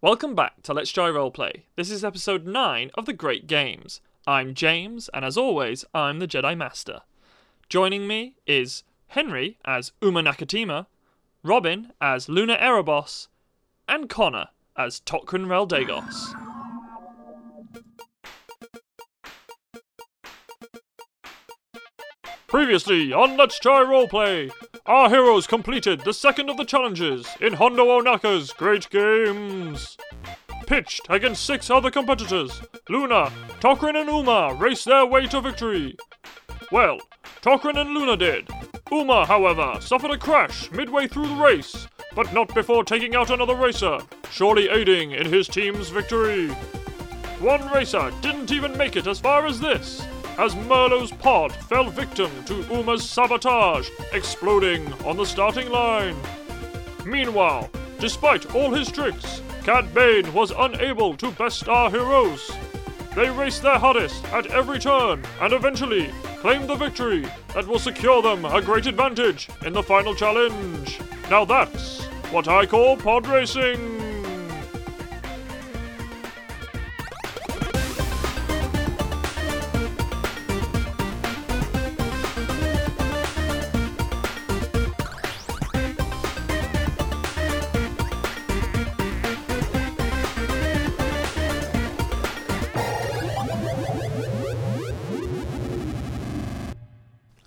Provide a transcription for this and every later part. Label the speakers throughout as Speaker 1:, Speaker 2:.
Speaker 1: Welcome back to Let's Try Roleplay. This is episode 9 of The Great Games. I'm James, and as always, I'm the Jedi Master. Joining me is Henry as Uma Nakatima, Robin as Luna Erebos, and Connor as Tokran Raldagos. Previously on Let's Try Roleplay, our heroes completed the second of the challenges in Hondo Onaka's Great Games. Pitched against six other competitors, Luna, Tokrin, and Uma raced their way to victory. Well, Tokrin and Luna did. Uma, however, suffered a crash midway through the race, but not before taking out another racer, surely aiding in his team's victory. One racer didn't even make it as far as this, as Merlot's pod fell victim to Uma's sabotage, exploding on the starting line. Meanwhile, despite all his tricks, Cad Bane was unable to best our heroes. They raced their hardest at every turn and eventually claimed the victory that will secure them a great advantage in the final challenge. Now that's what I call pod racing.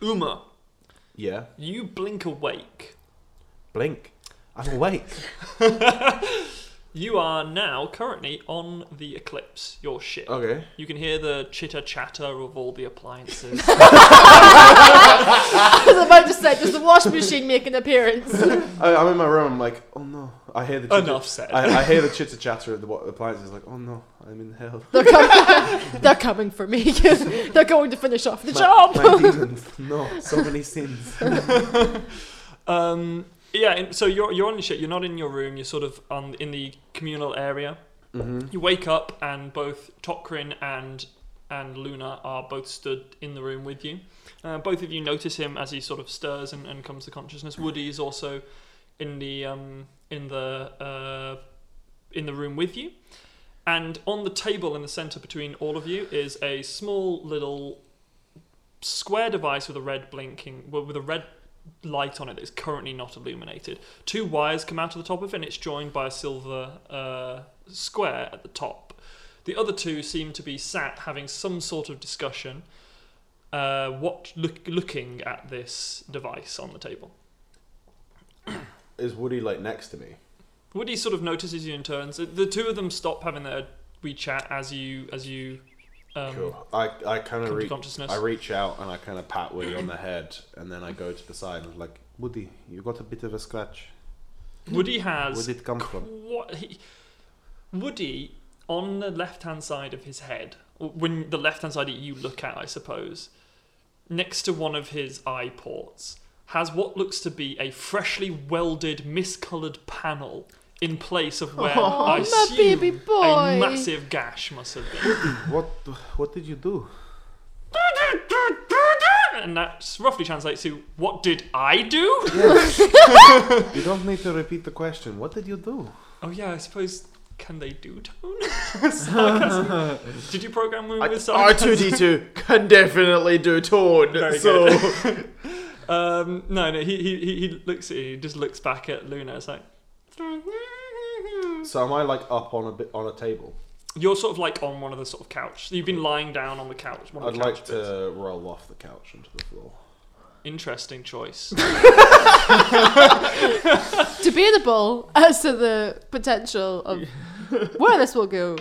Speaker 1: Uma,
Speaker 2: Yeah.
Speaker 1: you blink awake.
Speaker 2: Blink. I'm awake.
Speaker 1: You are now currently on the Eclipse, your ship.
Speaker 2: Okay.
Speaker 1: You can hear the chitter chatter of all the appliances.
Speaker 3: I was about to say, does the wash machine make an appearance?
Speaker 2: I, I'm in my room. I'm like, oh no. I hear the chitter-
Speaker 1: Enough said.
Speaker 2: I, I hear the chitter chatter of the wa- appliances. Like, oh no, I'm in hell.
Speaker 3: They're coming, they're coming for me. they're going to finish off the
Speaker 2: My-
Speaker 3: job.
Speaker 2: my demons. No, so many sins.
Speaker 1: um, yeah, and so you're you're on your ship. You're not in your room. You're sort of on in the communal area.
Speaker 2: Mhm.
Speaker 1: You wake up, and both Tokrin and and Luna are both stood in the room with you. Uh, both of you notice him as he sort of stirs and, and comes to consciousness. Woody is also in the um, in the uh, in the room with you, and on the table in the center between all of you is a small little square device with a red blinking with a red light on it that is currently not illuminated. Two wires come out of the top of it, and it's joined by a silver uh, square at the top. The other two seem to be sat having some sort of discussion, uh, what look, looking at this device on the table.
Speaker 2: Is Woody like next to me?
Speaker 1: Woody sort of notices you and turns. The- The two of them stop having their wee chat as you as you um,
Speaker 2: cool. I, I kind
Speaker 1: come
Speaker 2: of
Speaker 1: to
Speaker 2: reach.
Speaker 1: consciousness.
Speaker 2: I reach out and I kind of pat Woody on the head, and then I go to the side and like, Woody, you got a bit of a scratch.
Speaker 1: Woody has
Speaker 2: Where did it come from?
Speaker 1: What he, Woody on the left hand side of his head, w- when the left hand side that you look at, I suppose, next to one of his eye ports, has what looks to be a freshly welded, miscoloured panel in place of where I
Speaker 3: Aw, Oh, my
Speaker 1: assume
Speaker 3: baby
Speaker 1: a
Speaker 3: boy.
Speaker 1: massive gash must have been.
Speaker 2: What What did you do?
Speaker 1: and that roughly translates to what did I do?
Speaker 2: You don't need to repeat the question. What did you do?
Speaker 1: Oh yeah, I suppose. Can they do tone? sarcasm. Did you program women with sarcasm?
Speaker 4: R2D2 can definitely do torn.
Speaker 1: Very
Speaker 4: so
Speaker 1: Um, no, no. He, he he- he looks at you. He just looks back at Luna. It's like
Speaker 2: So am I like up on a bit on a table?
Speaker 1: you're sort of like on one of the sort of couch. You've been lying down on the couch. One of
Speaker 2: I'd
Speaker 1: the couch
Speaker 2: like
Speaker 1: bits.
Speaker 2: to roll off the couch onto the floor.
Speaker 1: Interesting choice.
Speaker 3: Debatable as to the potential of where this will go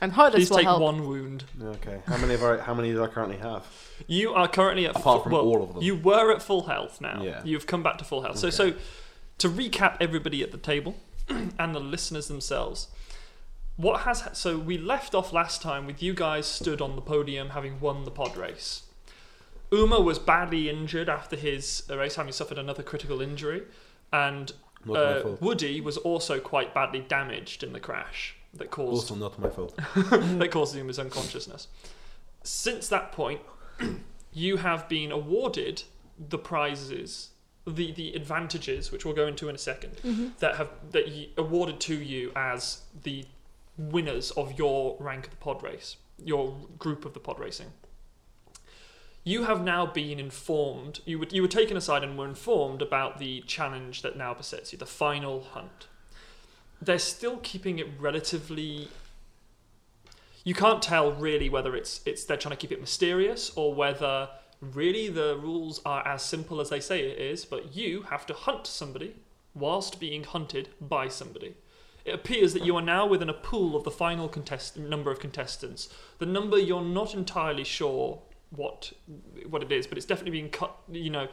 Speaker 3: and how this
Speaker 1: Please
Speaker 3: will
Speaker 1: take
Speaker 3: help.
Speaker 1: one wound.
Speaker 2: Okay. How many of I, how many do I currently have?
Speaker 1: You are currently at
Speaker 2: Apart
Speaker 1: fu-
Speaker 2: from
Speaker 1: well,
Speaker 2: all of them.
Speaker 1: You were at full health now.
Speaker 2: Yeah.
Speaker 1: You've come back to full health. So so to recap everybody at the table and the listeners themselves. What has ha- so we left off last time with you guys stood on the podium having won the pod race. Uma was badly injured after his race, having suffered another critical injury, and
Speaker 2: Not my
Speaker 1: uh,
Speaker 2: fault.
Speaker 1: Woody was also quite badly damaged in the crash that caused
Speaker 2: Also not my fault.
Speaker 1: that caused Uma's unconsciousness. Since that point, you have been awarded the prizes the, the advantages, which we'll go into in a 2nd that have that you awarded to you as the winners of your rank of the pod race, your group of the pod racing. You have now been informed. You were, you were taken aside and were informed about the challenge that now besets you, the final hunt. They're still keeping it relatively you can't tell really whether it's it's they're trying to keep it mysterious or whether really the rules are as simple as they say it is but you have to hunt somebody whilst being hunted by somebody it appears that you are now within a pool of the final contest- number of contestants the number you're not entirely sure what what it is but it's definitely being cut you know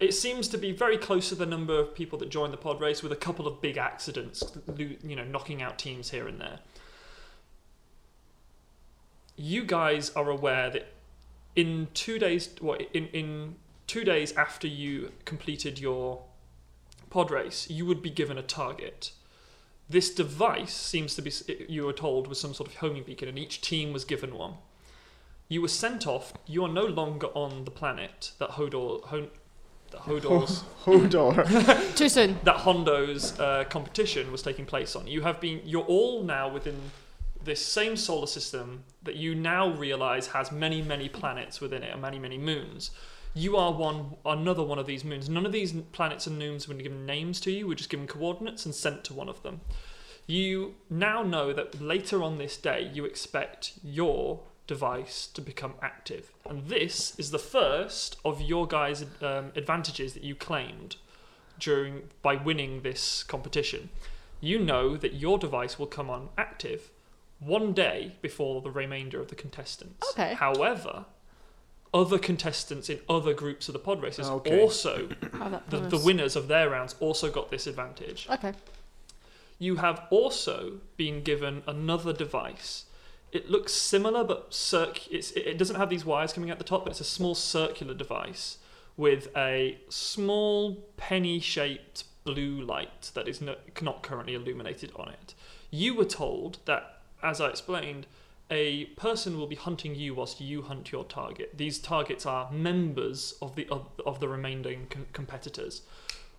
Speaker 1: it seems to be very close to the number of people that joined the pod race with a couple of big accidents lo- you know knocking out teams here and there you guys are aware that in two days what in, in two days after you completed your pod race you would be given a target this device seems to be you were told was some sort of homing beacon and each team was given one you were sent off you are no longer on the planet that hodor Hon, that hodor's
Speaker 5: Hold on.
Speaker 3: Too soon.
Speaker 1: that Hondo's uh, competition was taking place on. You have been, you're all now within this same solar system that you now realize has many, many planets within it and many, many moons. You are one, another one of these moons. None of these planets and moons were given names to you. We're just given coordinates and sent to one of them. You now know that later on this day, you expect your device to become active, and this is the first of your guys' um, advantages that you claimed during by winning this competition, you know that your device will come on active one day before the remainder of the contestants.
Speaker 3: Okay.
Speaker 1: However, other contestants in other groups of the pod races
Speaker 5: Okay.
Speaker 1: also
Speaker 3: Oh, that
Speaker 1: the, the
Speaker 3: bonus.
Speaker 1: winners of their rounds also got this advantage.
Speaker 3: Okay.
Speaker 1: You have also been given another device. It looks similar, but circ- it's, it it doesn't have these wires coming out the top, but it's a small circular device with a small penny shaped blue light that is no- not currently illuminated on it. You were told that, as I explained, a person will be hunting you whilst you hunt your target. These targets are members of the of, of the remaining com- competitors.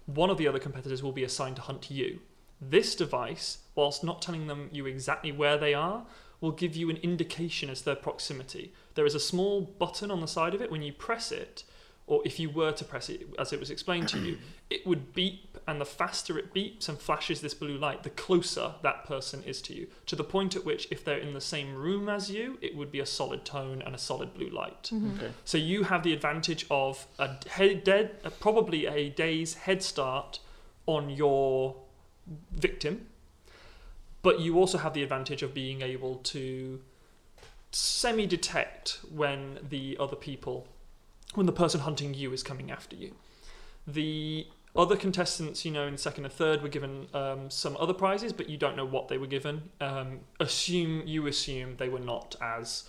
Speaker 1: One of the other competitors will be assigned to hunt you. This device, whilst not telling them you exactly where they are, will give you an indication as to their proximity. There is a small button on the side of it. When you press it, or if you were to press it as it was explained to you, it would beep, and the faster it beeps and flashes this blue light, the closer that person is to you. To the point at which, if they're in the same room as you, it would be a solid tone and a solid blue light.
Speaker 3: Mm-hmm.
Speaker 5: Okay.
Speaker 1: So you have the advantage of a head, dead, uh, probably a day's head start on your victim, but you also have the advantage of being able to semi-detect when the other people, when the person hunting you is coming after you. The other contestants, you know, in second and third were given um, some other prizes, but you don't know what they were given. Um, assume you assume they were not as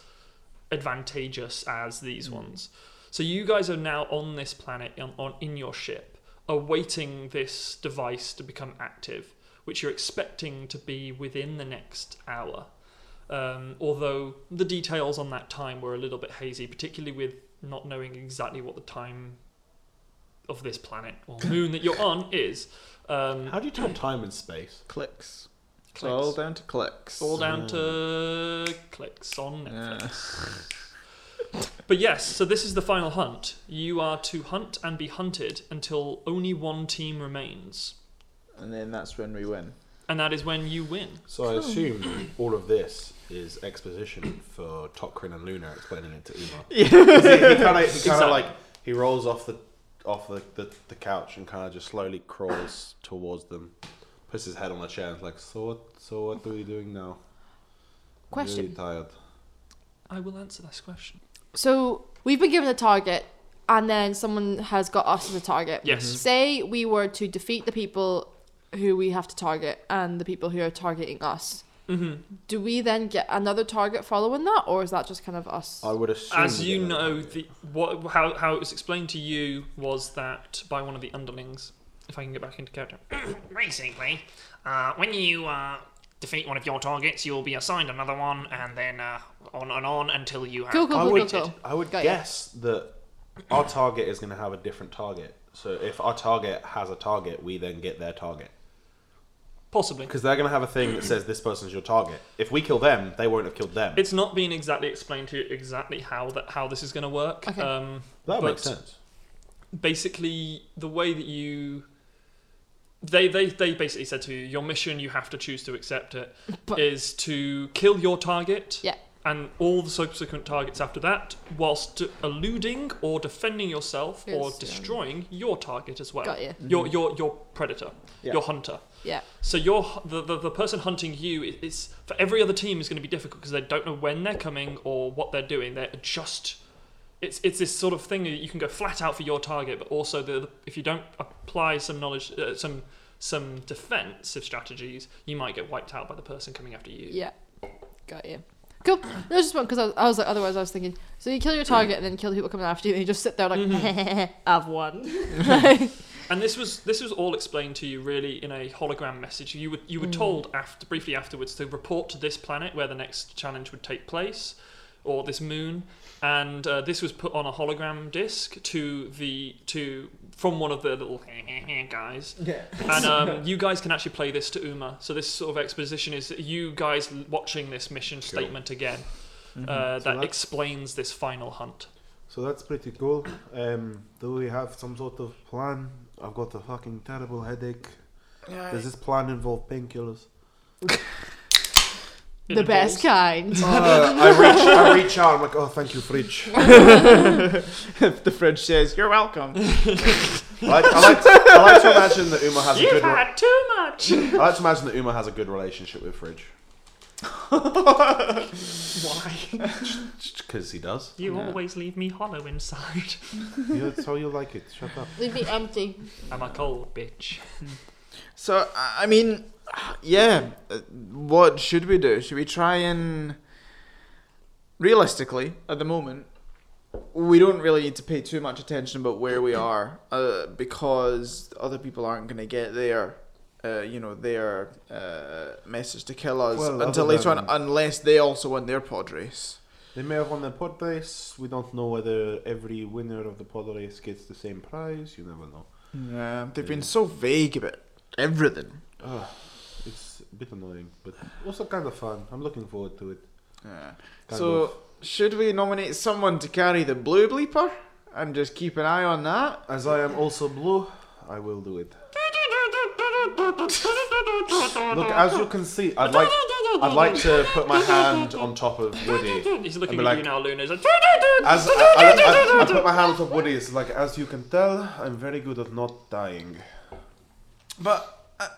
Speaker 1: advantageous as these ones. So you guys are now on this planet on, on in your ship, awaiting this device to become active, which you're expecting to be within the next hour. Um, although the details on that time were a little bit hazy, particularly with not knowing exactly what the time of this planet or moon that you're on is. Um,
Speaker 2: How do you tell time and space?
Speaker 5: Clicks. It's
Speaker 1: clicks.
Speaker 5: all down to clicks.
Speaker 1: All down to clicks on Netflix. but yes, so this is the final hunt. You are to hunt and be hunted until only one team remains.
Speaker 5: And then that's when we win.
Speaker 1: And that is when you win.
Speaker 2: So I assume all of this is exposition for Tokrin and Luna explaining it to Uma. Yeah. he kind of
Speaker 1: Exactly.
Speaker 2: like he rolls off the off the, the, the couch and kind of just slowly crawls towards them, puts his head on the chair and is like, "So what? So what are we doing now?" I'm really
Speaker 3: Question.
Speaker 2: tired.
Speaker 1: I will answer this question.
Speaker 3: So we've been given a target, and then someone has got us as a target. Mm-hmm.
Speaker 1: Yes. Mhm.
Speaker 3: Say we were to defeat the people who we have to target and the people who are targeting us. Mm-hmm. Do we then get another target following that, or is that just kind of us?
Speaker 2: I would assume.
Speaker 1: As
Speaker 2: we
Speaker 1: you
Speaker 2: get another
Speaker 1: know,
Speaker 2: target.
Speaker 1: the what how, how it was explained to you was that by one of the underlings. If I can get back into character.
Speaker 6: Basically, uh, when you uh, defeat one of your targets, you'll be assigned another one, and then uh, on and on until you have.
Speaker 3: Cool, cool,
Speaker 2: I
Speaker 3: cool,
Speaker 2: would,
Speaker 3: cool, cool.
Speaker 2: I would
Speaker 3: Got ya.
Speaker 2: guess that our target is going to have a different target. So if our target has a target, we then get their target.
Speaker 1: Possibly.
Speaker 2: Because they're going to have a thing that says this person's your target. If we kill them, they won't have killed them.
Speaker 1: It's not been exactly explained to you exactly how that how this is going to work.
Speaker 3: Okay.
Speaker 1: Um,
Speaker 2: that
Speaker 1: but-
Speaker 2: makes sense.
Speaker 1: basically the way that you they, they they basically said to you your mission you have to choose to accept it is
Speaker 3: But-
Speaker 1: to kill your target
Speaker 3: Yeah.
Speaker 1: and all the subsequent targets after that whilst eluding or defending yourself or
Speaker 3: Yes, yeah.
Speaker 1: destroying your target as well
Speaker 3: Got you.
Speaker 1: your your your predator
Speaker 5: Yeah.
Speaker 1: your hunter
Speaker 3: Yeah.
Speaker 1: so your hu- the, the, the person hunting you i- is for every other team is going to be difficult because they don't know when they're coming or what they're doing. They're just it's it's this sort of thing that you can go flat out for your target, but also the, the- if you don't apply some knowledge, uh, some some defensive strategies, you might get wiped out by the person coming after you.
Speaker 3: Yeah. Got you. Cool. No, just one because I, was- I was like, otherwise I was thinking. So you kill your target and then kill the people coming after you, and you just sit there like,
Speaker 2: Mm-hmm.
Speaker 3: I've won.
Speaker 1: And this was this was all explained to you really in a hologram message. You were you were told after briefly afterwards to report to this planet where the next challenge would take place, or this moon, and uh, this was put on a hologram disc to the to from one of the little guys.
Speaker 5: Yeah.
Speaker 1: And um, you guys can actually play this to Uma. So this sort of exposition is you guys watching this mission statement again. Uh, that
Speaker 2: that's-
Speaker 1: explains this final hunt.
Speaker 2: So that's pretty cool. Um, do we have some sort of plan? I've got a fucking terrible headache. Does this plan involve painkillers?
Speaker 1: It
Speaker 3: the best
Speaker 1: involves-
Speaker 3: kind.
Speaker 2: Uh, I reach, I reach out. I'm like, oh, thank you, fridge. I
Speaker 5: if the fridge says, you're welcome.
Speaker 2: like, I like, I like to imagine that Uma has a
Speaker 1: You've
Speaker 2: good. Re-
Speaker 1: had too much.
Speaker 2: I like to imagine that Uma has a good relationship with fridge.
Speaker 1: Why?
Speaker 2: Because he does.
Speaker 6: You always leave me hollow inside.
Speaker 2: Yeah, that's how you like it. Shut up.
Speaker 3: Leave me empty.
Speaker 1: I'm a cold bitch.
Speaker 5: So, I I mean, yeah. uh, What should we do? Should we try and. Realistically, at the moment, we don't really need to pay too much attention about where we are uh, because other people aren't going to get their, uh, you know, their uh, message to kill us
Speaker 2: Well,
Speaker 5: until
Speaker 2: other
Speaker 5: later on,
Speaker 2: than-
Speaker 5: unless they also win their pod race.
Speaker 2: They may have won the pod race. We don't know whether every winner of the pod race gets the same prize. You never know.
Speaker 5: Yeah, they've been so vague about everything.
Speaker 2: Ugh, it's a bit annoying, but also kind of fun. I'm looking forward to it.
Speaker 5: Yeah.
Speaker 2: Kind
Speaker 5: so,
Speaker 2: of.
Speaker 5: should we nominate someone to carry the blue bleeper and just keep an eye on that?
Speaker 2: As I am also blue, I will do it. Look, as you can see, I'd like I'd like to put my hand on top of Woody.
Speaker 1: He's looking
Speaker 2: I'd
Speaker 1: at
Speaker 2: be
Speaker 1: you
Speaker 2: like-
Speaker 1: now, Luna. He's like,
Speaker 2: As I, I, I, I put my hand on top of Woody, it's like as you can tell, I'm very good at not dying.
Speaker 5: But, uh,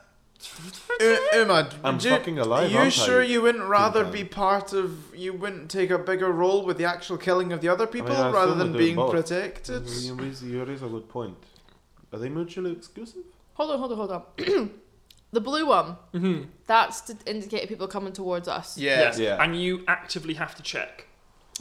Speaker 5: U- Uma,
Speaker 2: I'm
Speaker 5: do-
Speaker 2: fucking alive,
Speaker 5: Are you
Speaker 2: aren't I,
Speaker 5: sure you wouldn't rather
Speaker 2: man?
Speaker 5: be part of? You wouldn't take a bigger role with the actual killing of the other people
Speaker 2: I
Speaker 5: rather
Speaker 2: assume
Speaker 5: than
Speaker 2: we're doing
Speaker 5: being
Speaker 2: both.
Speaker 5: protected?
Speaker 2: You raise, you raise a good point. Are they mutually exclusive?
Speaker 3: Hold on, hold on, hold on. the blue one. Mm-hmm. That's to indicate people coming towards us.
Speaker 5: Yeah.
Speaker 1: yes.
Speaker 2: Yeah.
Speaker 1: And you actively have to check.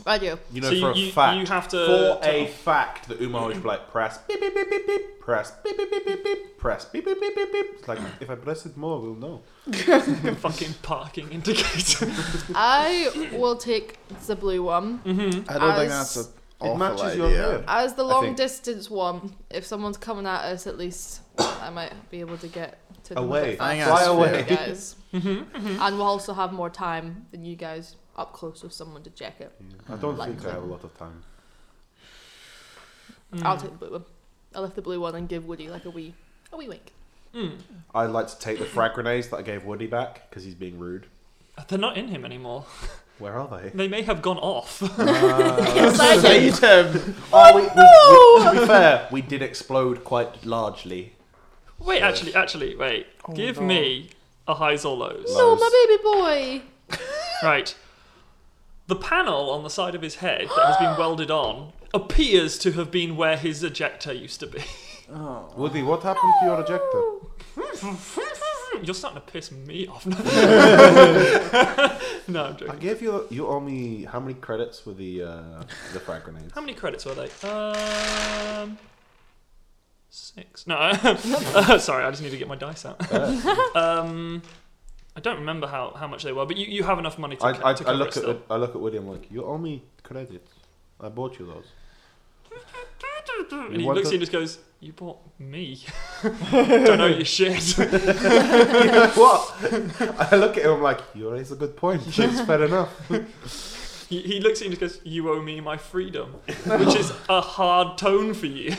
Speaker 3: I do.
Speaker 2: You
Speaker 1: So you- you- you have to- to-
Speaker 2: for a fact that Uma would be like press beep beep beep beep beep press beep beep beep beep beep press beep beep beep beep beep. It's like if I press it more, we'll know.
Speaker 1: fucking parking indicator.
Speaker 3: I will take the blue one.
Speaker 5: I don't think
Speaker 3: As-
Speaker 5: that's a
Speaker 2: It
Speaker 5: awful
Speaker 2: matches your
Speaker 5: idea.
Speaker 2: hair.
Speaker 3: As the
Speaker 2: I
Speaker 3: long
Speaker 2: think-
Speaker 3: distance one, if someone's coming at us, at least I might be able to get to them a
Speaker 2: Away. Mm-hmm,
Speaker 3: bit
Speaker 5: I think
Speaker 3: faster
Speaker 5: that's
Speaker 3: than you
Speaker 2: fair.
Speaker 3: guys.
Speaker 1: Mm-hmm.
Speaker 3: And we'll also have more time than you guys up close with someone to check it.
Speaker 2: I don't think
Speaker 3: Likely.
Speaker 2: I have a lot of time.
Speaker 1: Mm.
Speaker 3: I'll take the blue one. I'll lift the blue one and give Woody like a wee, a wee wink.
Speaker 2: I'd like to take the frag grenades that I gave Woody back because he's being rude.
Speaker 1: They're not in him anymore.
Speaker 2: Where are they?
Speaker 1: They may have gone off.
Speaker 5: Save him.
Speaker 2: Oh, we, we, we, to be fair, we did explode quite largely.
Speaker 1: wait, actually, actually, wait. Give
Speaker 5: no.
Speaker 1: me a highs or lows.
Speaker 3: No, my baby boy.
Speaker 1: Right. The panel on the side of his head that has been welded on appears to have been where his ejector used to be.
Speaker 2: Woody, what happened to your ejector?
Speaker 1: You're starting to piss me off. no, I'm
Speaker 2: I
Speaker 1: joking.
Speaker 2: gave you. You owe me how many credits for the uh, the frag grenades?
Speaker 1: How many credits were they? Um, six. No, uh, sorry, I just need to get my dice out.
Speaker 2: Uh,
Speaker 1: um, I don't remember how, how much they were, but you, you have enough money to,
Speaker 2: I,
Speaker 1: co-
Speaker 2: I,
Speaker 1: to
Speaker 2: I
Speaker 1: cover
Speaker 2: look
Speaker 1: it
Speaker 2: at
Speaker 1: still.
Speaker 2: Wood- I look at Woody. I'm like, you owe me credits. I bought you those.
Speaker 1: and he
Speaker 2: What
Speaker 1: looks at you
Speaker 2: the-
Speaker 1: and just goes, You bought me. Don't know your shit.
Speaker 2: You know what? I look at him I'm like, you raise a good point. It's fair enough.
Speaker 1: He, he looks at you and goes, "You owe me my freedom," which is a hard tone for you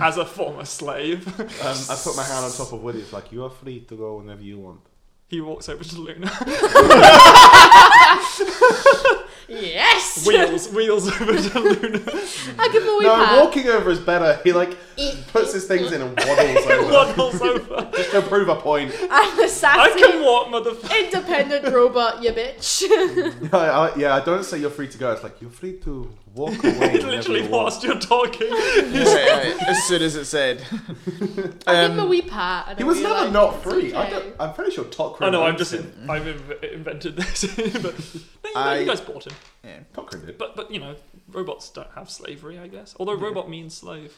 Speaker 1: as a former slave.
Speaker 2: Um, I put my hand on top of Woody. It's like, you are free to go whenever you want.
Speaker 1: He walks over to Luna,
Speaker 3: Yes!
Speaker 1: wheels wheels over to Luna,
Speaker 3: I give him a wee
Speaker 2: no,
Speaker 3: pat.
Speaker 2: walking over is better. He like puts his things in and waddles over.
Speaker 1: waddles over.
Speaker 2: Just to prove a point.
Speaker 3: I'm a
Speaker 1: I
Speaker 3: sassy,
Speaker 1: can walk, motherfucker.
Speaker 3: independent robot, you bitch.
Speaker 2: Yeah, I, yeah, I don't say you're free to go. It's like, you're free to walk away.
Speaker 1: He
Speaker 2: whenever
Speaker 1: literally
Speaker 2: you want.
Speaker 1: whilst you're talking.
Speaker 5: Yeah, yeah, as soon as it said.
Speaker 3: I give him a
Speaker 5: Um,
Speaker 3: wee pat. and
Speaker 2: He
Speaker 3: a
Speaker 2: was
Speaker 3: wee,
Speaker 2: never
Speaker 3: like,
Speaker 2: not
Speaker 3: "It's
Speaker 2: free. I
Speaker 3: okay."
Speaker 2: don't, I'm pretty sure Tocqueville.
Speaker 1: I know. I'm
Speaker 2: owns
Speaker 1: just.
Speaker 2: him.
Speaker 1: I've inv- invented this. but, no, you, know,
Speaker 5: I-
Speaker 1: you guys bought him.
Speaker 5: yeah.
Speaker 2: Tocqueville did.
Speaker 1: But but you know, robots don't have slavery, I guess. Although robot means slave.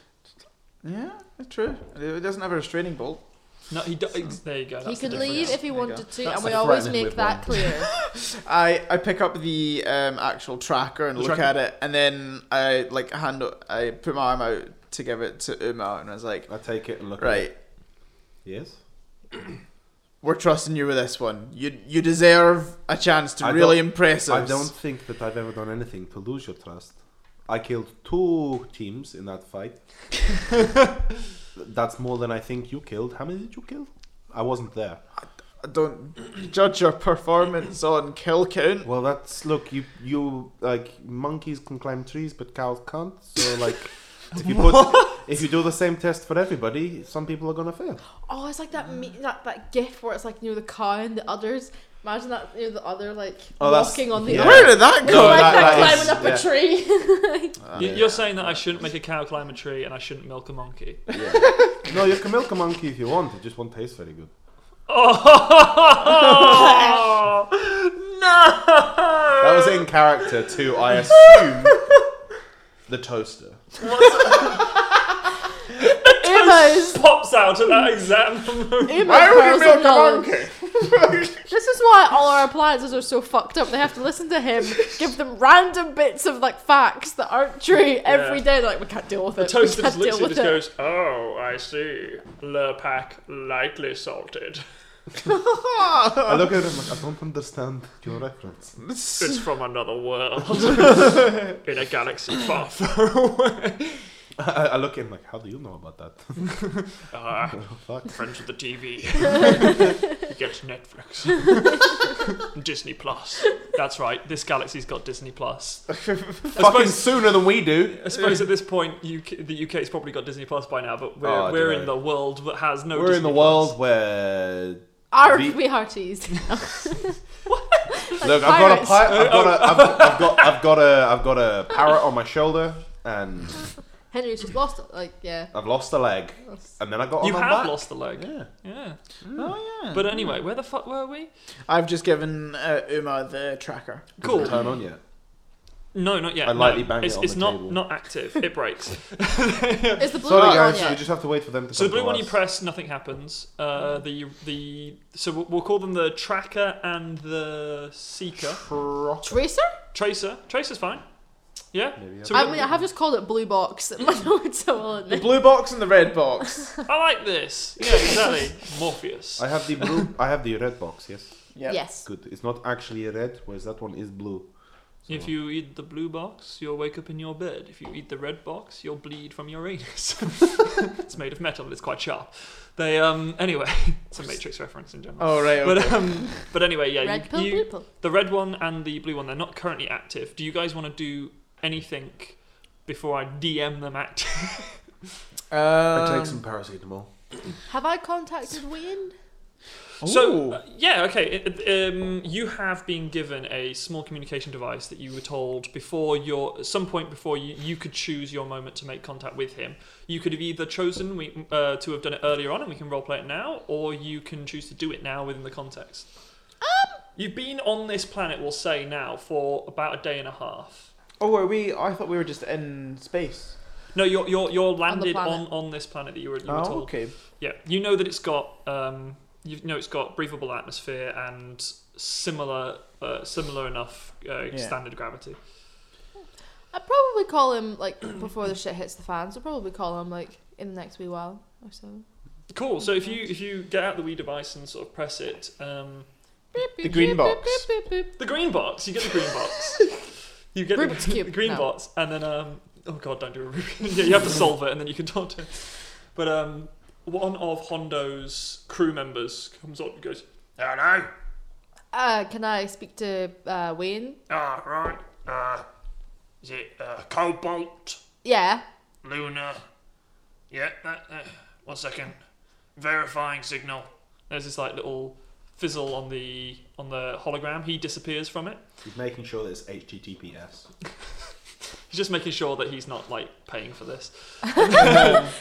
Speaker 5: yeah, it's true. It doesn't have a restraining bolt.
Speaker 1: No, he. Do- There you go.
Speaker 3: He
Speaker 1: that's the
Speaker 3: could
Speaker 1: difference.
Speaker 3: leave if he
Speaker 5: There you go.
Speaker 3: wanted to,
Speaker 5: That's
Speaker 3: and
Speaker 2: the
Speaker 3: we always
Speaker 2: threatening
Speaker 3: make
Speaker 2: with
Speaker 3: that
Speaker 2: one.
Speaker 3: clear.
Speaker 5: I, I pick up the um, actual tracker and
Speaker 2: The
Speaker 5: look
Speaker 2: tracker?
Speaker 5: at it, and then I like hand o- I put my arm out to give it to Uma, and I was like,
Speaker 2: I take it and look. at it.
Speaker 5: right,
Speaker 2: Yes.
Speaker 5: we're trusting you with this one. You you deserve a chance to
Speaker 2: I
Speaker 5: really
Speaker 2: don't-
Speaker 5: impress
Speaker 2: I
Speaker 5: us.
Speaker 2: don't think that I've ever done anything to lose your trust. I killed two teams in that fight. That's more than I think you killed. How many did you kill? I wasn't there.
Speaker 5: I don't judge your performance on kill count.
Speaker 2: Well, that's look. You you like monkeys can climb trees, but cows can't. So like, if you put if you do the same test for everybody, some people are gonna fail.
Speaker 3: Oh, it's like that me- that that gif where it's like you know the cow and the others. Imagine that you know the other like
Speaker 2: Oh, that's-
Speaker 3: walking on the
Speaker 2: yeah.
Speaker 3: other.
Speaker 5: Where did Oh, that
Speaker 3: No,
Speaker 5: go?
Speaker 3: like
Speaker 2: that-
Speaker 3: that,
Speaker 2: that is-
Speaker 3: climbing up a tree.
Speaker 1: You- You're saying that I shouldn't make a cow climb a tree and I shouldn't milk a monkey.
Speaker 2: No, you can milk a monkey if you want. It just won't taste very good.
Speaker 1: Oh no!
Speaker 2: That was in character too. I assume the toaster.
Speaker 3: Uma's
Speaker 1: Pops out at that exact moment.
Speaker 3: Uma
Speaker 5: Why would you
Speaker 3: pearls of
Speaker 5: milk a
Speaker 3: knowledge.
Speaker 5: monkey?
Speaker 3: This is why all our appliances are so fucked up. They have to listen to him, give them random bits of like facts that aren't true every
Speaker 1: Yeah.
Speaker 3: day. They're like, we can't deal with it.
Speaker 1: The toaster
Speaker 3: we
Speaker 1: just
Speaker 3: can't
Speaker 1: looks
Speaker 3: deal
Speaker 1: at it
Speaker 3: with
Speaker 1: and
Speaker 3: it.
Speaker 1: just goes, "Oh, I see. Lurpak lightly salted.
Speaker 2: I look at him like, I don't understand your reference.
Speaker 1: It's from another world, in a galaxy far, far away."
Speaker 2: I, I look at him like, how do you know about that?
Speaker 1: Ah,
Speaker 2: Oh, Fuck.
Speaker 1: friends with the TV. Get Netflix, Disney Plus. That's right. This galaxy's got Disney Plus. I
Speaker 2: Fucking
Speaker 1: suppose-
Speaker 2: sooner than we do.
Speaker 1: I suppose at this point, UK, the UK's probably got Disney Plus by now, but we're,
Speaker 2: Oh, I
Speaker 1: we're
Speaker 2: dunno.
Speaker 1: in the world that has no.
Speaker 2: We're in
Speaker 1: Disney
Speaker 2: the world where.
Speaker 3: Our
Speaker 2: The-
Speaker 3: we hearties.
Speaker 2: Look, I've got a
Speaker 3: pirates.
Speaker 2: pipe. I've got a. I've, I've got. I've got a. I've got a parrot on my shoulder, and
Speaker 3: Henry's just lost it. Like, yeah.
Speaker 2: I've lost a leg, and then I got.
Speaker 1: Plus. You
Speaker 2: on my
Speaker 1: have
Speaker 2: back.
Speaker 1: lost the leg.
Speaker 2: Yeah. Hmm.
Speaker 1: Yeah.
Speaker 5: Oh yeah.
Speaker 1: But anyway, where the fuck were we?
Speaker 5: I've just given uh, Uma the tracker.
Speaker 1: Cool.
Speaker 2: Turn on yet.
Speaker 1: No, not yet.
Speaker 2: I lightly
Speaker 1: no.
Speaker 2: banged it
Speaker 1: It's,
Speaker 2: on
Speaker 1: it's
Speaker 2: the
Speaker 1: not
Speaker 2: table.
Speaker 1: not active. It breaks.
Speaker 3: Is the blue
Speaker 2: Sorry
Speaker 3: one on
Speaker 2: guys,
Speaker 3: yet?
Speaker 2: you just have to wait for them to.
Speaker 1: So the
Speaker 2: come
Speaker 1: blue
Speaker 2: to
Speaker 1: one you
Speaker 2: us.
Speaker 1: press, nothing happens. Uh,
Speaker 3: Mm.
Speaker 1: the the so we'll, we'll call them the tracker and the seeker.
Speaker 3: Tracer?
Speaker 1: Tracer. Tracer's fine. Yeah.
Speaker 2: Maybe I'll-
Speaker 1: So
Speaker 3: I
Speaker 1: we-
Speaker 3: mean, I have just called it blue box. I know it's so well in
Speaker 5: The
Speaker 3: there.
Speaker 5: blue box and the red box.
Speaker 1: I like this. Yeah, exactly. Morpheus.
Speaker 2: I have the blue. I have the red box. Yes.
Speaker 5: Yep.
Speaker 3: Yes.
Speaker 2: Good. It's not actually red, whereas that one is blue. So-
Speaker 1: If you eat the blue box, you'll wake up in your bed. If you eat the red box, you'll bleed from your anus. it's made of metal. It's quite sharp. They um anyway, it's a Matrix reference in general.
Speaker 5: Oh right. Okay.
Speaker 1: But um, but anyway, yeah,
Speaker 3: Red
Speaker 1: you,
Speaker 3: pill,
Speaker 1: you-
Speaker 3: blue pill.
Speaker 1: the red one and the blue one they're not currently active. Do you guys want to do anything before I DM them active?
Speaker 5: Um,
Speaker 2: I take some paracetamol.
Speaker 3: Have I contacted Wayne?
Speaker 1: So
Speaker 5: Ooh.
Speaker 1: uh, yeah, okay. it- it- um, you have been given a small communication device that you were told before your at some point before you, you could choose your moment to make contact with him. You could have either chosen we, uh, to have done it earlier on, and we can roleplay it now, or you can choose to do it now within the context. You've been on this planet, we'll say now, for about a day and a half.
Speaker 5: Oh, are we? I thought we were just in space.
Speaker 1: No, you're you're you're landed on, on,
Speaker 3: planet.
Speaker 1: this planet that you were, you were
Speaker 5: Oh,
Speaker 1: told.
Speaker 5: okay.
Speaker 1: Yeah, you know that it's got um, you know it's got breathable atmosphere and similar uh, similar enough uh,
Speaker 5: Yeah.
Speaker 1: standard gravity.
Speaker 3: I'd probably call him, like, before the shit hits the fans, I'd probably call him, like, in the next wee while or so.
Speaker 1: Cool. So if you if you get out the Wii device and sort of press it, um,
Speaker 5: The green box.
Speaker 1: the green box. You get the green box. You get
Speaker 3: Rubik's
Speaker 1: the,
Speaker 3: Cube,
Speaker 1: the green
Speaker 3: no.
Speaker 1: box, and then um, oh god, don't do a Rubik's. yeah, you have to solve it, and then you can talk to. Him. But um, one of Hondo's crew members comes up and goes,
Speaker 6: Hello?
Speaker 3: Uh, can I speak to uh, Wayne?
Speaker 6: Ah, right. Uh, is it uh, Cobalt?
Speaker 3: Yeah.
Speaker 6: Luna? Yeah, that, uh, one second. Verifying signal.
Speaker 1: There's this like little fizzle on the on the hologram. He disappears from it.
Speaker 2: He's making sure that it's HTTPS.
Speaker 1: He's just making sure that he's not like paying for this.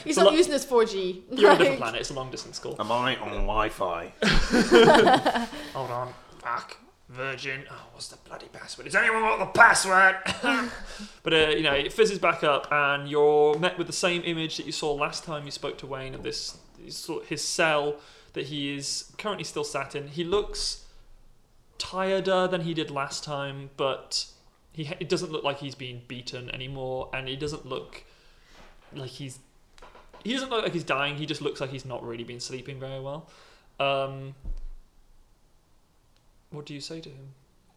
Speaker 3: He's
Speaker 1: So
Speaker 3: not
Speaker 1: lo-
Speaker 3: using his 4G.
Speaker 1: You're on a
Speaker 3: Like,
Speaker 1: different planet. It's a long distance call.
Speaker 2: Am I on Wi-Fi?
Speaker 6: Hold on. Fuck. Virgin. Oh, what's the bloody password? Has anyone got the password?
Speaker 1: But uh, you know, it fizzes back up, and you're met with the same image that you saw last time you spoke to Wayne of this his sort- his cell that he is currently still sat in. He looks tireder than he did last time, but he ha- it doesn't look like he's being beaten anymore, and he doesn't look like he's he doesn't look like he's dying. He just looks like he's not really been sleeping very well. Um, what do you say to him?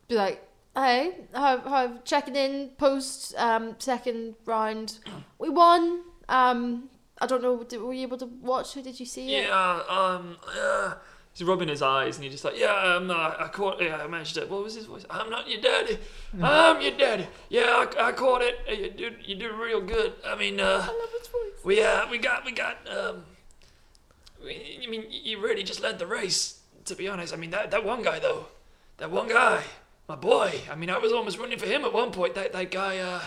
Speaker 3: Be like, hey, how, how, checking in post um, second round. We won. Um, I don't know. Did, were you able to watch? Who did you see? it?
Speaker 1: Yeah, um, uh, he's rubbing his eyes and he's just like, yeah, um, uh, I caught, yeah, I managed it. What was his voice? I'm not your daddy. I'm your daddy. Yeah, I, I caught it. Uh, You did, you did real good. I mean, uh,
Speaker 3: I love his voice.
Speaker 1: we, uh, we got, we got, um, we, I mean, you really just led the race, to be honest. I mean, that, that one guy, though, that one guy, my boy, I mean, I was almost running for him at one point. That, that guy, uh,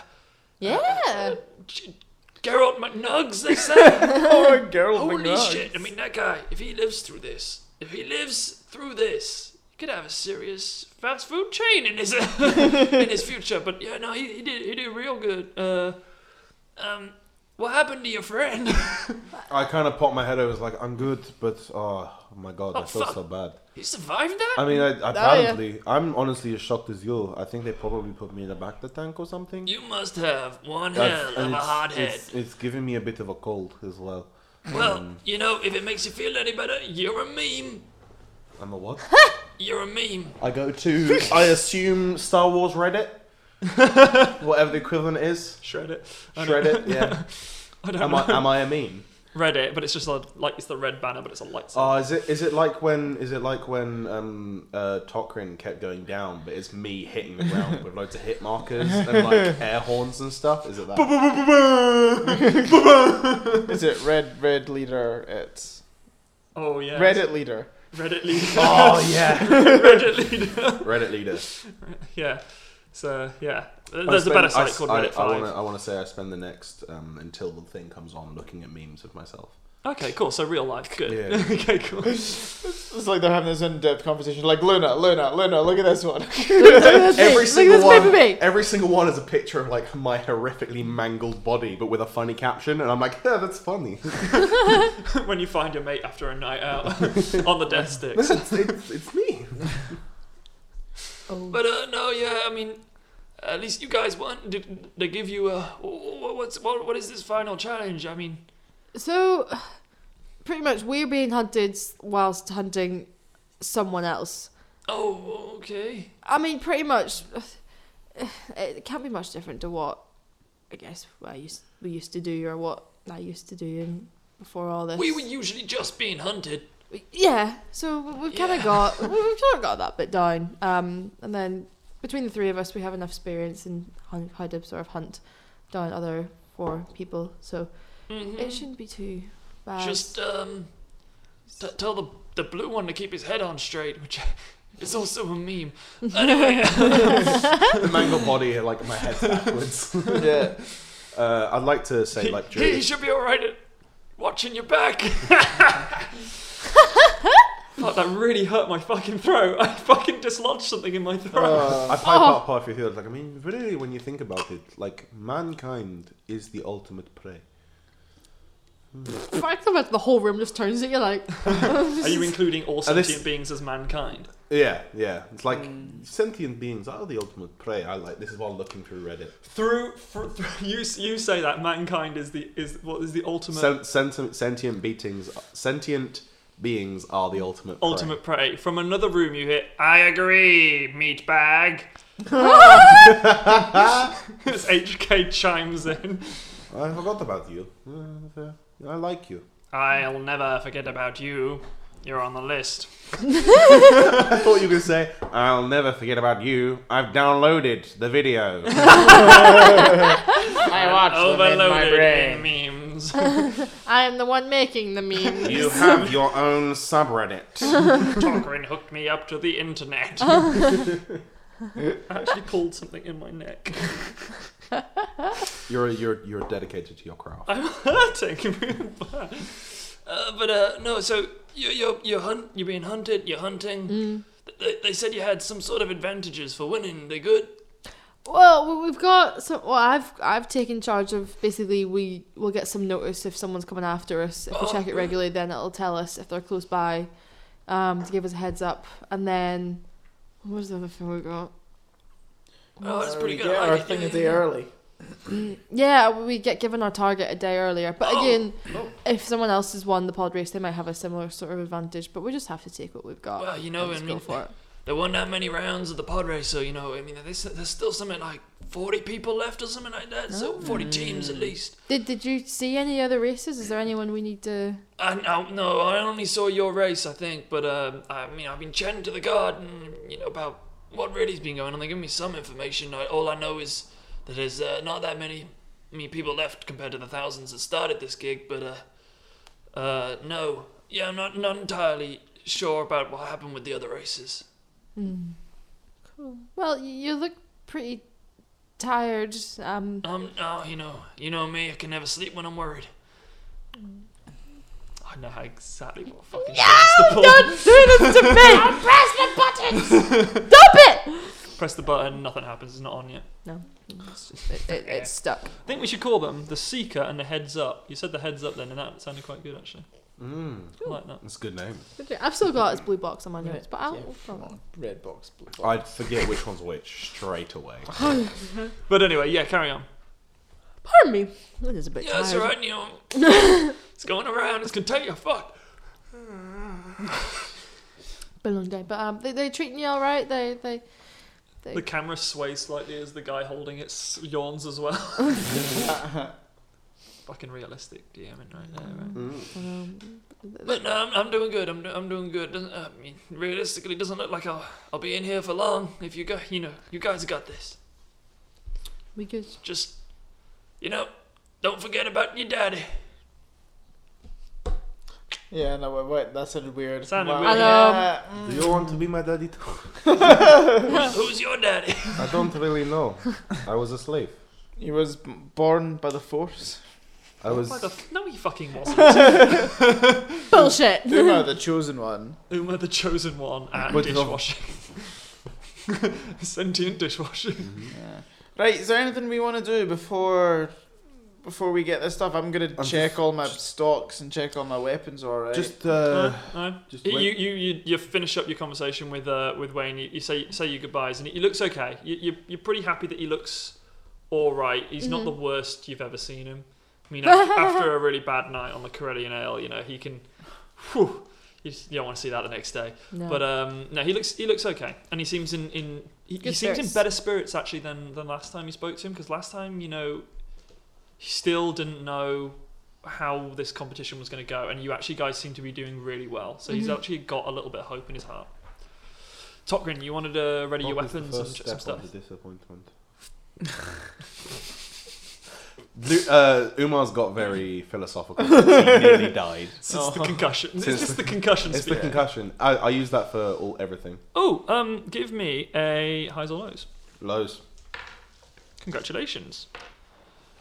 Speaker 3: Yeah.
Speaker 1: G- Geralt McNugs, they say.
Speaker 5: Oh, Gerald
Speaker 1: Holy
Speaker 5: McNutt.
Speaker 1: shit! I mean, that guy, if he lives through this, if he lives through this, he could have a serious fast food chain in his in his future. But yeah, no, he, he did he did real good. Uh, um, what happened to your friend?
Speaker 2: I kind of popped my head. I was like, I'm good, but oh my god,
Speaker 1: Oh,
Speaker 2: I feel
Speaker 1: fuck.
Speaker 2: so bad.
Speaker 1: he survived that.
Speaker 2: I mean, I, apparently, I'm honestly as shocked as you. I think they probably put me in the back of the tank or something.
Speaker 1: You must have one
Speaker 2: That's-
Speaker 1: hell of
Speaker 2: and
Speaker 1: a
Speaker 2: it's-
Speaker 1: hard head.
Speaker 2: It's, um, it's giving me a bit of a cold as well.
Speaker 1: Well, you know, if it makes you feel any better, you're a meme.
Speaker 2: I'm a what?
Speaker 1: You're a meme.
Speaker 2: I go to, I assume Star Wars Reddit, whatever the equivalent is.
Speaker 1: Shred it.
Speaker 2: Shred it, yeah.
Speaker 1: I don't
Speaker 2: Am I, am I a meme?
Speaker 1: Reddit, but it's just a, like it's the red banner, but it's a lightsaber.
Speaker 2: Oh, is it is it like when is it like when um uh Tokrin kept going down, but it's me hitting the ground with loads of hit markers and like air horns and stuff? Is it that?
Speaker 5: Is it red red leader? It's
Speaker 1: oh yeah.
Speaker 5: Reddit leader.
Speaker 1: Reddit leader.
Speaker 2: oh yeah,
Speaker 1: Reddit leader.
Speaker 2: Reddit leader.
Speaker 1: Yeah. So yeah, there's
Speaker 2: I
Speaker 1: a better
Speaker 2: spend-
Speaker 1: site called
Speaker 2: I,
Speaker 1: Reddit
Speaker 2: I, I
Speaker 1: Five.
Speaker 2: wanna I wanna say I spend the next um until the thing comes on looking at memes of myself.
Speaker 1: Okay, cool. So real life, good.
Speaker 2: Yeah.
Speaker 1: okay, cool.
Speaker 5: It's like they're having this in-depth conversation. Like Luna, Luna, Luna. Look at this one.
Speaker 2: Every single
Speaker 3: Look at this
Speaker 2: one,
Speaker 3: baby me.
Speaker 2: every single one is a picture of like my horrifically mangled body, but with a funny caption, and I'm like, yeah, that's funny.
Speaker 1: when you find your mate after a night out on the death sticks.
Speaker 2: it's, it's, it's me.
Speaker 3: Oh.
Speaker 1: But uh, no, yeah. I mean, at least you guys won. Did they give you a what's what, what is this final challenge? I mean,
Speaker 3: So, pretty much, we're being hunted whilst hunting someone else.
Speaker 1: oh, okay.
Speaker 3: I mean, pretty much, it can't be much different to what I guess I used we used to do or what I used to do in, before all this.
Speaker 1: We were usually just being hunted.
Speaker 3: yeah. So we- we've kind of
Speaker 1: Yeah.
Speaker 3: got we- we've kind of got that bit down. Um, and then between the three of us, we have enough experience in hun- how to sort of hunt down other four people. So
Speaker 1: Mhm.
Speaker 3: it shouldn't be too bad.
Speaker 1: Just um, t- tell the the blue one to keep his head on straight, which is also a meme. Anyway,
Speaker 2: the mangled body, like my head's backwards.
Speaker 5: yeah.
Speaker 2: Uh, I'd like to say,
Speaker 1: he,
Speaker 2: like,
Speaker 1: he
Speaker 2: during,
Speaker 1: should be all right at watching your back. Fuck, that really hurt my fucking throat. I fucking dislodged something in my throat.
Speaker 2: I pipe up halfway through. I was like, I mean, really, when you think about it, like, mankind is the ultimate prey.
Speaker 3: The fact that the whole room just turns at you like,
Speaker 1: Are you including all
Speaker 2: And this-
Speaker 1: sentient beings as mankind?
Speaker 2: Yeah, yeah. It's like
Speaker 1: Mm.
Speaker 2: sentient beings are the ultimate prey. I like this is while looking through Reddit.
Speaker 1: Through, fr through you, s- you say that mankind is the is what is the ultimate
Speaker 2: Sen- senti- sentient beatings, sentient beings are the ultimate. Prey.
Speaker 1: ultimate prey. From another room, you hear
Speaker 6: I agree, meatbag.
Speaker 1: as HK chimes in.
Speaker 2: I forgot about you. Uh, uh, I like you.
Speaker 6: I'll never forget about you. You're on the list.
Speaker 2: I thought you were gonna say, "I'll never forget about you." I've downloaded the video.
Speaker 6: I
Speaker 7: watch them in my
Speaker 6: overloaded
Speaker 7: brain.
Speaker 6: in memes.
Speaker 3: I am the one making the meme.
Speaker 2: you have your own subreddit.
Speaker 6: Talkerin hooked me up to the internet.
Speaker 1: I actually pulled something in my neck.
Speaker 2: you're you're you're dedicated to your craft.
Speaker 1: I'm hurting. uh, but uh, no, so you you you hunt. You're being hunted. You're hunting.
Speaker 3: Mm.
Speaker 1: They, they said you had some sort of advantages for winning. They good. Oh,
Speaker 3: Well, we- we've got some. Well, I've I've taken charge of basically we will get some notice if someone's coming after us. If we check
Speaker 1: Oh.
Speaker 3: it regularly, then it'll tell us if they're close by, um, to give us a heads up. And then what was the other thing we got?
Speaker 1: Oh, that's
Speaker 5: Uh,
Speaker 1: pretty
Speaker 5: we
Speaker 1: good.
Speaker 5: Get
Speaker 1: I like
Speaker 5: our
Speaker 1: it.
Speaker 5: thing
Speaker 1: Yeah,
Speaker 5: a day
Speaker 1: yeah, yeah.
Speaker 5: early.
Speaker 3: Yeah, we get given our target a day earlier. But again, if someone else has won the pod race, they might have a similar sort of advantage. But we just have to take what we've got.
Speaker 1: Well, you know,
Speaker 3: and
Speaker 1: I
Speaker 3: just
Speaker 1: mean,
Speaker 3: go for it.
Speaker 1: There weren't that many rounds of the pod race, so you know, I mean, there's, there's still something like 40 people left or something like that. So
Speaker 3: Mm.
Speaker 1: 40 teams at least.
Speaker 3: Did Did you see any other races? Is there anyone we need to?
Speaker 1: I, I no, I only saw your race, I think, but um, I mean, I've been chatting to the guard, and you know about what really's been going on. They give me some information. I, all I know is that there's uh, not that many, many people left compared to the thousands that started this gig. But uh, uh, no, yeah, I'm not not entirely sure about what happened with the other races.
Speaker 3: Well, you, you look pretty tired. Um,
Speaker 1: Um, oh, you know, you know me. I can never sleep when I'm worried. I know how exactly what fucking no!
Speaker 3: Don't do this to me! press the buttons! Stop it!
Speaker 1: Press the button, nothing happens. It's not on yet.
Speaker 3: No, it's, just, it, it, it's stuck.
Speaker 1: I think we should call them the Seeker and the Heads Up. You said the Heads Up then, and that sounded quite good actually.
Speaker 2: Mm,
Speaker 1: I like that.
Speaker 2: that's a good name.
Speaker 3: I've still got its blue box on my notes, but I'll.
Speaker 5: Yeah, come on. Red box, blue box.
Speaker 2: I'd forget which one's which straight away.
Speaker 1: But anyway, yeah, carry on.
Speaker 3: Pardon me. It is a bit
Speaker 1: Yeah,
Speaker 3: tired.
Speaker 1: that's alright, you know. it's going around, it's gonna take you. Fuck.
Speaker 3: Been a long day, but um, they they treating you all right. They they.
Speaker 1: The camera sways slightly as the guy holding it s- yawns as well. Fucking realistic DMing right there, right?
Speaker 3: Um,
Speaker 1: But no, I'm, I'm doing good. I'm, do- I'm doing good. Doesn't, I mean, realistically, doesn't look like I'll, I'll be in here for long. If you go, you know, you guys got this.
Speaker 3: we good.
Speaker 1: Just, you know, don't forget about your daddy.
Speaker 5: Yeah, no, wait, wait, that sounded weird.
Speaker 1: Sounded
Speaker 5: Wow.
Speaker 1: weird.
Speaker 5: Yeah,
Speaker 2: Do you want to be my daddy too?
Speaker 1: Who's your daddy?
Speaker 2: I don't really know. I was a slave.
Speaker 5: mm, He was b- born by the force.
Speaker 2: I was.
Speaker 1: Why the f- Oh no, he fucking wasn't.
Speaker 3: Bullshit.
Speaker 5: Uma, the chosen one.
Speaker 1: Uma, the chosen one, at
Speaker 2: What did I-
Speaker 1: dishwashing. Sentient dishwashing.
Speaker 5: Yeah. Right, is there anything we want to do before before we get this stuff? I'm gonna
Speaker 2: I'm
Speaker 5: check all my stocks and check all my weapons. All right.
Speaker 2: Just
Speaker 1: no,
Speaker 2: uh,
Speaker 1: no.
Speaker 2: just
Speaker 1: You,
Speaker 2: wait.
Speaker 1: you, you, you finish up your conversation with uh, with Wayne. You, you say say your goodbyes, and he looks okay. You, you, you're pretty happy that he looks all right. He's not
Speaker 2: Mm-hmm.
Speaker 1: the worst you've ever seen him. I mean, after, after a really bad night on the Corellian Ale, you know he can. Whew, you, just- you don't want to see that the next day.
Speaker 3: No.
Speaker 1: But um, no, he looks he looks okay, and he seems in in he, he
Speaker 3: Good
Speaker 1: seems in
Speaker 3: spirits.
Speaker 1: better spirits actually than than last time you spoke to him because last time you know he still didn't know how this competition was going to go, and you actually guys seem to be doing really well. So he's
Speaker 3: Mhm.
Speaker 1: actually got a little bit of hope in his heart. Tokrin, you wanted to ready your
Speaker 2: What was the
Speaker 1: weapons and
Speaker 2: first
Speaker 1: ch- some
Speaker 2: step of
Speaker 1: stuff.
Speaker 2: the disappointment. Lu- uh, Umar's got very philosophical. he nearly died.
Speaker 1: Since
Speaker 5: Oh.
Speaker 1: the concussion, it's
Speaker 2: Since
Speaker 1: just the concussion
Speaker 2: It's Oh. the
Speaker 1: speak.
Speaker 2: concussion. I, I use that for all everything.
Speaker 1: Oh, um, give me a highs or lows.
Speaker 2: Lows.
Speaker 1: Congratulations.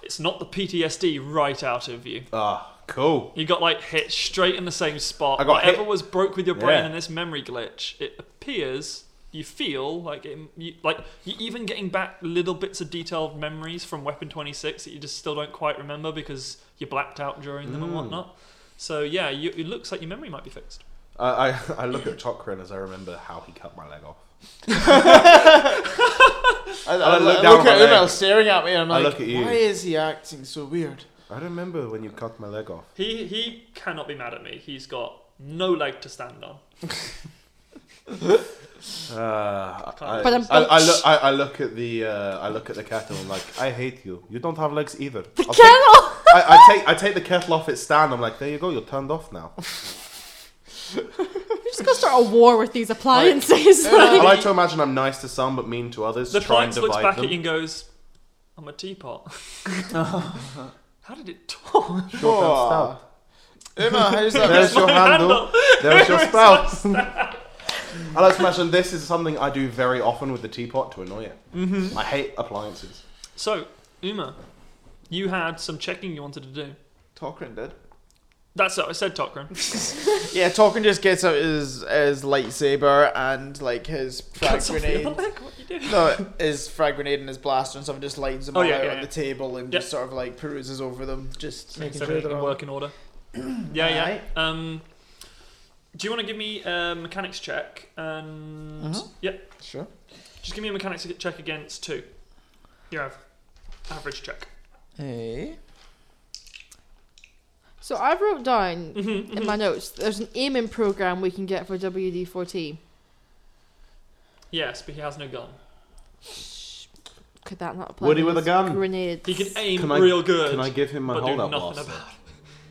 Speaker 1: It's not the PTSD right out of you.
Speaker 2: Ah, cool.
Speaker 1: You got like hit straight in the same spot.
Speaker 2: I got
Speaker 1: Whatever
Speaker 2: hit.
Speaker 1: was broke with your brain
Speaker 2: Yeah.
Speaker 1: and this memory glitch, it appears you feel like it, you, like you're even getting back little bits of detailed memories from Weapon 26 that you just still don't quite remember because you blacked out during them and
Speaker 2: Mm.
Speaker 1: whatnot. So yeah, you, it looks like your memory might be fixed.
Speaker 2: I, I, I look at Chokran as I remember how he cut my leg off.
Speaker 5: I, I,
Speaker 2: I look
Speaker 5: look,
Speaker 2: down at
Speaker 5: at
Speaker 2: my
Speaker 5: Una
Speaker 2: leg.
Speaker 5: staring at me and I'm
Speaker 2: I
Speaker 5: like,
Speaker 2: look at you.
Speaker 5: why is he acting so weird?
Speaker 2: I remember when you cut my leg off.
Speaker 1: He he cannot be mad at me. He's got no leg to stand on.
Speaker 2: Uh, I,
Speaker 3: But
Speaker 2: I,
Speaker 3: I'm-
Speaker 2: I, I, look, I, I look at the uh, I look at the kettle and I'm like I hate you. You don't have legs either.
Speaker 3: The
Speaker 2: I'll take-
Speaker 3: kettle.
Speaker 2: I, I take I take the kettle off its stand. I'm like, there you go. You're turned off now.
Speaker 3: You're just gonna start a war with these appliances.
Speaker 2: I
Speaker 3: like,
Speaker 2: like to imagine I'm nice to some but mean to others.
Speaker 1: The
Speaker 2: try and
Speaker 1: client
Speaker 2: divide
Speaker 1: looks back
Speaker 2: them.
Speaker 1: at you and goes, "I'm a teapot." How did it talk?
Speaker 2: Short and
Speaker 5: Aw.
Speaker 2: stout.
Speaker 5: Una, how's that?
Speaker 2: There's your
Speaker 1: my
Speaker 2: handle. There's your
Speaker 1: Where is
Speaker 2: spouse. I like to imagine this is something I do very often with the teapot to annoy it. Mm-hmm. I hate appliances.
Speaker 1: So Uma, you had some checking you wanted to do.
Speaker 5: Talkrin did.
Speaker 1: That's what I said, Tokran.
Speaker 5: Yeah, Talkrin just gets out his, his lightsaber and like his frag
Speaker 1: Cuts off your
Speaker 5: grenade.
Speaker 1: leg? What you doing?
Speaker 5: No, his frag grenade and his blaster and stuff just lines them
Speaker 1: Oh,
Speaker 5: all
Speaker 1: yeah,
Speaker 5: out
Speaker 1: yeah,
Speaker 5: on
Speaker 1: yeah.
Speaker 5: the table and
Speaker 1: Yeah.
Speaker 5: just sort of like peruses over them, just making
Speaker 1: So
Speaker 5: sure
Speaker 1: everything
Speaker 5: they're
Speaker 1: in
Speaker 5: all.
Speaker 1: working order. yeah, yeah.
Speaker 5: Alright.
Speaker 1: Um, do you want to give me a mechanics check? And
Speaker 2: Mm-hmm.
Speaker 5: Uh-huh.
Speaker 1: yeah,
Speaker 5: Sure.
Speaker 1: just give me a mechanics check against two. Your av- average check.
Speaker 5: Hey.
Speaker 3: so I wrote down
Speaker 1: Mm-hmm,
Speaker 3: in my notes. There's an aiming program we can get for WD-40.
Speaker 1: Yes, but he has no gun.
Speaker 3: Could that not apply?
Speaker 2: Woody
Speaker 3: to
Speaker 2: with a
Speaker 3: these
Speaker 2: gun.
Speaker 3: Grenades.
Speaker 1: He can aim
Speaker 2: Can I-
Speaker 1: real good.
Speaker 2: Can I give him my
Speaker 1: but do
Speaker 2: holdout
Speaker 1: nothing
Speaker 2: blaster?
Speaker 1: about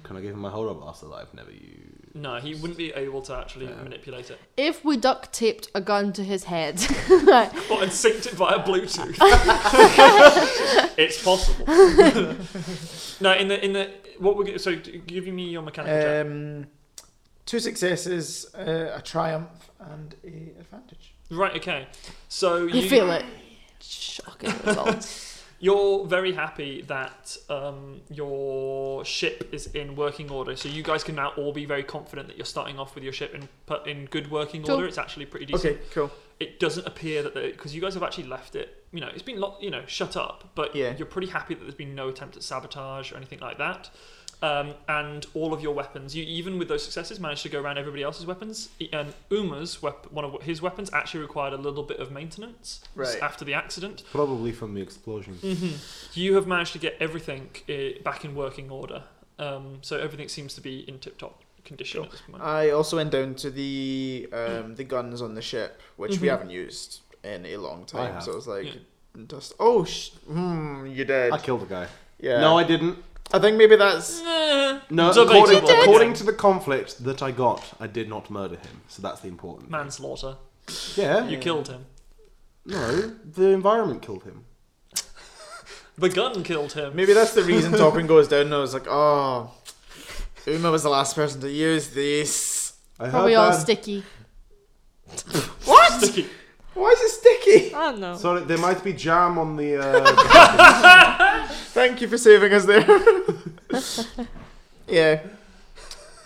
Speaker 2: Can I give him my holdout blaster that I've never used?
Speaker 1: No, he wouldn't be able to actually
Speaker 2: Yeah.
Speaker 1: manipulate it.
Speaker 3: If we duct taped a gun to his head,
Speaker 1: But and synced it via Bluetooth. it's possible. no, in the in the what we're g- so d- give me your mechanical check.
Speaker 5: Um, two successes, uh, a triumph, and a advantage.
Speaker 1: Right, okay. So
Speaker 3: you feel it. Shocking results.
Speaker 1: You're very happy that um, your ship is in working order, so you guys can now all be very confident that you're starting off with your ship in put in good working
Speaker 3: Cool.
Speaker 1: order. It's actually pretty decent.
Speaker 5: cool.
Speaker 1: It doesn't appear that because you guys have actually left it. You know, it's been lo- you know shut up, but
Speaker 5: Yeah.
Speaker 1: you're pretty happy that there's been no attempt at sabotage or anything like that. Um, and all of your weapons, you even with those successes managed to go around everybody else's weapons. E- And Uma's wep- one of his weapons actually required a little bit of maintenance
Speaker 5: Right.
Speaker 1: after the accident. Mm-hmm.
Speaker 2: Probably from the explosion.
Speaker 1: You have managed to get everything uh, back in working order, um, so everything seems to be in tip-top condition at this point.
Speaker 5: I also went down to the um, the guns on the ship, which we
Speaker 1: Mhm.
Speaker 5: haven't used in a long time.
Speaker 2: Mm-hmm. have.
Speaker 5: So it's like
Speaker 1: Yeah.
Speaker 5: dust. Oh, sh- hmm, you did.
Speaker 1: Mm.
Speaker 2: I killed a guy.
Speaker 5: yeah.
Speaker 2: No, I didn't.
Speaker 5: I think maybe that's
Speaker 2: No,
Speaker 1: Debatable. You
Speaker 2: according,
Speaker 1: did.
Speaker 2: according to the conflict that I got, I did not murder him. So that's the important. thing.
Speaker 1: manslaughter.
Speaker 2: Yeah.
Speaker 1: You killed him.
Speaker 2: No, the environment killed him.
Speaker 1: The gun killed him.
Speaker 5: maybe that's the reason Topping goes down. And I was like, oh, Uma was the last person to use these.
Speaker 2: I
Speaker 3: Probably
Speaker 2: heard
Speaker 3: all
Speaker 2: that.
Speaker 3: sticky.
Speaker 1: Sticky.
Speaker 5: Why is it sticky?
Speaker 3: I don't know.
Speaker 2: Sorry, there might be jam on the. Uh,
Speaker 5: Thank you for saving us there. yeah.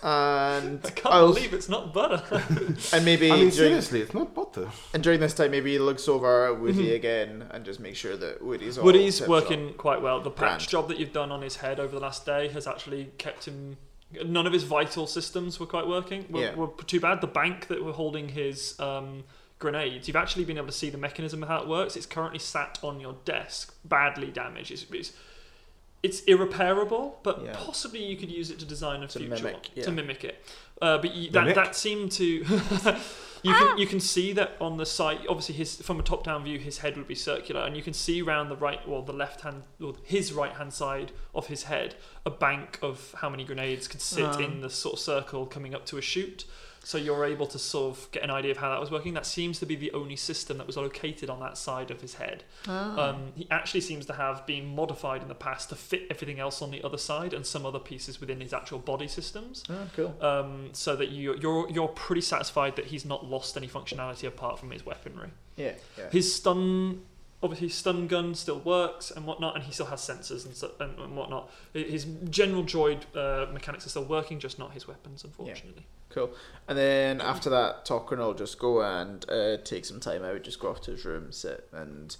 Speaker 5: And
Speaker 1: I can't
Speaker 5: I'll,
Speaker 1: believe it's not butter.
Speaker 5: and maybe
Speaker 2: I mean,
Speaker 5: during,
Speaker 2: seriously, it's not butter.
Speaker 5: and during this time, maybe he looks over at Woody again and just make sure that Woody's all
Speaker 1: Mm-hmm. Woody's
Speaker 5: tip-top.
Speaker 1: working quite well. The patch
Speaker 5: Grand.
Speaker 1: job that you've done on his head over the last day has actually kept him. None of his vital systems were quite working. Were,
Speaker 5: Yeah.
Speaker 1: were too bad. The bank that were holding his um, grenades, you've actually been able to see the mechanism of how it works. It's currently sat on your desk, badly damaged. It's, it's, it's irreparable, but
Speaker 5: Yeah.
Speaker 1: possibly you could use it to design a
Speaker 5: To
Speaker 1: future
Speaker 5: mimic,
Speaker 1: one,
Speaker 5: yeah.
Speaker 1: to mimic it. Uh, but you, that,
Speaker 2: Mimic?
Speaker 1: that seemed to You can you can see that on the site. Obviously, his from a top down view, his head would be circular, and you can see round the right or the left hand or his right hand side of his head a bank of how many grenades could sit
Speaker 5: Ah.
Speaker 1: in the sort of circle coming up to a shoot. So you're able to sort of get an idea of how that was working. That seems to be the only system that was located on that side of his head. Um, he actually seems to have been modified in the past to fit everything else on the other side and some other pieces within his actual body systems
Speaker 5: Oh, cool.
Speaker 1: um, so that you, you're you're pretty satisfied that he's not lost any functionality apart from his weaponry.
Speaker 5: Yeah. yeah.
Speaker 1: His stun Obviously, stun gun still works and whatnot, and he still has sensors and so, and, and whatnot. Hi- His general droid uh, mechanics are still working, just not his weapons, unfortunately.
Speaker 5: Cool. And then after that, Tochran will just go and uh, take some time out, just go off to his room, sit, and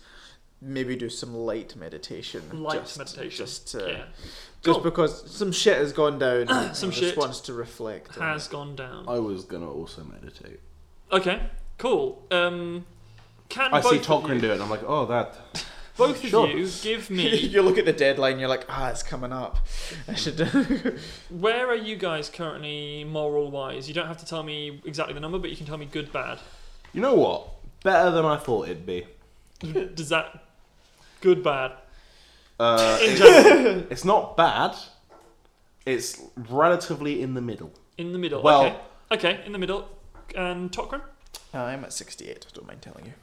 Speaker 5: maybe do some light meditation.
Speaker 1: Light
Speaker 5: just,
Speaker 1: meditation.
Speaker 5: Just, uh,
Speaker 1: yeah,
Speaker 5: just
Speaker 1: Cool.
Speaker 5: because some shit has gone down. and
Speaker 1: Some
Speaker 5: just
Speaker 1: shit
Speaker 5: wants to reflect. on
Speaker 1: has
Speaker 5: it.
Speaker 1: gone down.
Speaker 2: I was gonna also meditate.
Speaker 1: Okay, cool. Um, can
Speaker 2: I
Speaker 1: both
Speaker 2: see
Speaker 1: of
Speaker 2: Tolkien
Speaker 1: you-
Speaker 2: do it. and I'm like, oh, that.
Speaker 1: Both of
Speaker 2: Sure.
Speaker 1: you give me.
Speaker 5: you look at the deadline, you're like, ah, it's coming up. I should.
Speaker 1: Where are you guys currently moral wise? You don't have to tell me exactly the number, but you can tell me good, bad.
Speaker 2: You know what? Better than I thought it'd be.
Speaker 1: Does that good, bad?
Speaker 2: Uh,
Speaker 1: In general,
Speaker 2: it's not bad. It's relatively in the middle.
Speaker 1: in the middle.
Speaker 2: Well-
Speaker 1: okay, okay, in the middle. And Tokram
Speaker 5: I'm at 68. I don't mind telling you.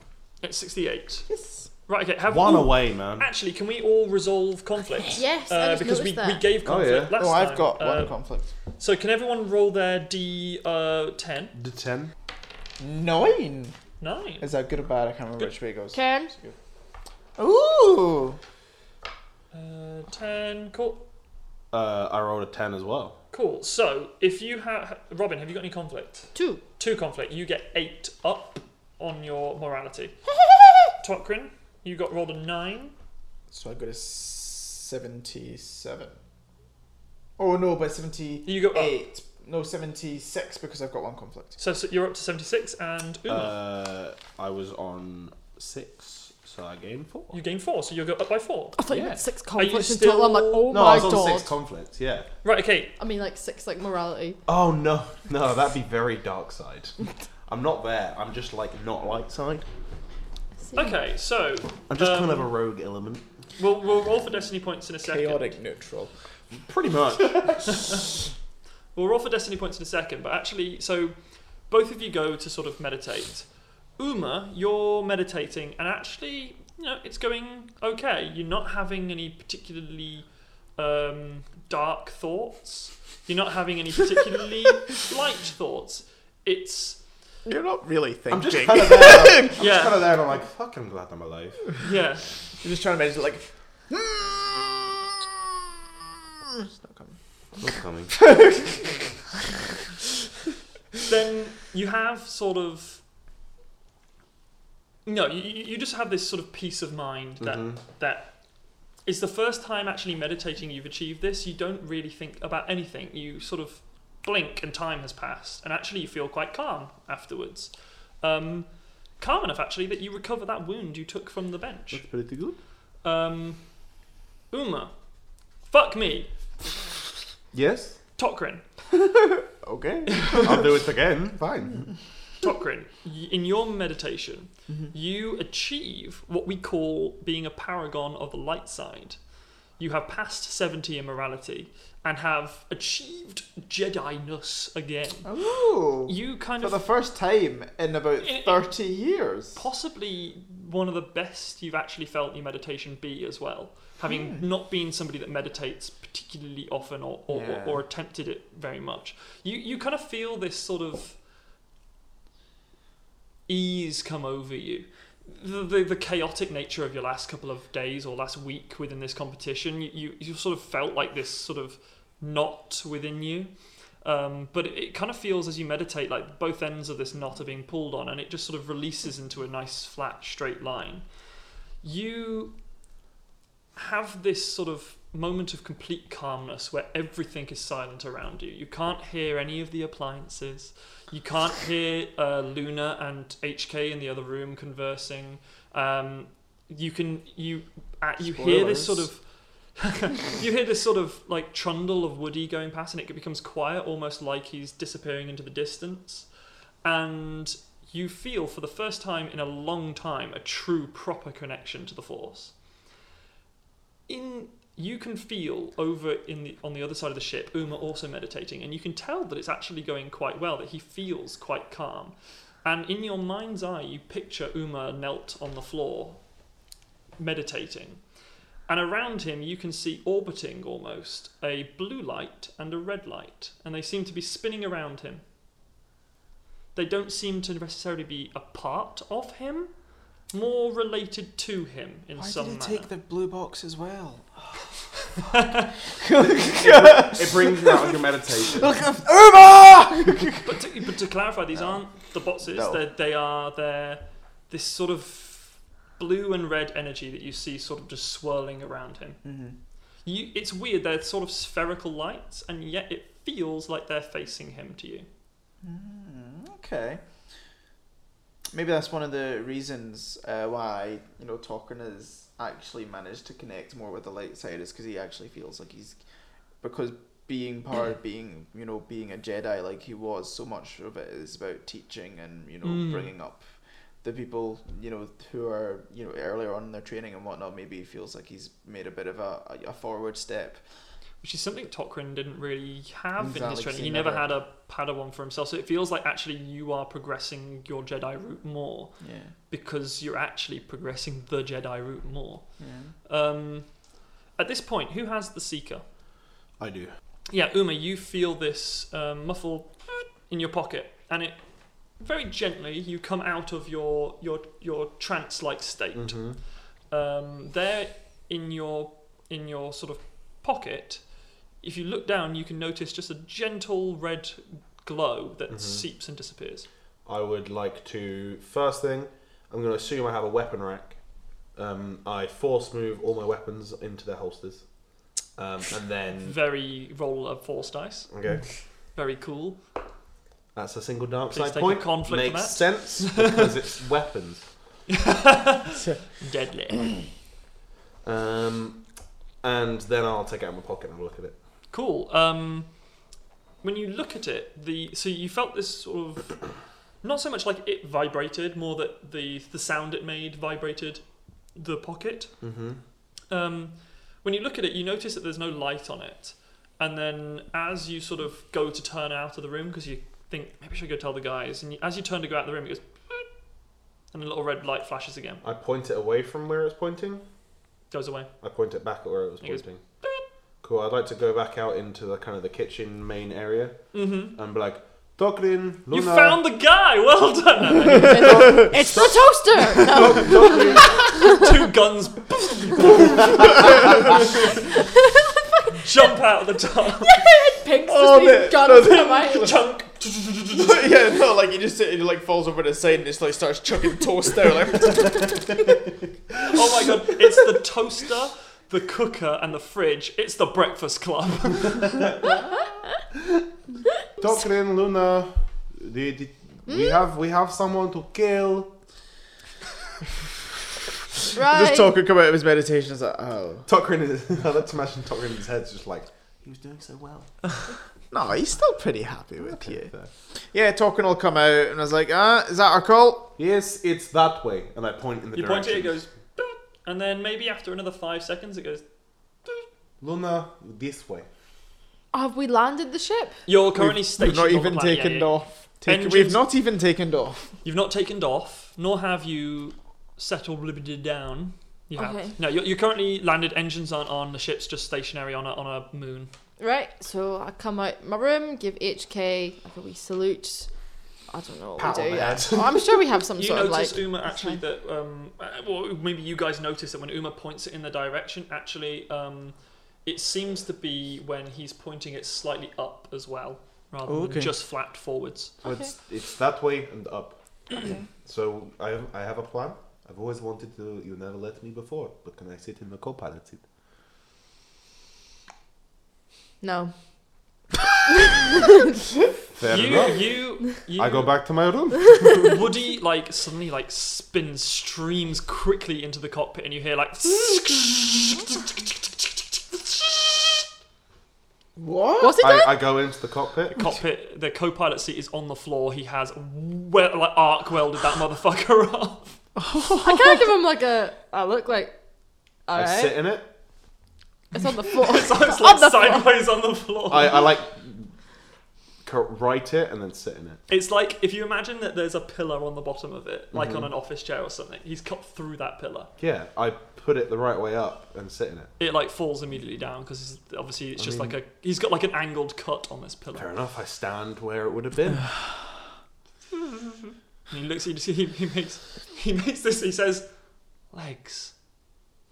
Speaker 1: at sixty-eight.
Speaker 5: Yes.
Speaker 1: Right. Okay. Have
Speaker 2: One
Speaker 1: ooh,
Speaker 2: away, man.
Speaker 1: Actually, can we all resolve conflict?
Speaker 3: Yes, I
Speaker 1: Uh,
Speaker 3: just
Speaker 1: because we,
Speaker 3: noticed
Speaker 1: we
Speaker 3: that.
Speaker 1: gave
Speaker 2: Oh,
Speaker 1: conflict
Speaker 2: yeah.
Speaker 1: last
Speaker 5: oh, I've
Speaker 1: time.
Speaker 5: got one
Speaker 1: Uh,
Speaker 5: conflict.
Speaker 1: so can everyone roll their D uh, 10?
Speaker 2: The ten.
Speaker 5: Nine.
Speaker 1: Nine.
Speaker 5: Is that good or bad? I can't remember which way it goes.
Speaker 3: Karen,
Speaker 5: Ooh.
Speaker 1: Uh, 10. Cool.
Speaker 2: Uh, I rolled a ten as well.
Speaker 1: Cool. So if you have Robin, have you got any conflict?
Speaker 3: two.
Speaker 1: Two conflict. You get eight up on your morality. Tokrin, you got rolled a nine.
Speaker 5: So I got a 77. Oh no, by 78.
Speaker 1: You got up.
Speaker 5: No, 76 because I've got one conflict.
Speaker 1: So, so you're up to seventy-six, and Una,
Speaker 2: Uh, I was on six, so I gained four.
Speaker 1: you gain four. So you go up by four.
Speaker 3: I thought you
Speaker 2: Yeah.
Speaker 3: meant six
Speaker 1: Are you
Speaker 3: conflicts
Speaker 1: still-
Speaker 3: until I'm like, oh
Speaker 2: no, I was
Speaker 3: my
Speaker 2: on
Speaker 3: god.
Speaker 2: six conflicts. Yeah.
Speaker 1: Right. Okay.
Speaker 3: I mean, like six, like morality.
Speaker 2: Oh no, no, that'd be very dark side. I'm not there. I'm just like not light side.
Speaker 1: Okay. So
Speaker 2: I'm just
Speaker 1: Um,
Speaker 2: kind of a rogue element.
Speaker 1: we'll we'll roll for destiny points in a second.
Speaker 5: Chaotic neutral.
Speaker 2: Pretty much.
Speaker 1: We'll roll for destiny points in a second, but actually, so both of you go to sort of meditate. Uma, you're meditating, and actually, you know, it's going okay. You're not having any particularly um, dark thoughts. You're not having any particularly light thoughts. It's
Speaker 5: You're not really thinking.
Speaker 2: I'm just kind of there. I'm just
Speaker 1: Yeah.
Speaker 2: kind of there, and I'm like, fuck, I'm glad I'm alive.
Speaker 1: yeah.
Speaker 5: You're just trying to imagine, like. Hmm. It's not coming.
Speaker 2: Not coming.
Speaker 1: then you have sort of no you, you you just have this sort of peace of mind that
Speaker 2: Mm-hmm.
Speaker 1: that is the first time actually meditating you've achieved this you don't really think about anything you sort of blink and time has passed and actually you feel quite calm afterwards um, calm enough actually that you recover that wound you took from the bench
Speaker 2: pretty good.
Speaker 1: um, uma fuck me
Speaker 2: Yes.
Speaker 1: tokrin
Speaker 5: Okay.
Speaker 2: I'll do it again. Fine.
Speaker 1: Tokrin, y- in your meditation,
Speaker 5: Mm-hmm.
Speaker 1: you achieve what we call being a paragon of the light side. You have passed 70 in morality and have achieved Jedi ness again.
Speaker 5: Ooh.
Speaker 1: You kind
Speaker 5: For
Speaker 1: of
Speaker 5: the first time in about 30 years.
Speaker 1: possibly one of the best you've actually felt your meditation be as well. Having
Speaker 5: Hmm.
Speaker 1: not been somebody that meditates particularly often or, or,
Speaker 5: Yeah.
Speaker 1: or, or attempted it very much, you, you kind of feel this sort of ease come over you. The, the, the chaotic nature of your last couple of days or last week within this competition, you, you, you sort of felt like this sort of knot within you. Um, but it, it kind of feels as you meditate like both ends of this knot are being pulled on, and it just sort of releases into a nice flat straight line. You have this sort of moment of complete calmness where everything is silent around you. You can't hear any of the appliances. You can't hear uh, Luna and HK in the other room conversing. Um, you can you uh, you hear this sort of you hear this sort of like trundle of Woody going past, and it becomes quiet, almost like he's disappearing into the distance. And you feel, for the first time in a long time, a true, proper connection to the Force. In you can feel over in the on the other side of the ship, Uma also meditating, and you can tell that it's actually going quite well. That he feels quite calm, and in your mind's eye, you picture Uma knelt on the floor, meditating. And around him, you can see orbiting almost a blue light and a red light, and they seem to be spinning around him. They don't seem to necessarily be a part of him, more related to him in some manner.
Speaker 5: the blue box as well?
Speaker 2: It brings you out of your meditation.
Speaker 1: But to, but to clarify, these aren't the boxes.
Speaker 5: No.
Speaker 1: They're, they are they're this sort of blue and red energy that you see sort of just swirling around him.
Speaker 5: Mm-hmm.
Speaker 1: You, it's weird. They're sort of spherical lights, and yet it feels like they're facing him to you.
Speaker 5: Okay. Maybe that's one of the reasons uh, why you know Talkin has actually managed to connect more with the light side is because he actually feels like he's because being part being you know being a Jedi like he was so much of it is about teaching and you know
Speaker 1: Mm.
Speaker 5: bringing up the people you know who are you know earlier on in their training and whatnot maybe he feels like he's made a bit of a, a forward step
Speaker 1: which is something Tokrin didn't really have in his
Speaker 5: Exactly,
Speaker 1: training.
Speaker 5: seen
Speaker 1: He never
Speaker 5: that.
Speaker 1: had a Padawan for himself, so it feels like actually you are progressing your Jedi route more
Speaker 5: yeah
Speaker 1: because you're actually progressing the Jedi route more.
Speaker 5: yeah
Speaker 1: Um, at this point, who has the Seeker?
Speaker 2: I do.
Speaker 1: Yeah, Uma, you feel this um, muffle in your pocket, and it very gently you come out of your your your trance-like state.
Speaker 2: Mm-hmm.
Speaker 1: Um, there in your in your sort of pocket, if you look down, you can notice just a gentle red glow that seeps and disappears.
Speaker 2: I would like to. First thing, I'm going to assume I have a weapon rack. Um, I force move all my weapons into their holsters, um, and then
Speaker 1: Very roll of force dice.
Speaker 2: okay,
Speaker 1: Very cool.
Speaker 2: that's a single dark
Speaker 1: Please
Speaker 2: side
Speaker 1: take a
Speaker 2: point.
Speaker 1: conflict,
Speaker 2: Makes
Speaker 1: Matt.
Speaker 2: sense because it's weapons.
Speaker 1: Deadly.
Speaker 2: Um, and then I'll take it out of my pocket and have a look at it.
Speaker 1: cool. Um, when you look at it, the so you felt this sort of not so much like it vibrated, more that the the sound it made vibrated the pocket.
Speaker 2: Mm-hmm.
Speaker 1: Um, when you look at it, you notice that there's no light on it, and then as you sort of go to turn out of the room because you think maybe I should go tell the guys, and you, as you turn to go out of the room, it goes. "Boop," And a little red light flashes again,
Speaker 2: I point it away from where it's pointing.
Speaker 1: goes away.
Speaker 2: I point it back at where it was
Speaker 1: It goes
Speaker 2: pointing. Cool. I'd like to go back out into the kind of the kitchen main area
Speaker 1: Mm-hmm.
Speaker 2: and be like, Tokrin, Luna.
Speaker 1: You found the guy. Well done.
Speaker 3: it's the toaster. No,
Speaker 1: Two guns. Jump out the top.
Speaker 3: Pink's
Speaker 5: Oh,
Speaker 3: just being
Speaker 5: the-
Speaker 3: gunned to the mic.
Speaker 1: Chunk.
Speaker 5: yeah no like he just he like falls over to the side and just like starts chucking toast there like
Speaker 1: Oh my god! It's the toaster, the cooker, and the fridge. It's the Breakfast Club.
Speaker 2: Tokrin, Luna, the, the,
Speaker 1: Hmm?
Speaker 2: we have we have someone to kill.
Speaker 3: Right.
Speaker 5: Just talking come out of his meditation. It's like, oh.
Speaker 2: Tokrin is. I like to imagine Tokrin's head's just like he was doing so well.
Speaker 5: No, he's still pretty happy with you.
Speaker 2: Fair.
Speaker 5: Yeah, talking will come out, and I was like, ah, is that our call?
Speaker 2: Yes, it's that way, and I point in the
Speaker 1: You point it,
Speaker 2: direction.
Speaker 1: it goes, "Boop," and then maybe after another five seconds, it goes.
Speaker 2: Luna, this way.
Speaker 3: Have we landed the ship?
Speaker 1: You're currently
Speaker 5: We've
Speaker 1: stationed.
Speaker 5: not
Speaker 1: on
Speaker 5: even
Speaker 1: the planet. Yeah,
Speaker 5: taken
Speaker 1: yeah, yeah.
Speaker 5: off. Taken,
Speaker 1: Engines-
Speaker 5: we've not even taken off.
Speaker 1: You've not taken off, nor have you settled limited down. You have.
Speaker 3: Okay.
Speaker 1: No, you're, you're currently landed. Engines aren't on. The ship's just stationary on a on a moon.
Speaker 3: Right. So I come out my room, give HK like a wee salute. I don't know what
Speaker 2: Pat
Speaker 3: we
Speaker 2: on
Speaker 3: do
Speaker 2: the
Speaker 3: yet.
Speaker 2: head.
Speaker 3: Oh, I'm sure we have some
Speaker 1: you
Speaker 3: sort of like.
Speaker 1: notice Uma actually
Speaker 3: fine.
Speaker 1: that um uh, well maybe you guys notice that when Uma points it in the direction actually um it seems to be when he's pointing it slightly up as well rather
Speaker 5: Oh, okay.
Speaker 1: than just flat forwards.
Speaker 2: So it's it's that way and up. So I have, I have a plan. I've always wanted to. You never let me before, but can I sit in the co-pilot seat?
Speaker 3: No.
Speaker 2: Fair
Speaker 1: you,
Speaker 2: enough.
Speaker 1: you you
Speaker 2: I go back to my room.
Speaker 1: Woody like suddenly like spins streams quickly into the cockpit and you hear like
Speaker 5: What?
Speaker 3: What's it
Speaker 2: I,
Speaker 3: done?
Speaker 2: I go into the cockpit.
Speaker 1: cockpit the co-pilot seat is on the floor he has well like arc welded that motherfucker up
Speaker 3: I can't give him like a. I look like.
Speaker 2: I sit
Speaker 3: Alright.
Speaker 2: in it.
Speaker 3: It's on the floor.
Speaker 1: so it's
Speaker 3: on
Speaker 1: like
Speaker 3: the floor.
Speaker 1: sideways on the floor
Speaker 2: I, I like co- write it and then sit in it.
Speaker 1: It's like if you imagine that there's a pillar on the bottom of it, like
Speaker 2: Mhm.
Speaker 1: on an office chair or something. He's cut through that pillar.
Speaker 2: Yeah, I put it the right way up and sit in it.
Speaker 1: It like falls immediately down because obviously it's
Speaker 2: I
Speaker 1: just
Speaker 2: mean-
Speaker 1: like a. He's got like an angled cut on this pillar.
Speaker 2: Fair enough. I stand where it would have been.
Speaker 1: And he looks. He, just, he, he makes. He makes this. He says, "Legs,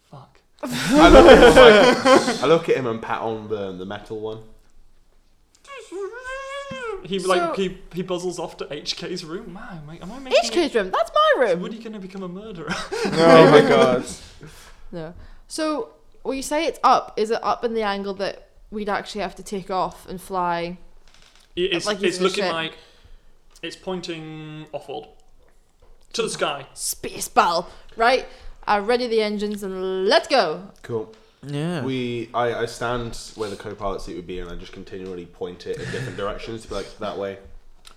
Speaker 1: fuck."
Speaker 2: I look at him, like, I look at him and pat on the the metal one.
Speaker 1: He
Speaker 3: So-
Speaker 1: like he, he buzzles off to HK's room. Wow, mate, am I making it-
Speaker 3: HK's room. That's my
Speaker 1: Is
Speaker 3: room.
Speaker 1: Woody gonna become a murderer?
Speaker 5: Oh my god.
Speaker 3: No. So when you say it's up, is it up in the angle that we'd actually have to take off and fly?
Speaker 1: It's,
Speaker 3: Like he's
Speaker 1: it's
Speaker 3: in a
Speaker 1: looking
Speaker 3: shed.
Speaker 1: like it's pointing offward to the sky.
Speaker 3: Space ball, right? I ready the engines and let's go.
Speaker 2: Cool.
Speaker 5: Yeah.
Speaker 2: We, I, I stand where the co-pilot seat would be, and I just continually point it in different directions to be like that way.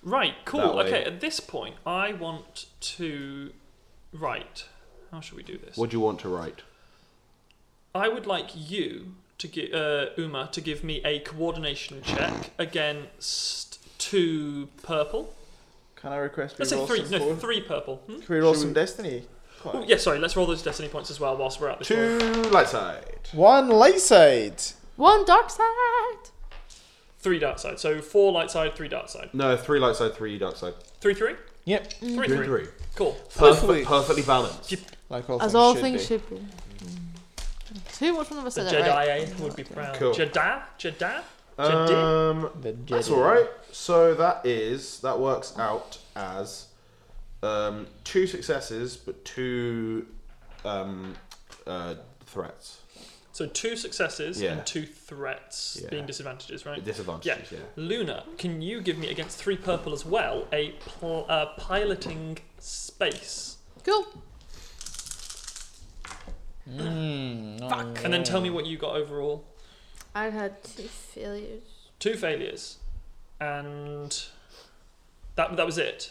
Speaker 1: Right,
Speaker 2: That
Speaker 1: cool.
Speaker 2: way.
Speaker 1: Okay, at this point, I want to write. How should we do this?
Speaker 2: What do you want to write?
Speaker 1: I would like you to give uh, Uma to give me a coordination check against two purple.
Speaker 5: Can I request we
Speaker 1: Let's say
Speaker 5: roll
Speaker 1: three.
Speaker 5: some
Speaker 1: No,
Speaker 5: four?
Speaker 1: three purple. Hmm?
Speaker 5: Can we roll some destiny?
Speaker 1: Oh, yeah, sorry. Let's roll those destiny points as well whilst we're at this.
Speaker 2: Two
Speaker 1: one.
Speaker 2: light side.
Speaker 5: One light side.
Speaker 3: One dark side.
Speaker 1: Three dart side. So four light side, three dart side.
Speaker 2: No, three light side, three dark side.
Speaker 1: Three three.
Speaker 5: Yep.
Speaker 1: Three
Speaker 2: Three,
Speaker 1: three.
Speaker 2: three.
Speaker 1: Cool.
Speaker 5: Hopefully.
Speaker 2: Perfect, perfectly balanced.
Speaker 5: Like all
Speaker 3: As
Speaker 5: things
Speaker 3: all
Speaker 5: should
Speaker 3: things
Speaker 5: be.
Speaker 3: should be. Mm. Who? Which one of us
Speaker 1: The
Speaker 3: said
Speaker 1: Jedi
Speaker 3: it right?
Speaker 1: would be proud.
Speaker 2: Cool.
Speaker 1: Jedi, Jedi. Jedi?
Speaker 2: Um,
Speaker 5: The
Speaker 2: that's
Speaker 5: Jedi.
Speaker 2: all right. So that is that works out as um, two successes, but two um, uh, threats,
Speaker 1: So two successes
Speaker 2: Yeah.
Speaker 1: and two threats
Speaker 2: Yeah.
Speaker 1: being disadvantages, right?
Speaker 2: disadvantages. Yeah.
Speaker 1: Luna, can you give me against three purple as well a pl- uh, piloting space?
Speaker 3: Cool.
Speaker 1: Fuck. And then tell me what you got overall.
Speaker 3: I had two failures.
Speaker 1: Two failures, and that that was it.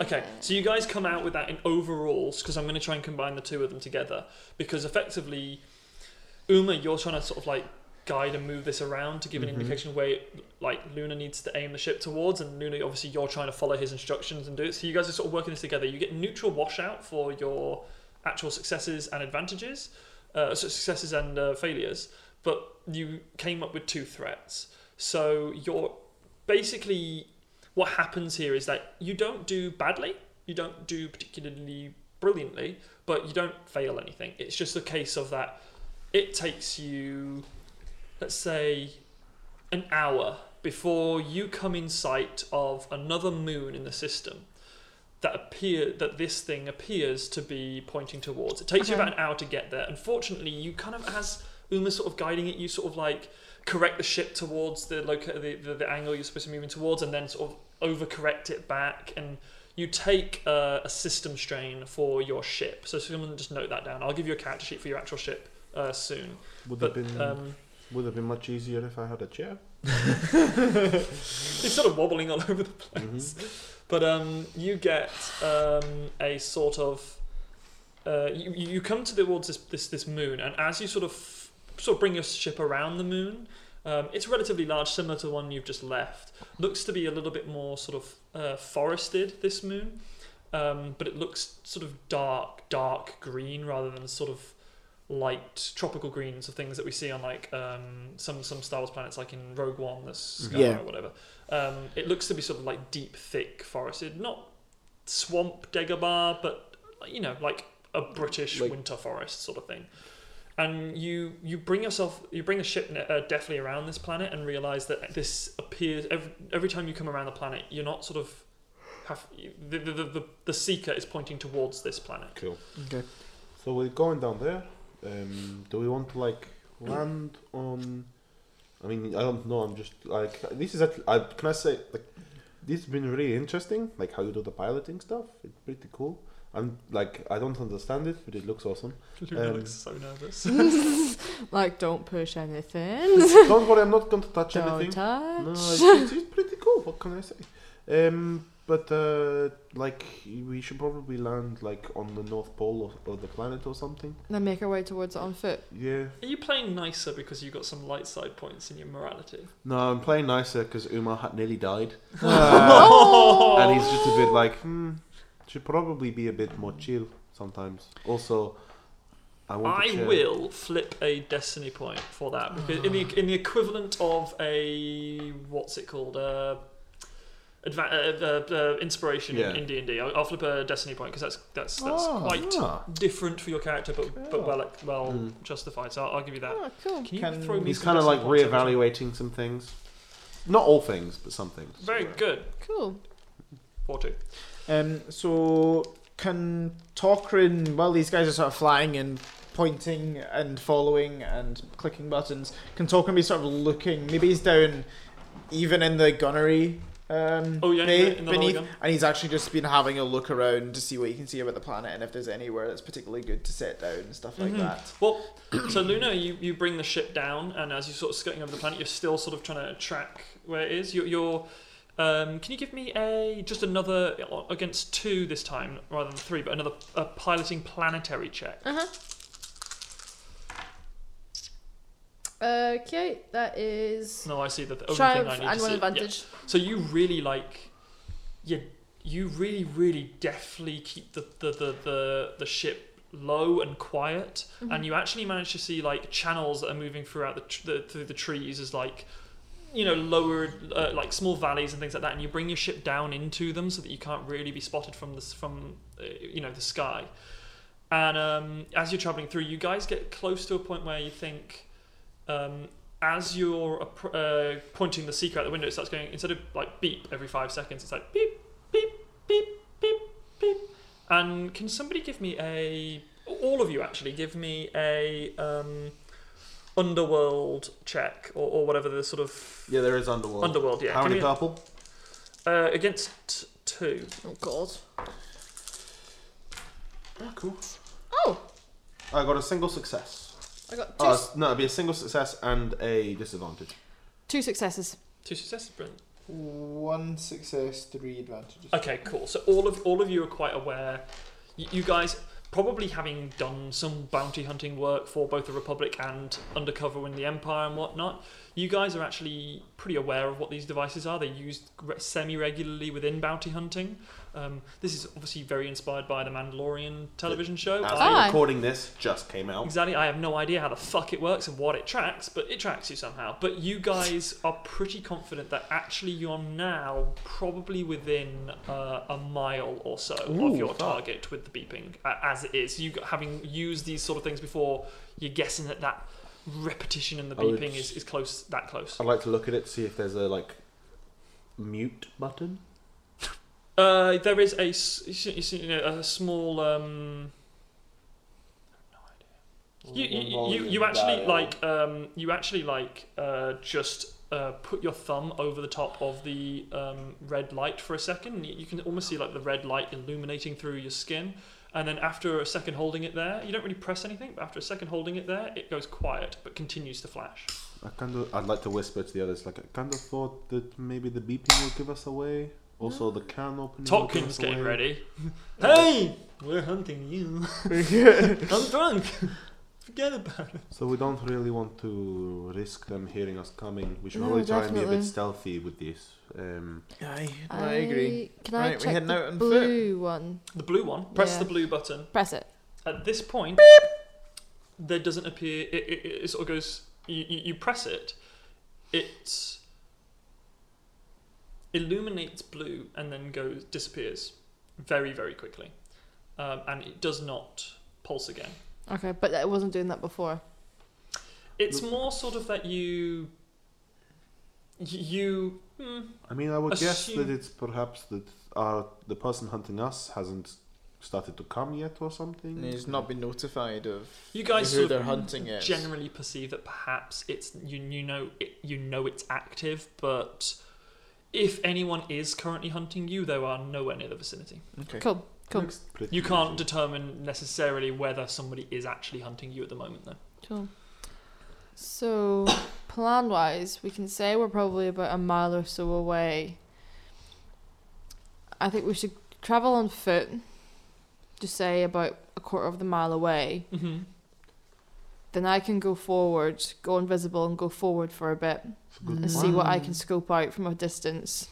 Speaker 1: Okay, so you guys come out with that in overalls because I'm going to try and combine the two of them together because effectively, Uma, you're trying to sort of like guide and move this around to give an indication of where like Luna needs to aim the ship towards, and Luna obviously you're trying to follow his instructions and do it. So you guys are sort of working this together. You get neutral washout for your actual successes and advantages, uh, so successes and uh, failures, but you came up with two threats. So you're basically what happens here is that you don't do badly, you don't do particularly brilliantly, but you don't fail anything. It's just a case of that it takes you, let's say, an hour before you come in sight of another moon in the system that appear that this thing appears to be pointing towards. It takes you
Speaker 3: Okay.
Speaker 1: about an hour to get there. Unfortunately, you kind of as Uma's sort of guiding it, you sort of like correct the ship towards the loca- the, the, the angle you're supposed to be moving towards and then sort of overcorrect it back and you take uh, a system strain for your ship so someone just note that down i'll give you a character sheet for your actual ship uh, soon
Speaker 2: Would
Speaker 1: but um,
Speaker 2: would have been much easier if I had a chair.
Speaker 1: it's sort of wobbling all over the place but um, you get um, a sort of uh, you, you you come to towards this, this this moon and as you sort of sort of bring your ship around the moon um, it's relatively large similar to the one you've just left looks to be a little bit more sort of uh, forested this moon um, but it looks sort of dark dark green rather than sort of light tropical greens of things that we see on like um, some some Star Wars planets like in Rogue One the Scar
Speaker 5: Yeah.
Speaker 1: or whatever um, it looks to be sort of like deep thick forested not swamp Dagobah but you know like a British
Speaker 2: Like-
Speaker 1: winter forest sort of thing and you you bring yourself you bring a ship ne- uh, deftly around this planet and realize that this appears every, every time you come around the planet you're not sort of have the the, the, the the seeker is pointing towards this planet
Speaker 2: Cool.
Speaker 5: Okay.
Speaker 2: So we're going down there. Um, do we want to like land on? I mean, I don't know. I'm just like this is. At, I can I say like this has been really interesting. Like how you do the piloting stuff. It's pretty cool. I'm like I don't understand it, but it looks awesome.
Speaker 1: Luna
Speaker 2: Um,
Speaker 1: looks so nervous
Speaker 3: Like, don't push anything.
Speaker 2: don't worry, I'm not going to touch
Speaker 3: don't
Speaker 2: anything.
Speaker 3: touch.
Speaker 2: No, it's, it's, it's pretty cool. What can I say? Um, but uh, like we should probably land like on the North Pole of, of the planet or something.
Speaker 3: Then make our way towards it on foot.
Speaker 2: Yeah.
Speaker 1: are you playing nicer because you got some light side points in your morality
Speaker 2: No, I'm playing nicer because Umar had nearly died.
Speaker 3: Oh.
Speaker 2: and he's just a bit like, hmm, should probably be a bit more chill sometimes. Also, I want. to
Speaker 1: I will flip a destiny point for
Speaker 2: Ah.
Speaker 1: that because in the in the equivalent of a what's it called uh, adva- uh, uh, uh, inspiration
Speaker 2: Yeah.
Speaker 1: in D and I'll I'll flip a destiny point because that's that's that's
Speaker 5: Ah.
Speaker 1: quite
Speaker 2: Ah.
Speaker 1: different for your character, but but
Speaker 5: Cool.
Speaker 1: well like, well
Speaker 2: Mm. Ah,
Speaker 1: justified. So I'll, I'll give you that.
Speaker 5: Ah,
Speaker 3: Oh, cool.
Speaker 1: Can you
Speaker 5: Can-
Speaker 1: throw me?
Speaker 2: He's
Speaker 1: some
Speaker 2: kind of
Speaker 1: destiny
Speaker 2: like
Speaker 1: points every time?
Speaker 2: reevaluating some things. Not all things, but some things.
Speaker 1: Very good.
Speaker 3: Cool.
Speaker 1: Four two.
Speaker 5: Um, so can Tokrin, while these guys are sort of flying and pointing and following and clicking buttons, can Tokrin be sort of looking? Maybe he's down, even in the gunnery. Um,
Speaker 1: Oh, yeah, in
Speaker 5: bay
Speaker 1: the- in the lower
Speaker 5: beneath,
Speaker 1: gun.
Speaker 5: and he's actually just been having a look around to see what he can see about the planet and if there's anywhere that's particularly good to set down and stuff like
Speaker 1: Mhm.
Speaker 5: that.
Speaker 1: Well, so Luna, you, you bring the ship down, and as you're sort of skirting over the planet, you're still sort of trying to track where it is. You're, you're um, can you give me a just another uh, against two this time rather than three, but another a piloting planetary check.
Speaker 3: Uh huh. Okay, that is.
Speaker 1: No, I see that. The only thing
Speaker 3: Triumph
Speaker 1: I need
Speaker 3: and
Speaker 1: to
Speaker 3: one
Speaker 1: see- yeah.
Speaker 3: advantage.
Speaker 1: So you really like, yeah, you really really deftly keep the the the, the, the ship low and quiet, and you actually manage to see like channels that are moving throughout the, tr- the through the trees as like. You know, lower uh, like small valleys and things like that, and you bring your ship down into them so that you can't really be spotted from this from uh, you know the sky. And um, as you're traveling through, you guys get close to a point where you think, um, as you're appro- uh, pointing the seeker out the window, it starts going instead of like beep every five seconds, it's like beep, beep, beep, beep, beep. And can somebody give me a, all of you actually, give me a um, underworld check or, or whatever the sort of
Speaker 2: Yeah, there is Underworld.
Speaker 1: underworld, yeah.
Speaker 2: How
Speaker 1: Give
Speaker 2: many
Speaker 1: me a-
Speaker 2: purple?
Speaker 1: uh, against t- two.
Speaker 3: Oh god.
Speaker 2: cool.
Speaker 3: Oh,
Speaker 2: I got a single success.
Speaker 3: I got two,
Speaker 2: Oh, s- no, it'd be a single success and a disadvantage.
Speaker 3: two successes.
Speaker 1: Two successes, brilliant.
Speaker 5: One success, three advantages.
Speaker 1: Okay, cool. So all of all of you are quite aware. You, you guys probably having done some bounty hunting work for both the Republic and undercover in the Empire and whatnot. You guys are actually pretty aware of what these devices are. They're used re- semi-regularly within bounty hunting. Um, this is obviously very inspired by the Mandalorian television show.
Speaker 2: As
Speaker 1: I-
Speaker 2: we're
Speaker 3: Ah.
Speaker 2: recording this, just came out.
Speaker 1: Oh, Exactly. I have no idea how the fuck it works and what it tracks, but it tracks you somehow. But you guys are pretty confident that actually you're now probably within uh, a mile or so of
Speaker 5: Ooh,
Speaker 1: your
Speaker 5: fuck.
Speaker 1: target with the beeping, uh, as it is. You g- having used these sort of things before, you're guessing that that repetition in the
Speaker 5: Oh,
Speaker 2: I would
Speaker 1: beeping
Speaker 2: s-
Speaker 1: is, is close that close.
Speaker 2: I'd like to look at it, see if there's a like mute button.
Speaker 1: Uh, there is a, s- you see- you see, you know, a small. Um, you, you, you, you actually like um, you actually like uh, just uh, put your thumb over the top of the um, red light for a second. and You, you can almost see like the red light illuminating through your skin, and then after a second holding it there, you don't really press anything. But after a second holding it there, it goes quiet but continues to flash.
Speaker 2: I kind of, I'd like to whisper to the others, like I kind of thought that maybe the beeping would give us away. Also,
Speaker 3: Mm.
Speaker 2: the can opening. will give
Speaker 1: Tolkien's
Speaker 2: us
Speaker 1: getting
Speaker 2: away.
Speaker 1: ready. hey, we're hunting you. I'm drunk. Forget about it.
Speaker 2: So we don't really want to risk them hearing us coming. We should
Speaker 3: No,
Speaker 2: probably try and be a
Speaker 3: definitely.
Speaker 2: bit stealthy with this. Um,
Speaker 5: Aye, no, I agree.
Speaker 3: Can I
Speaker 5: Right, we
Speaker 3: check
Speaker 5: heading
Speaker 3: the
Speaker 5: out on foot?
Speaker 3: blue one?
Speaker 1: The blue one. Press
Speaker 3: Yeah.
Speaker 1: the blue button.
Speaker 3: Press it.
Speaker 1: At this point, there doesn't appear. It, it, it sort of goes. You, you, you press it. It illuminates blue and then goes disappears very very quickly, um, and it does not pulse again.
Speaker 3: Okay, but it wasn't doing that before.
Speaker 1: It's more sort of that you. You. hmm,
Speaker 2: I mean, I would guess that
Speaker 1: Assume-
Speaker 2: it's perhaps that our, the person hunting us hasn't started to come yet or something.
Speaker 5: And he's not been notified of
Speaker 1: You guys
Speaker 5: who
Speaker 1: sort of
Speaker 5: they're hunting it.
Speaker 1: generally perceive that perhaps it's you, you know it, you know it's active, but if anyone is currently hunting you, they are nowhere near the vicinity.
Speaker 5: Okay.
Speaker 3: Cool. Cool.
Speaker 2: Looks pretty
Speaker 1: You can't
Speaker 2: easy.
Speaker 1: determine necessarily whether somebody is actually hunting you at the moment, though.
Speaker 3: Cool. So, plan wise, we can say we're probably about a mile or so away. I think we should travel on foot, just say about a quarter of the mile away.
Speaker 1: Mm-hmm.
Speaker 3: Then I can go forward, go invisible, and go forward for a bit
Speaker 2: It's a good
Speaker 3: and Mm. see what I can scope out from a distance,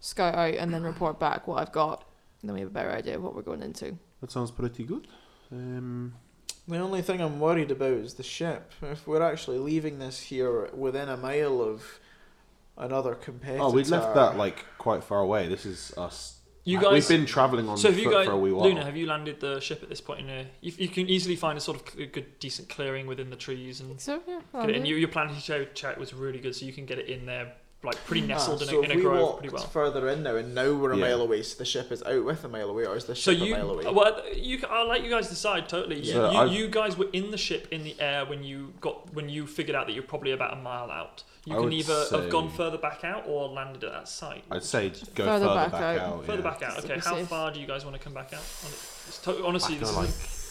Speaker 3: scout out, and then report back what I've got. And then we have a better idea of what we're going into.
Speaker 2: That sounds pretty good. Um,
Speaker 5: The only thing I'm worried about is the ship. If we're actually leaving this here within a mile of another competitor.
Speaker 2: Oh, we left that like quite far away. This is us.
Speaker 1: You
Speaker 2: Uh, we've
Speaker 1: guys-
Speaker 2: been traveling on
Speaker 1: So have
Speaker 2: foot
Speaker 1: you guys,
Speaker 2: for a wee while.
Speaker 1: Luna? Have you landed the ship at this point? In a, you, you can easily find a sort of cl- good, decent clearing within the trees, and,
Speaker 3: So yeah,
Speaker 1: get it in.
Speaker 3: I'll
Speaker 1: You, your planning show check was really good, so you can get it in there, like
Speaker 2: Mm.
Speaker 1: pretty
Speaker 5: Ah,
Speaker 2: Uh,
Speaker 1: nestled in,
Speaker 5: so
Speaker 1: a, in
Speaker 5: if
Speaker 1: a
Speaker 5: we
Speaker 1: grove
Speaker 5: walked
Speaker 1: pretty well.
Speaker 5: further in now, and now we're a
Speaker 2: Yeah.
Speaker 5: mile away. So the ship is out with a mile away, or is the
Speaker 1: So
Speaker 5: ship
Speaker 1: you,
Speaker 5: a mile away?
Speaker 1: well, you, I'll let you guys decide totally. You-
Speaker 2: Yeah.
Speaker 1: you,
Speaker 2: I-
Speaker 1: you guys were in the ship in the air when you got when you figured out that you're probably about a mile out. You
Speaker 2: I
Speaker 1: can
Speaker 2: would
Speaker 1: either have gone
Speaker 2: say-
Speaker 1: further back out or landed at that site.
Speaker 2: I'd say go
Speaker 3: Further
Speaker 2: further,
Speaker 3: back
Speaker 2: back,
Speaker 3: out.
Speaker 2: out.
Speaker 1: Further
Speaker 2: yeah.
Speaker 1: back out.
Speaker 3: Just to
Speaker 1: Okay,
Speaker 3: be
Speaker 1: how
Speaker 3: safe.
Speaker 1: far do you guys want to come back out? On it? It's to- honestly,
Speaker 2: I
Speaker 1: this
Speaker 2: go
Speaker 1: is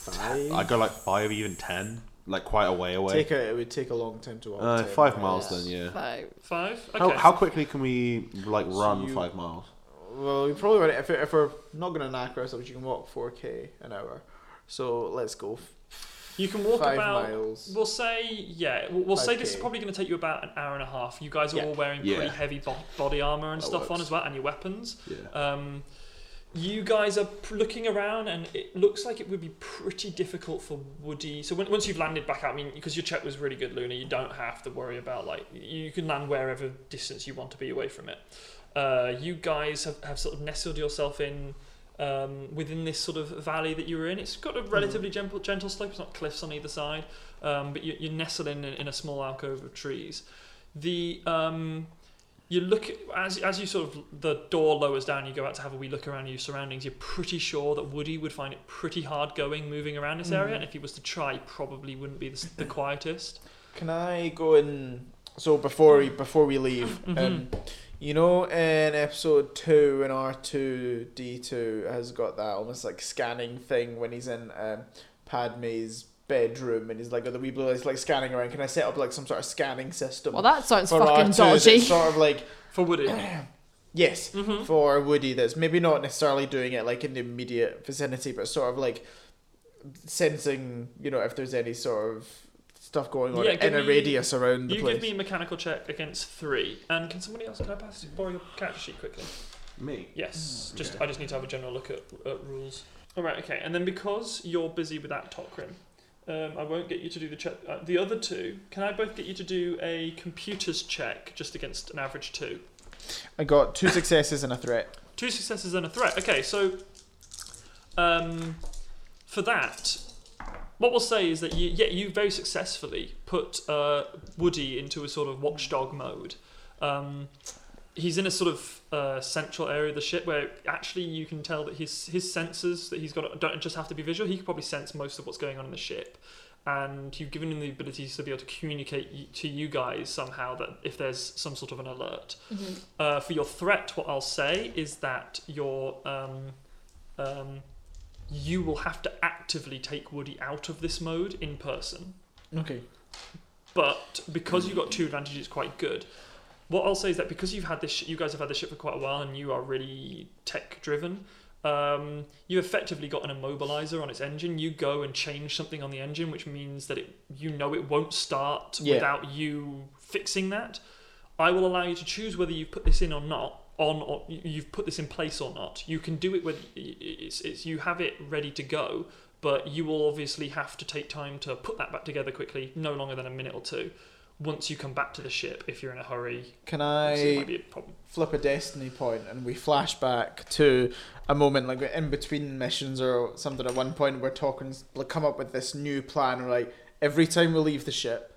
Speaker 2: like
Speaker 5: Five?
Speaker 2: I go like five, even ten, like quite a way away.
Speaker 5: take a, it would take a long time to walk.
Speaker 2: Uh,
Speaker 5: ten
Speaker 2: five miles
Speaker 5: miles.
Speaker 2: then, yeah.
Speaker 3: Like,
Speaker 1: five. Okay.
Speaker 2: How, how quickly can we like
Speaker 5: So
Speaker 2: run
Speaker 5: you-
Speaker 2: five miles?
Speaker 5: Well, we probably want if we're, if we're not going to knack ourselves, you can walk four k an hour. So let's go. f-
Speaker 1: You can walk
Speaker 5: five
Speaker 1: about.
Speaker 5: miles.
Speaker 1: We'll say yeah. We'll, we'll say this is
Speaker 5: 5K.
Speaker 1: probably going to take you about an hour and a half. You guys are
Speaker 5: Yeah.
Speaker 1: all wearing
Speaker 2: Yeah.
Speaker 1: pretty heavy bo- body armor and
Speaker 5: That
Speaker 1: stuff on
Speaker 5: works.
Speaker 1: as well, and your weapons.
Speaker 2: Yeah.
Speaker 1: Um, you guys are p- looking around, and it looks like it would be pretty difficult for Woody. So when, once you've landed back out, I mean, because your check was really good, Luna, you don't have to worry about like you can land wherever distance you want to be away from it. Uh, you guys have, have sort of nestled yourself in um, within this sort of valley that you were in. It's got a relatively gentle, gentle slope. It's not cliffs on either side, um, but you, you're nestled in, in a small alcove of trees. The um, you look as as you sort of the door lowers down. You go out to have a wee look around your surroundings. You're pretty sure that Woody would find it pretty hard going moving around this area, and if he was to try, probably wouldn't be the, s- the quietest.
Speaker 5: Can I go in? So before we before we leave,
Speaker 3: Mm-hmm.
Speaker 5: um, you know, in episode two, when R two D two has got that almost like scanning thing when he's in um, Padme's bedroom and he's like got the wee blue he's like scanning around. Can I set up like some sort of scanning system?
Speaker 3: well, that sounds
Speaker 5: for
Speaker 3: fucking
Speaker 5: R2 that's
Speaker 3: dodgy.
Speaker 5: Sort of like
Speaker 1: For Woody,
Speaker 5: yes,
Speaker 1: Mhm.
Speaker 5: for Woody, that's maybe not necessarily doing it like in the immediate vicinity, but sort of like sensing, you know, if there's any sort of stuff going on
Speaker 1: Yeah, give
Speaker 5: in a
Speaker 1: me-
Speaker 5: radius around the
Speaker 1: you
Speaker 5: place.
Speaker 1: give me a mechanical check against three, and can somebody else? Can I pass borrow your character sheet quickly?
Speaker 2: Me.
Speaker 1: Yes. Just I just need to have a general look at, at rules. All right. Okay. And then because you're busy with that Tokrim, um, I won't get you to do the check. Uh, the other two, can I both get you to do a computers check just against an average two?
Speaker 5: I got two successes and a threat.
Speaker 1: Two successes and a threat. Okay. So, um, for that. What we'll say is that you, yeah, you very successfully put uh, Woody into a sort of watchdog mode. Um, he's in a sort of uh, central area of the ship where actually you can tell that his his senses that he's got don't just have to be visual. He could probably sense most of what's going on in the ship, and you've given him the ability to be able to communicate y- to you guys somehow that if there's some sort of an alert.
Speaker 3: Mm-hmm,
Speaker 1: Uh, for your threat, what I'll say is that your um, um, you will have to actively take Woody out of this mode in person
Speaker 5: Okay.
Speaker 1: but because you got two advantages, it's quite good. What I'll say is that because you've had this, sh- you guys have had this ship for quite a while, and you are really tech driven. Um, you effectively got an immobilizer on its engine. You go and change something on the engine, which means that it, you know, it won't start
Speaker 5: Yeah.
Speaker 1: without you fixing that. I will allow you to choose whether you put this in or not, on or you- you've put this in place or not. You can do it with it's, it's you have it ready to go, but you will obviously have to take time to put that back together quickly, no longer than a minute or two. Once you come back to the ship, if you're in a hurry,
Speaker 5: Can
Speaker 1: obviously it might
Speaker 5: I
Speaker 1: be a problem.
Speaker 5: flip a destiny point and we flash back to a moment like in between missions or something? At one point, we're talking, like, come up with this new plan. We're like, every time we leave the ship,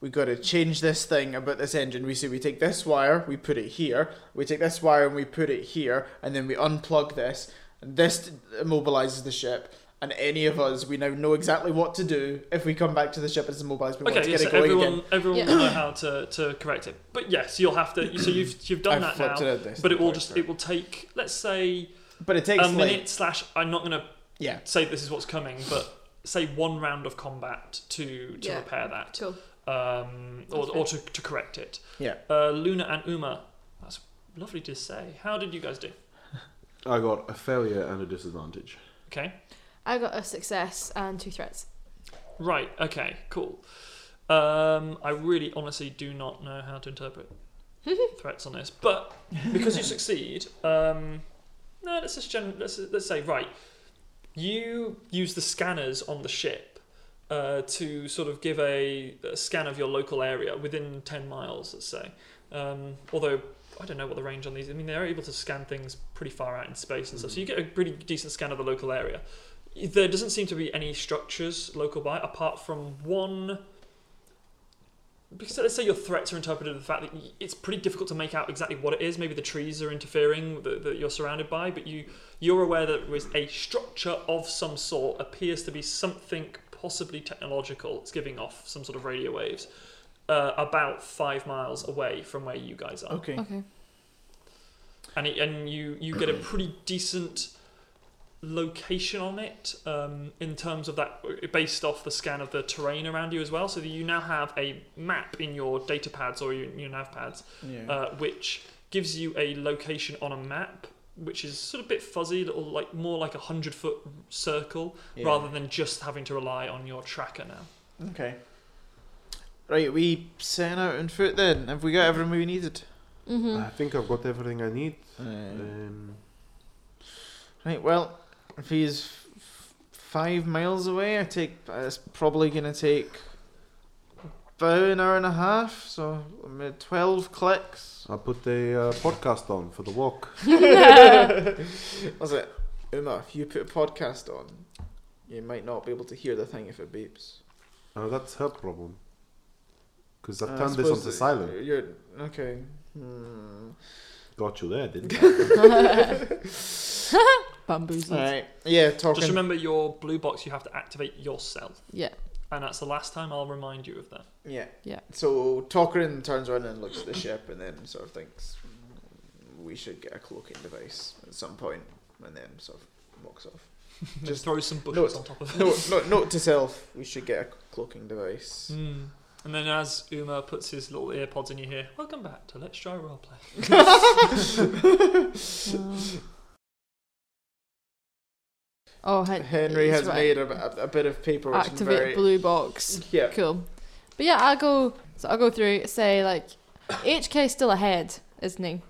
Speaker 5: we got to change this thing about this engine. We say we take this wire, we put it here. We take this wire and we put it here, and then we unplug this. And this immobilizes the ship. And any of us, we now know exactly what to do if we come back to the ship and it's immobilized. We want
Speaker 1: Okay,
Speaker 5: to
Speaker 1: yeah,
Speaker 5: get
Speaker 1: so
Speaker 5: it going
Speaker 1: everyone,
Speaker 5: again.
Speaker 1: everyone
Speaker 3: Yeah.
Speaker 1: will know how to, to correct it. But yes, you'll have to. So you've you've done that
Speaker 5: I've flipped
Speaker 1: now.
Speaker 5: it at this
Speaker 1: But it will
Speaker 5: point,
Speaker 1: just
Speaker 5: sorry.
Speaker 1: it will take let's say
Speaker 5: But it takes
Speaker 1: a
Speaker 5: like
Speaker 1: minute slash. I'm not gonna
Speaker 5: yeah.
Speaker 1: say this is what's coming, but say one round of combat to to
Speaker 3: Yeah.
Speaker 1: repair that,
Speaker 3: Cool.
Speaker 1: um, or,
Speaker 3: That's
Speaker 1: or to, to correct it.
Speaker 5: Yeah.
Speaker 1: Uh, Luna and Uma, that's lovely to say. How did you guys do?
Speaker 2: I got a failure and a disadvantage.
Speaker 1: Okay,
Speaker 3: I got a success and two threats.
Speaker 1: right. Okay, cool. Um, I really, honestly, do not know how to interpret threats on this, but because you succeed, um, no, let's just gen- let's let's say right. You use the scanners on the ship uh, to sort of give a, a scan of your local area within ten miles, let's say, Um, although I don't know what the range on these. I mean, they're able to scan things pretty far out in space and stuff, so you get a pretty decent scan of the local area. There doesn't seem to be any structures local by, apart from one. Because let's say your threats are interpreted in the fact that y- it's pretty difficult to make out exactly what it is. Maybe the trees are interfering that, that you're surrounded by, but you you're aware that there is a structure of some sort appears to be something possibly technological. It's giving off some sort of radio waves uh, about five miles away from where you guys are
Speaker 5: Okay.
Speaker 3: Okay.
Speaker 1: and it, and you you get a pretty decent location on it um, in terms of that based off the scan of the terrain around you as well so that you now have a map in your data pads or your, your nav pads
Speaker 5: Yeah.
Speaker 1: uh, which gives you a location on a map which is sort of a bit fuzzy little like more like a hundred foot circle
Speaker 5: Yeah.
Speaker 1: rather than just having to rely on your tracker now
Speaker 5: Okay. Right, we set out on foot then. Have we got everything we needed?
Speaker 3: Mm-hmm.
Speaker 2: I think I've got everything I need.
Speaker 5: Uh,
Speaker 2: Um,
Speaker 5: right, well, if he's f- five miles away, I take. uh, It's probably going to take about an hour and a half, so um, uh, 12 clicks.
Speaker 2: I'll put the uh, podcast on for the walk.
Speaker 5: Was it? Uma, if you put a podcast on, you might not be able to hear the thing if it beeps.
Speaker 2: Now that's her problem. Because I've
Speaker 5: Uh, I
Speaker 2: turned this
Speaker 5: suppose
Speaker 2: onto silent.
Speaker 5: You're, okay. Hmm.
Speaker 2: Got you there, didn't I?
Speaker 3: Bamboozled.
Speaker 5: Alright. Yeah, talking.
Speaker 1: just remember your blue box you have to activate yourself
Speaker 3: Yeah.
Speaker 1: and that's the last time I'll remind you of that
Speaker 5: Yeah.
Speaker 3: Yeah.
Speaker 5: So Talkerin turns around and looks at the ship and then sort of thinks "Mm, we should get a cloaking device at some point and then sort of walks off.
Speaker 1: just throw some bushes
Speaker 5: note-
Speaker 1: on top of it
Speaker 5: note, note, note to self, we should get a cloaking device.
Speaker 1: Mm. And then as Uma puts his little earpods in, you hear, Welcome back to Let's Try Roleplay.
Speaker 3: Oh. Oh, Hen-
Speaker 5: Henry
Speaker 3: he's
Speaker 5: has
Speaker 3: right.
Speaker 5: made a, a, a bit of paper which is
Speaker 3: activate
Speaker 5: very...
Speaker 3: blue box.
Speaker 5: Yeah.
Speaker 3: Cool. But yeah, I'll go. So I'll go through. Say like, HK's still ahead, isn't he?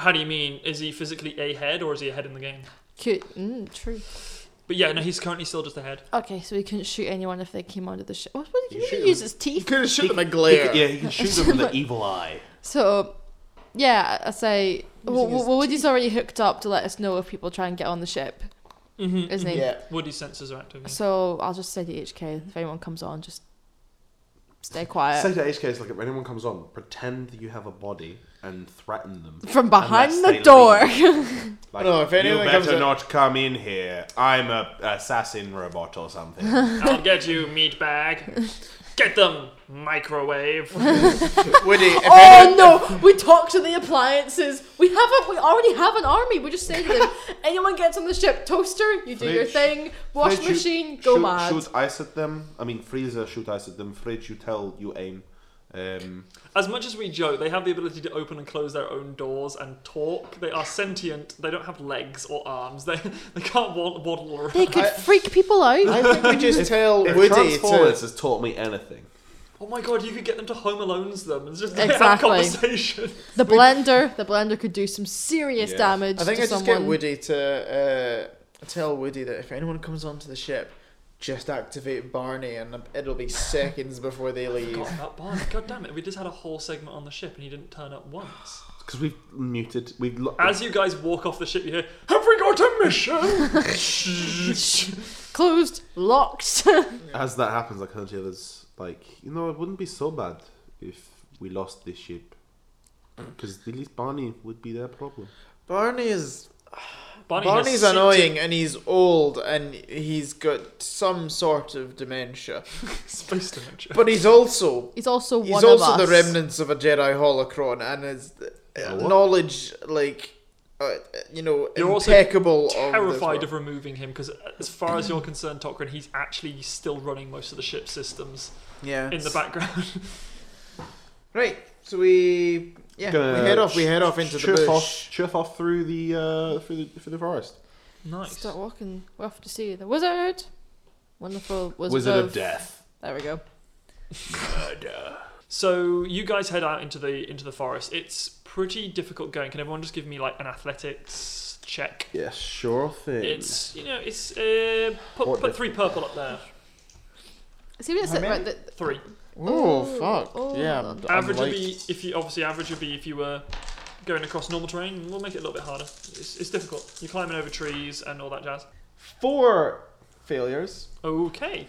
Speaker 1: How do you mean? Is he physically ahead or is he ahead in the game?
Speaker 3: Could, mm, true.
Speaker 1: But yeah, no, he's currently still just ahead.
Speaker 3: Okay, so he couldn't shoot anyone if they came under the ship. What what
Speaker 2: You
Speaker 3: did he
Speaker 2: shoot
Speaker 3: use
Speaker 2: them.
Speaker 3: his
Speaker 5: He
Speaker 3: teeth?
Speaker 5: could have shot them a glare.
Speaker 2: yeah, you can shoot them with the evil eye.
Speaker 3: So, yeah, I say. Well,
Speaker 5: Using his
Speaker 3: well, Woody's already hooked up to let us know if people try and get on the ship,
Speaker 1: Mm-hmm.
Speaker 3: isn't he?
Speaker 5: Yeah.
Speaker 1: Woody's sensors are active. yeah.
Speaker 3: So I'll just say to HK if anyone comes on, just stay
Speaker 2: Say
Speaker 3: quiet
Speaker 2: to HK, it's like if anyone comes on, pretend that you have a body and threaten them.
Speaker 3: from behind
Speaker 2: unless
Speaker 3: the
Speaker 2: they
Speaker 3: door.
Speaker 2: Like,
Speaker 5: No, if anyone
Speaker 2: you
Speaker 5: comes
Speaker 2: better
Speaker 5: in-
Speaker 2: not come in here. I'm a assassin robot or something.
Speaker 6: I'll get you, meatbag. Get them, microwave.
Speaker 5: Woody, if
Speaker 3: Oh no! We talk to the appliances. We have a, we already have an army. We just say to them, anyone gets on the ship, toaster, you do your
Speaker 2: Fridge.
Speaker 3: thing. Wash
Speaker 2: Fridge, you
Speaker 3: machine, go
Speaker 2: shoot,
Speaker 3: mad.
Speaker 2: Shoot ice at them. I mean, freezer, shoot ice at them. Fridge, you tell, you aim. Um,
Speaker 1: As much as we joke, they have the ability to open and close their own doors and talk. They are sentient. They don't have legs or arms. They they can't wa- waddle around.
Speaker 3: They could
Speaker 5: I-
Speaker 3: freak people out.
Speaker 5: I think we just tell
Speaker 2: if
Speaker 5: Woody
Speaker 2: Transformers
Speaker 5: to...
Speaker 2: has taught me anything,
Speaker 1: Oh my god, you could get them to Home Alones them and just they have
Speaker 3: Exactly.
Speaker 1: conversation.
Speaker 3: the blender, the blender could do some serious
Speaker 2: Yeah.
Speaker 3: damage.
Speaker 5: I think
Speaker 3: to
Speaker 5: I just
Speaker 3: someone.
Speaker 5: get Woody to uh, tell Woody that if anyone comes onto the ship, just activate Barney, and it'll be seconds before they leave.
Speaker 1: God, that barn. God damn it, we just had a whole segment on the ship and he didn't turn up once.
Speaker 2: because we've muted, we've lo-
Speaker 1: As you guys walk off the ship, you hear, Have we got a mission?
Speaker 3: Closed, locked.
Speaker 2: as that happens, I kind of others like, you know, it wouldn't be so bad if we lost this ship, because at least Barney would be their problem.
Speaker 5: Barney is
Speaker 1: Barney has
Speaker 5: Barney's
Speaker 1: sent
Speaker 5: annoying, and he's old, and he's got some sort of dementia.
Speaker 1: it- Space dementia.
Speaker 5: But he's also
Speaker 3: He's also
Speaker 5: he's
Speaker 3: one of
Speaker 5: also the
Speaker 3: us.
Speaker 5: remnants of a Jedi holocron, and his
Speaker 2: A
Speaker 5: uh,
Speaker 2: what?
Speaker 5: knowledge, like uh, you know,
Speaker 1: You're also
Speaker 5: impeccable. of this
Speaker 1: Terrified
Speaker 5: world.
Speaker 1: of removing him because, as far as you're concerned, Tokran, he's actually still running most of the ship systems
Speaker 5: yeah
Speaker 1: in the background.
Speaker 5: Right, so we yeah
Speaker 2: Gonna
Speaker 5: we head off. We head off into the
Speaker 2: Chuff
Speaker 5: bush.
Speaker 2: Off, chuff off through the uh, through the through the forest.
Speaker 1: nice.
Speaker 3: Start walking. We're off to see the wizard. Wonderful wizard,
Speaker 2: death.
Speaker 3: There we go.
Speaker 1: So you guys head out into the into the forest. It's pretty difficult going. Can everyone just give me like an athletics check?
Speaker 2: Yeah, sure thing.
Speaker 1: It's you know it's uh, put,
Speaker 2: What
Speaker 1: put
Speaker 2: the-
Speaker 1: three purple up there.
Speaker 3: See what it
Speaker 5: How
Speaker 3: said.
Speaker 5: many?
Speaker 3: Right, the,
Speaker 1: Three.
Speaker 5: Oh,
Speaker 3: Ooh,
Speaker 5: fuck.
Speaker 3: oh,
Speaker 5: yeah.
Speaker 3: hold on.
Speaker 5: I'm
Speaker 1: Average would
Speaker 5: like-
Speaker 1: be if you obviously average would be if you were going across normal terrain. We'll make it a little bit harder. It's, it's difficult. You're climbing over trees and all that jazz.
Speaker 5: Four failures
Speaker 1: Okay,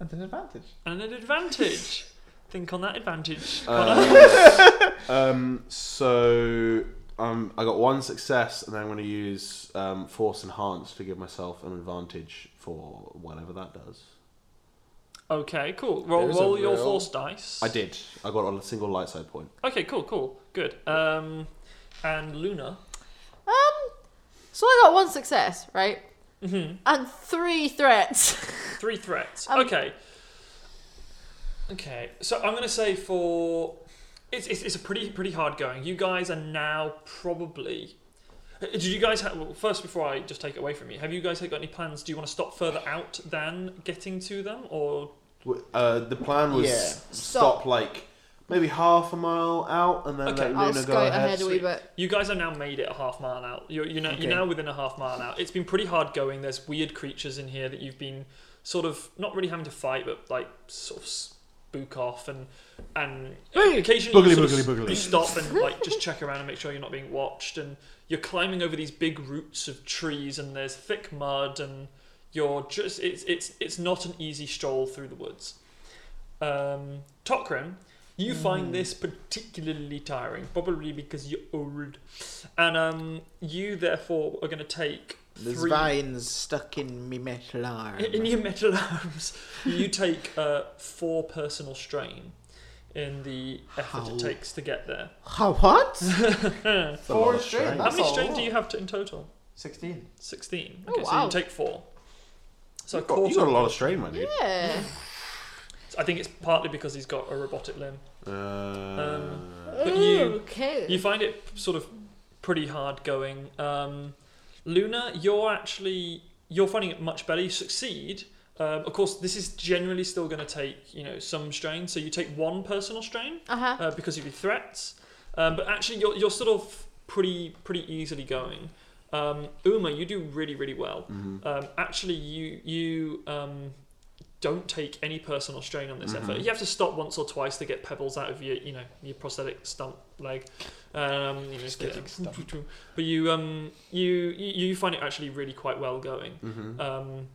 Speaker 5: and an advantage.
Speaker 1: and an advantage. Think on that advantage.
Speaker 2: Uh, Um, so um, I got one success, and I'm going to use um, force enhance to give myself an advantage for whatever that does.
Speaker 1: Okay, cool. Roll,
Speaker 5: There's a
Speaker 1: roll your
Speaker 5: roll.
Speaker 1: force dice.
Speaker 2: I did. I got on a single light side point.
Speaker 1: Okay, cool, cool, good. Um, and Luna.
Speaker 3: So I got one success, right?
Speaker 1: hmm
Speaker 3: And three threats.
Speaker 1: Three threats.
Speaker 3: Um,
Speaker 1: okay. Okay. So I'm gonna say for it's, it's it's a pretty pretty hard going. You guys are now probably. Uh, Did you guys have well, first before I just take it away from you? Have you guys got any plans? Do you want to stop further out than getting to them, or
Speaker 2: W- Uh, the plan was
Speaker 5: Yeah.
Speaker 2: stop. like maybe half a mile out, and then
Speaker 1: Okay,
Speaker 2: let
Speaker 3: I'll
Speaker 2: Luna go
Speaker 3: scout ahead a
Speaker 2: ahead.
Speaker 3: wee bit.
Speaker 1: You guys are now made it a half mile out. You're, you're, now,
Speaker 5: Okay.
Speaker 1: you're now within a half mile out. It's been pretty hard going. There's weird creatures in here that you've been sort of not really having to fight, but like sort of spook off and and occasionally
Speaker 2: Boogly,
Speaker 1: you, sort of
Speaker 2: boogly,
Speaker 1: s-
Speaker 2: boogly.
Speaker 1: you stop and like just check around and make sure you're not being watched. And you're climbing over these big roots of trees, and there's thick mud, and you're just it's it's it's not an easy stroll through the woods. Um, Tokrim, you
Speaker 2: Hmm.
Speaker 1: find this particularly tiring, probably because you're old, and um, you therefore are going to take
Speaker 5: There's
Speaker 1: three
Speaker 5: vines stuck in me metal arm.
Speaker 1: in your metal arms. you take uh, four personal strain in the effort
Speaker 5: How?
Speaker 1: it takes to get there.
Speaker 5: Ha, what?
Speaker 2: Four straight.
Speaker 1: How many strain do you have to, in total?
Speaker 7: 16.
Speaker 1: Sixteen.
Speaker 3: Oh,
Speaker 1: Okay, so
Speaker 3: wow.
Speaker 1: you take four. So a
Speaker 2: You got, you
Speaker 1: quarter.
Speaker 2: got a lot of strain, my dude.
Speaker 3: Yeah.
Speaker 1: I think it's partly because he's got a robotic limb.
Speaker 2: Uh,
Speaker 1: But you-
Speaker 3: okay.
Speaker 1: You find it sort of pretty hard going. Um, Luna, you're actually you're finding it much better. You succeed. Um, of course, this is generally still going to take you know some strain. So you take one personal strain
Speaker 3: uh huh.
Speaker 1: uh, because of your threats, um, but actually you're you're sort of pretty pretty easily going. Um, Uma, you do really really well.
Speaker 2: mhm.
Speaker 1: Um, actually, you you um, don't take any personal strain on this effort. You have to stop once or twice to get pebbles out of your you know your prosthetic stump leg. Um, you just get
Speaker 5: Prosthetic stump.
Speaker 1: but you um you you you find it actually really quite well going. Um,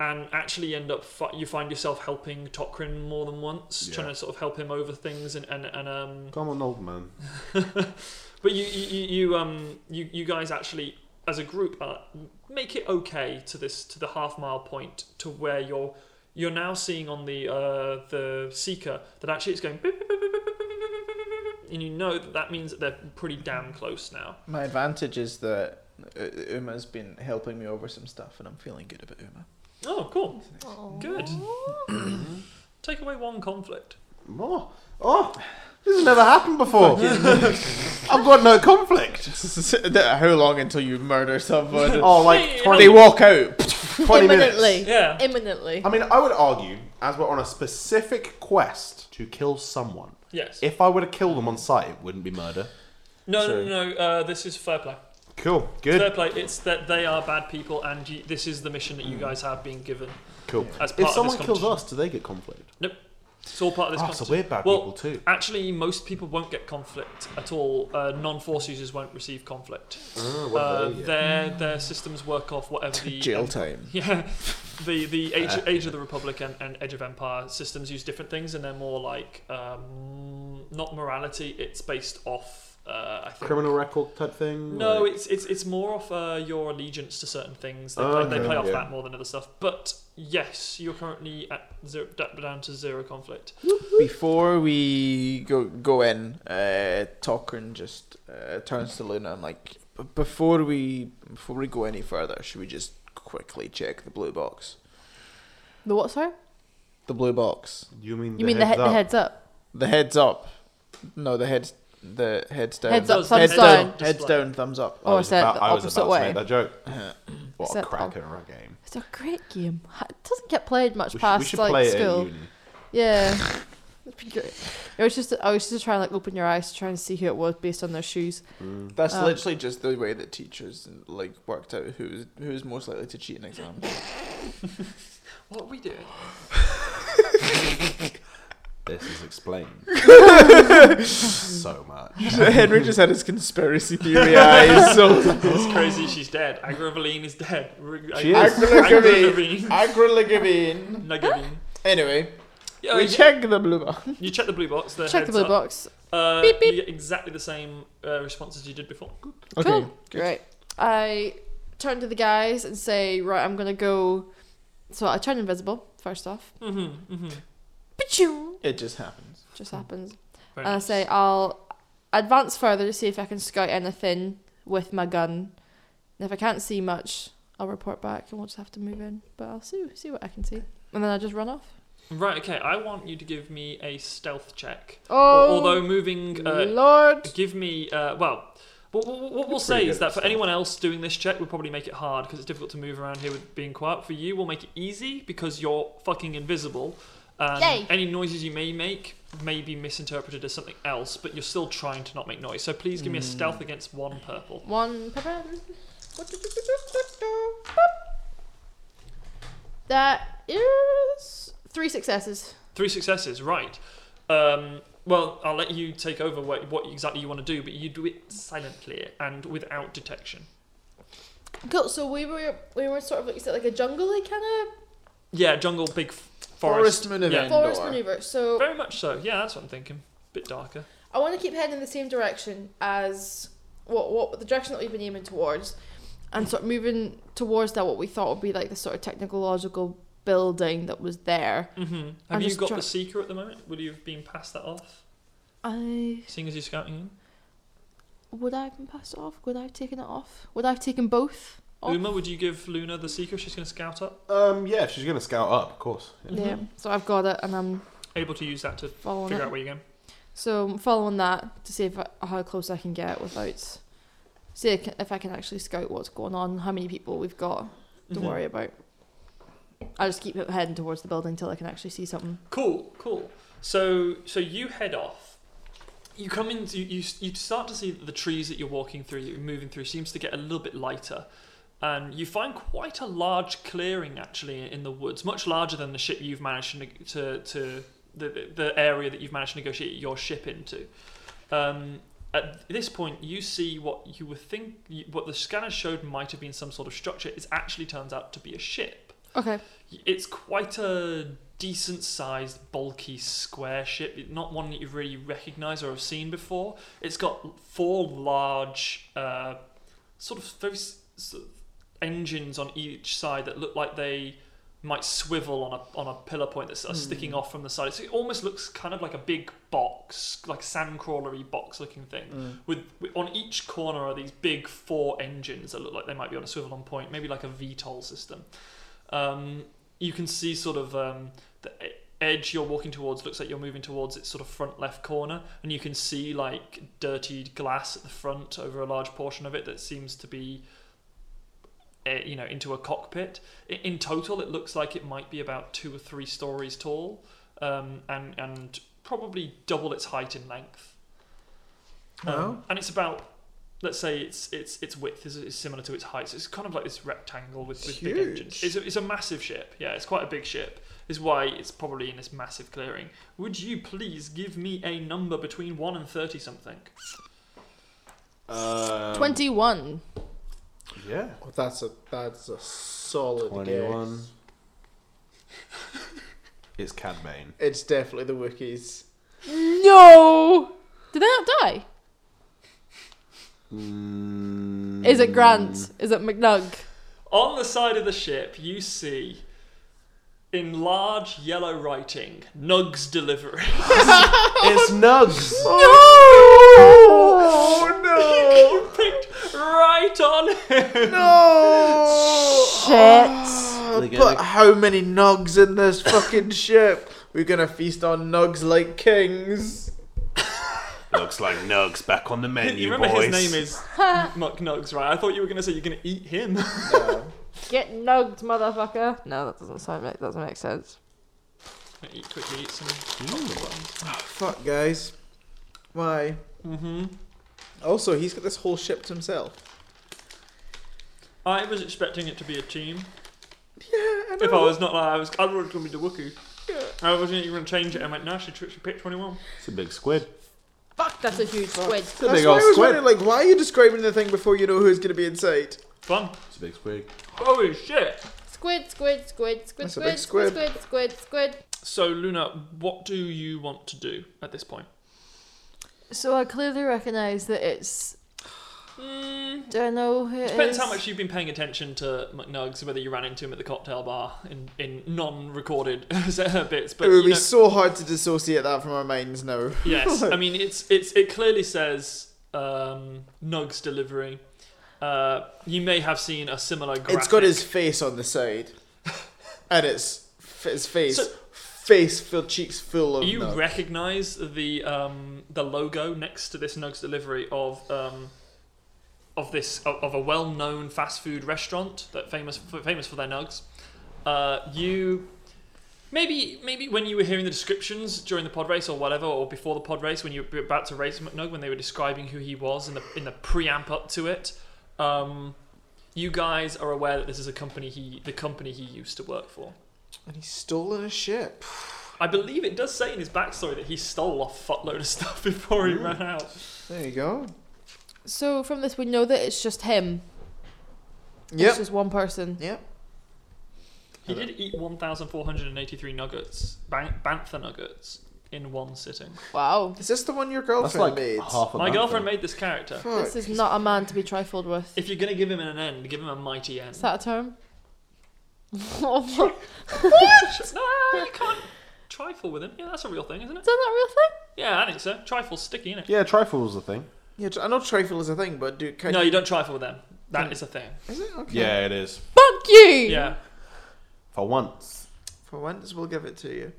Speaker 1: and actually end up fi- you find yourself helping Tokrin more than once,
Speaker 2: Yeah.
Speaker 1: trying to sort of help him over things and and, and um
Speaker 2: Come on, old man.
Speaker 1: but you, you, you, you, um, you, you guys actually, as a group, uh, make it okay to this to the half mile point to where you're you're now seeing on the uh, the seeker that actually it's going, beep, beep, beep, beep, beep, beep, beep, beep, beep, beep, beep, beep, and you know that that means that they're pretty damn close now.
Speaker 5: My advantage is that uh, Uma's been helping me over some stuff, and I'm feeling good about Uma.
Speaker 1: Oh, cool. Good.
Speaker 3: Aw.
Speaker 1: Take away one conflict.
Speaker 2: Oh, oh, this has never happened before. I've got no conflict.
Speaker 5: How long until you murder someone?
Speaker 2: Oh,
Speaker 1: Hey,
Speaker 2: like
Speaker 1: how-
Speaker 2: twenty,
Speaker 5: they walk
Speaker 2: 20
Speaker 5: out.
Speaker 2: minutes.
Speaker 3: Imminently.
Speaker 1: Yeah.
Speaker 3: Imminently.
Speaker 2: I mean, I would argue, as we're on a specific quest to kill someone,
Speaker 1: Yes.
Speaker 2: if I were to kill them on sight, it wouldn't be murder.
Speaker 1: No, no,
Speaker 2: Sorry.
Speaker 1: no. no uh, this is fair play.
Speaker 2: Cool,
Speaker 1: Fair
Speaker 2: good,
Speaker 1: play. It's that they are bad people, and you, this is the mission that
Speaker 2: Hmm.
Speaker 1: you guys have been given
Speaker 2: cool.
Speaker 1: as part
Speaker 2: If
Speaker 1: of
Speaker 2: someone
Speaker 1: this
Speaker 2: kills
Speaker 1: competition.
Speaker 2: us, do they get conflict?
Speaker 1: Nope. It's all part of this
Speaker 2: Oh, so
Speaker 1: competition.
Speaker 2: we're bad
Speaker 1: Well,
Speaker 2: people too.
Speaker 1: Actually, most people won't get conflict at all. Uh, non-force users won't receive conflict.
Speaker 2: Oh, what
Speaker 1: Uh,
Speaker 2: they get.
Speaker 1: their their systems work off whatever the um,
Speaker 5: Jail time.
Speaker 1: yeah, the the Age, Age of the Republic and, and Age of Empire systems use different things, and they're more like um, not morality. It's based off uh, I think
Speaker 2: Criminal record type thing?
Speaker 1: No,
Speaker 2: like-
Speaker 1: it's it's it's more off uh, your allegiance to certain things. They
Speaker 2: Oh,
Speaker 1: play, they
Speaker 2: okay,
Speaker 1: play off
Speaker 2: yeah.
Speaker 1: that more than other stuff. But yes, you're currently at zero, d- down to zero conflict.
Speaker 5: Before we go go in, uh, Tokrin just uh, turns to Luna and like, "B- before we before we go any further, should we just quickly check the blue box?
Speaker 3: the what, sorry?
Speaker 5: The blue box.
Speaker 2: You mean
Speaker 3: You mean the, he-
Speaker 2: heads
Speaker 3: the
Speaker 2: up?
Speaker 3: heads up?
Speaker 5: The heads up. No, the heads. The heads down.
Speaker 3: Heads
Speaker 1: up, thumbs
Speaker 5: down.
Speaker 1: down.
Speaker 5: Heads down. Thumbs up. Um,
Speaker 3: Oh, I said
Speaker 2: about-
Speaker 3: the
Speaker 2: I was
Speaker 3: opposite
Speaker 2: about to
Speaker 3: way.
Speaker 2: make that joke. What a
Speaker 3: Said-
Speaker 2: cracker of a game.
Speaker 3: It's a great game. It doesn't get played much
Speaker 2: We should,
Speaker 3: past
Speaker 2: we should
Speaker 3: like
Speaker 2: play
Speaker 3: school.
Speaker 2: it at uni.
Speaker 3: Yeah. It'd be great. It was just I was just trying to like open your eyes to try and see who it was based on their shoes.
Speaker 5: That's
Speaker 3: Um,
Speaker 5: literally just the way that teachers like worked out who's who's most likely to cheat in exams.
Speaker 1: What are we doing?
Speaker 2: explain so much.
Speaker 5: Henry just had his conspiracy theory eyes. So
Speaker 1: It's crazy. She's dead. Agravaline is dead.
Speaker 2: She is.
Speaker 1: Agravaline.
Speaker 5: acrylagavine.
Speaker 1: Nagavine.
Speaker 5: Anyway,
Speaker 1: Yeah,
Speaker 5: we
Speaker 1: Oh, you,
Speaker 5: check the blue box.
Speaker 1: you check the blue box. The
Speaker 3: Check the
Speaker 1: heads
Speaker 3: blue
Speaker 1: up.
Speaker 3: box.
Speaker 1: Uh,
Speaker 3: Beep, beep.
Speaker 1: You get exactly the same uh, responses you did before.
Speaker 5: Okay.
Speaker 3: Cool. Great. I turn to the guys and say, right, I'm gonna go. So I turn invisible first off.
Speaker 1: Mm-hmm. Mm-hmm.
Speaker 3: Pichu!
Speaker 5: It just happens.
Speaker 3: Just happens.
Speaker 1: Very
Speaker 3: And I
Speaker 1: nice.
Speaker 3: say I'll advance further to see if I can scout anything with my gun. And if I can't see much, I'll report back and we'll just have to move in. But I'll see see what I can see. And then I just run off.
Speaker 1: Right. Okay. I want you to give me a stealth check.
Speaker 3: Oh,
Speaker 1: Although moving uh,
Speaker 3: Lord.
Speaker 1: Give me, uh, well, what, what, what we'll
Speaker 2: You're
Speaker 1: say
Speaker 2: pretty
Speaker 1: is
Speaker 2: good at
Speaker 1: that for
Speaker 2: stealth.
Speaker 1: anyone else doing this check, we'll probably make it hard because it's difficult to move around here with being quiet. For you, we'll make it easy because you're fucking invisible. Um,
Speaker 3: Yay.
Speaker 1: any noises you may make may be misinterpreted as something else, but you're still trying to not make noise. So please give me a
Speaker 2: Hmm.
Speaker 1: stealth against one purple.
Speaker 3: One pepper. That is three successes.
Speaker 1: Three successes, right. Um, well, I'll let you take over what, what exactly you want to do, but you do it silently and without detection.
Speaker 3: Cool. So we were we were sort of like you said like a jungle kind
Speaker 1: Yeah, jungle, big f- forest.
Speaker 5: Forest maneuver.
Speaker 1: Yeah.
Speaker 3: of forest
Speaker 5: Endor.
Speaker 3: maneuver. So
Speaker 1: Very much so. Yeah, that's what I'm thinking. Bit darker.
Speaker 3: I want to keep heading in the same direction as what what the direction that we've been aiming towards, and sort of moving towards that what we thought would be like the sort of technological building that was there.
Speaker 1: Mm-hmm.
Speaker 3: I'm
Speaker 1: Have you
Speaker 3: just
Speaker 1: got
Speaker 3: try-
Speaker 1: the seeker at the moment? Would you have been passed that off,
Speaker 3: I
Speaker 1: seeing as you're scouting? in?
Speaker 3: would I have been passed it off? Would I have taken it off? Would I have taken both? Off?
Speaker 1: Uma, would you give Luna the seeker if she's going to scout up?
Speaker 2: Um, yeah, if she's gonna scout up, of course. Yeah.
Speaker 3: Yeah. So I've got it, and I'm
Speaker 1: Able to use that to
Speaker 3: following
Speaker 1: figure
Speaker 3: it.
Speaker 1: out where you're going.
Speaker 3: So I'm following that to see if I, how close I can get without see if I can- if I can actually scout what's going on, how many people we've got to
Speaker 1: Mhm.
Speaker 3: worry about. I just keep heading towards the building till I can actually see something.
Speaker 1: Cool, cool. So, so you head off. You come in. You, you you start to see that the trees that you're walking through, you're moving through, seems to get a little bit lighter, and you find quite a large clearing actually in the woods, much larger than the ship you've managed to neg- to, to the- the the area that you've managed to negotiate your ship into. Um, at this point, you see what you would think, you- what the scanner showed might have been some sort of structure. It actually turns out to be a ship.
Speaker 3: Okay.
Speaker 1: Um, It's quite a decent sized, bulky square ship. It's Not one that you really recognise or have seen before. It's got four large, uh, sort of very s- sort of engines on each side that look like they might swivel on a on a pillar point that's uh, sticking off from the side. So it almost looks kind of like a big box, like sandcrawlery box looking thing. With, with on each corner are these big four engines that look like they might be on a swivel on point, maybe like a VTOL system. Um, you can see sort of um, the e- edge you're walking towards looks like you're moving towards its sort of front left corner, and you can see like dirty glass at the front over a large portion of it that seems to be, eh, you know, into a cockpit. I- In total, it looks like it might be about two or three stories tall, um, and and probably double its height in length. Um,
Speaker 5: Wow.
Speaker 1: And it's about. Let's say its its its width is, is similar to its height. So it's kind of like this rectangle with, with big engines.
Speaker 5: Huge.
Speaker 1: It's a, it's a massive ship. Yeah, it's quite a big ship. Is why it's probably in this massive clearing. Would you please give me a number between one and thirty something?
Speaker 2: Um,
Speaker 3: Twenty one.
Speaker 2: Yeah.
Speaker 5: Oh, that's a that's a solid
Speaker 2: 21.
Speaker 5: guess.
Speaker 2: It's Cadbane.
Speaker 5: It's definitely the Wookiees.
Speaker 3: No Did they not die?
Speaker 2: Mm,
Speaker 3: Is it Grant? Is it McNug?
Speaker 1: On the side of the ship, you see in large yellow writing, Nugs Delivery.
Speaker 2: It's Nugs.
Speaker 5: Oh no!
Speaker 1: you picked right on him.
Speaker 5: Oh,
Speaker 2: Shit.
Speaker 5: but how many nugs in this fucking ship? We're gonna feast on nugs like kings.
Speaker 2: Looks like Nugs back on the menu,
Speaker 1: You remember
Speaker 2: boys.
Speaker 1: his name is Muck Nugs, right? I thought you were going to say you're going to eat him.
Speaker 3: Get nugged, motherfucker. No, that doesn't sound like that doesn't make sense.
Speaker 1: eat quickly, eat some.
Speaker 5: Fuck, guys. Why?
Speaker 1: Mm-hmm.
Speaker 5: Also, he's got this whole ship to himself.
Speaker 1: I was expecting it to be a team.
Speaker 5: Yeah, I
Speaker 1: If I was not, I was. I would have gonna be the Wookiee. I was going to change it. I went, no, she, she picked 21.
Speaker 2: It's a big squid.
Speaker 3: Fuck, that's a huge squid.
Speaker 2: It's a
Speaker 5: That's
Speaker 2: big
Speaker 5: why I
Speaker 2: old
Speaker 5: was
Speaker 2: squid.
Speaker 5: wondering, like, why are you describing the thing before you know who's going to be inside?
Speaker 1: Fun.
Speaker 2: It's a big squid.
Speaker 1: Holy shit.
Speaker 3: Squid, squid, squid, squid,
Speaker 5: That's a big
Speaker 3: squid, squid, squid, squid, squid.
Speaker 1: So, Luna, what do you want to do at this point?
Speaker 3: So I clearly recognise that it's. Don't know who it
Speaker 1: Depends
Speaker 3: is.
Speaker 1: how much you've been paying attention to McNugs, whether you ran into him at the cocktail bar in, in non recorded bits. But
Speaker 5: it would
Speaker 1: you
Speaker 5: be
Speaker 1: know,
Speaker 5: so hard to dissociate that from our minds now.
Speaker 1: yes, I mean, it's it's it clearly says um, Nugs delivery. Uh, you may have seen a similar graphic.
Speaker 5: It's got his face on the side, and it's f- his face,
Speaker 1: So-
Speaker 5: face full, cheeks full of.
Speaker 1: You
Speaker 5: nut.
Speaker 1: recognise the um, the logo next to this Nugs delivery of um, of this of, of a well known fast food restaurant that famous for, famous for their nugs. Uh, you maybe maybe when you were hearing the descriptions during the pod race or whatever, or before the pod race when you were about to race McNug when they were describing who he was in the in the preamp up to it. Um, you guys are aware that this is a company he the company he used to work for.
Speaker 5: and he's stolen a ship.
Speaker 1: I believe it does say in his backstory that he stole a fuckload of stuff before he ran out.
Speaker 5: There you go.
Speaker 3: So from this, we know that it's just him.
Speaker 5: Yep.
Speaker 3: It's just one person.
Speaker 5: Yep.
Speaker 1: He did eat 1,483 nuggets, ban- bantha nuggets, in one sitting.
Speaker 3: Wow.
Speaker 5: Is this the one your
Speaker 2: That's
Speaker 5: girlfriend
Speaker 2: like
Speaker 5: made?
Speaker 2: half a
Speaker 1: My
Speaker 2: bantha.
Speaker 1: girlfriend made this character.
Speaker 5: Fuck.
Speaker 3: This is not a man to be trifled with.
Speaker 1: If you're going to give him an end, give him a mighty end.
Speaker 3: Is that a term? Is
Speaker 1: no, you can't trifle with him. Yeah, that's a real thing, isn't it?
Speaker 3: that not a real thing?
Speaker 1: Yeah, I think so. Trifle's sticky, isn't it?
Speaker 2: Yeah, trifle was the thing.
Speaker 5: Yeah, I know trifle is a thing, but do can
Speaker 1: No, you don't trifle with them. That is a thing.
Speaker 5: Is it okay?
Speaker 2: Yeah, it is.
Speaker 3: Fuck you!
Speaker 1: Yeah.
Speaker 2: For once.
Speaker 5: For once, we'll give it to you.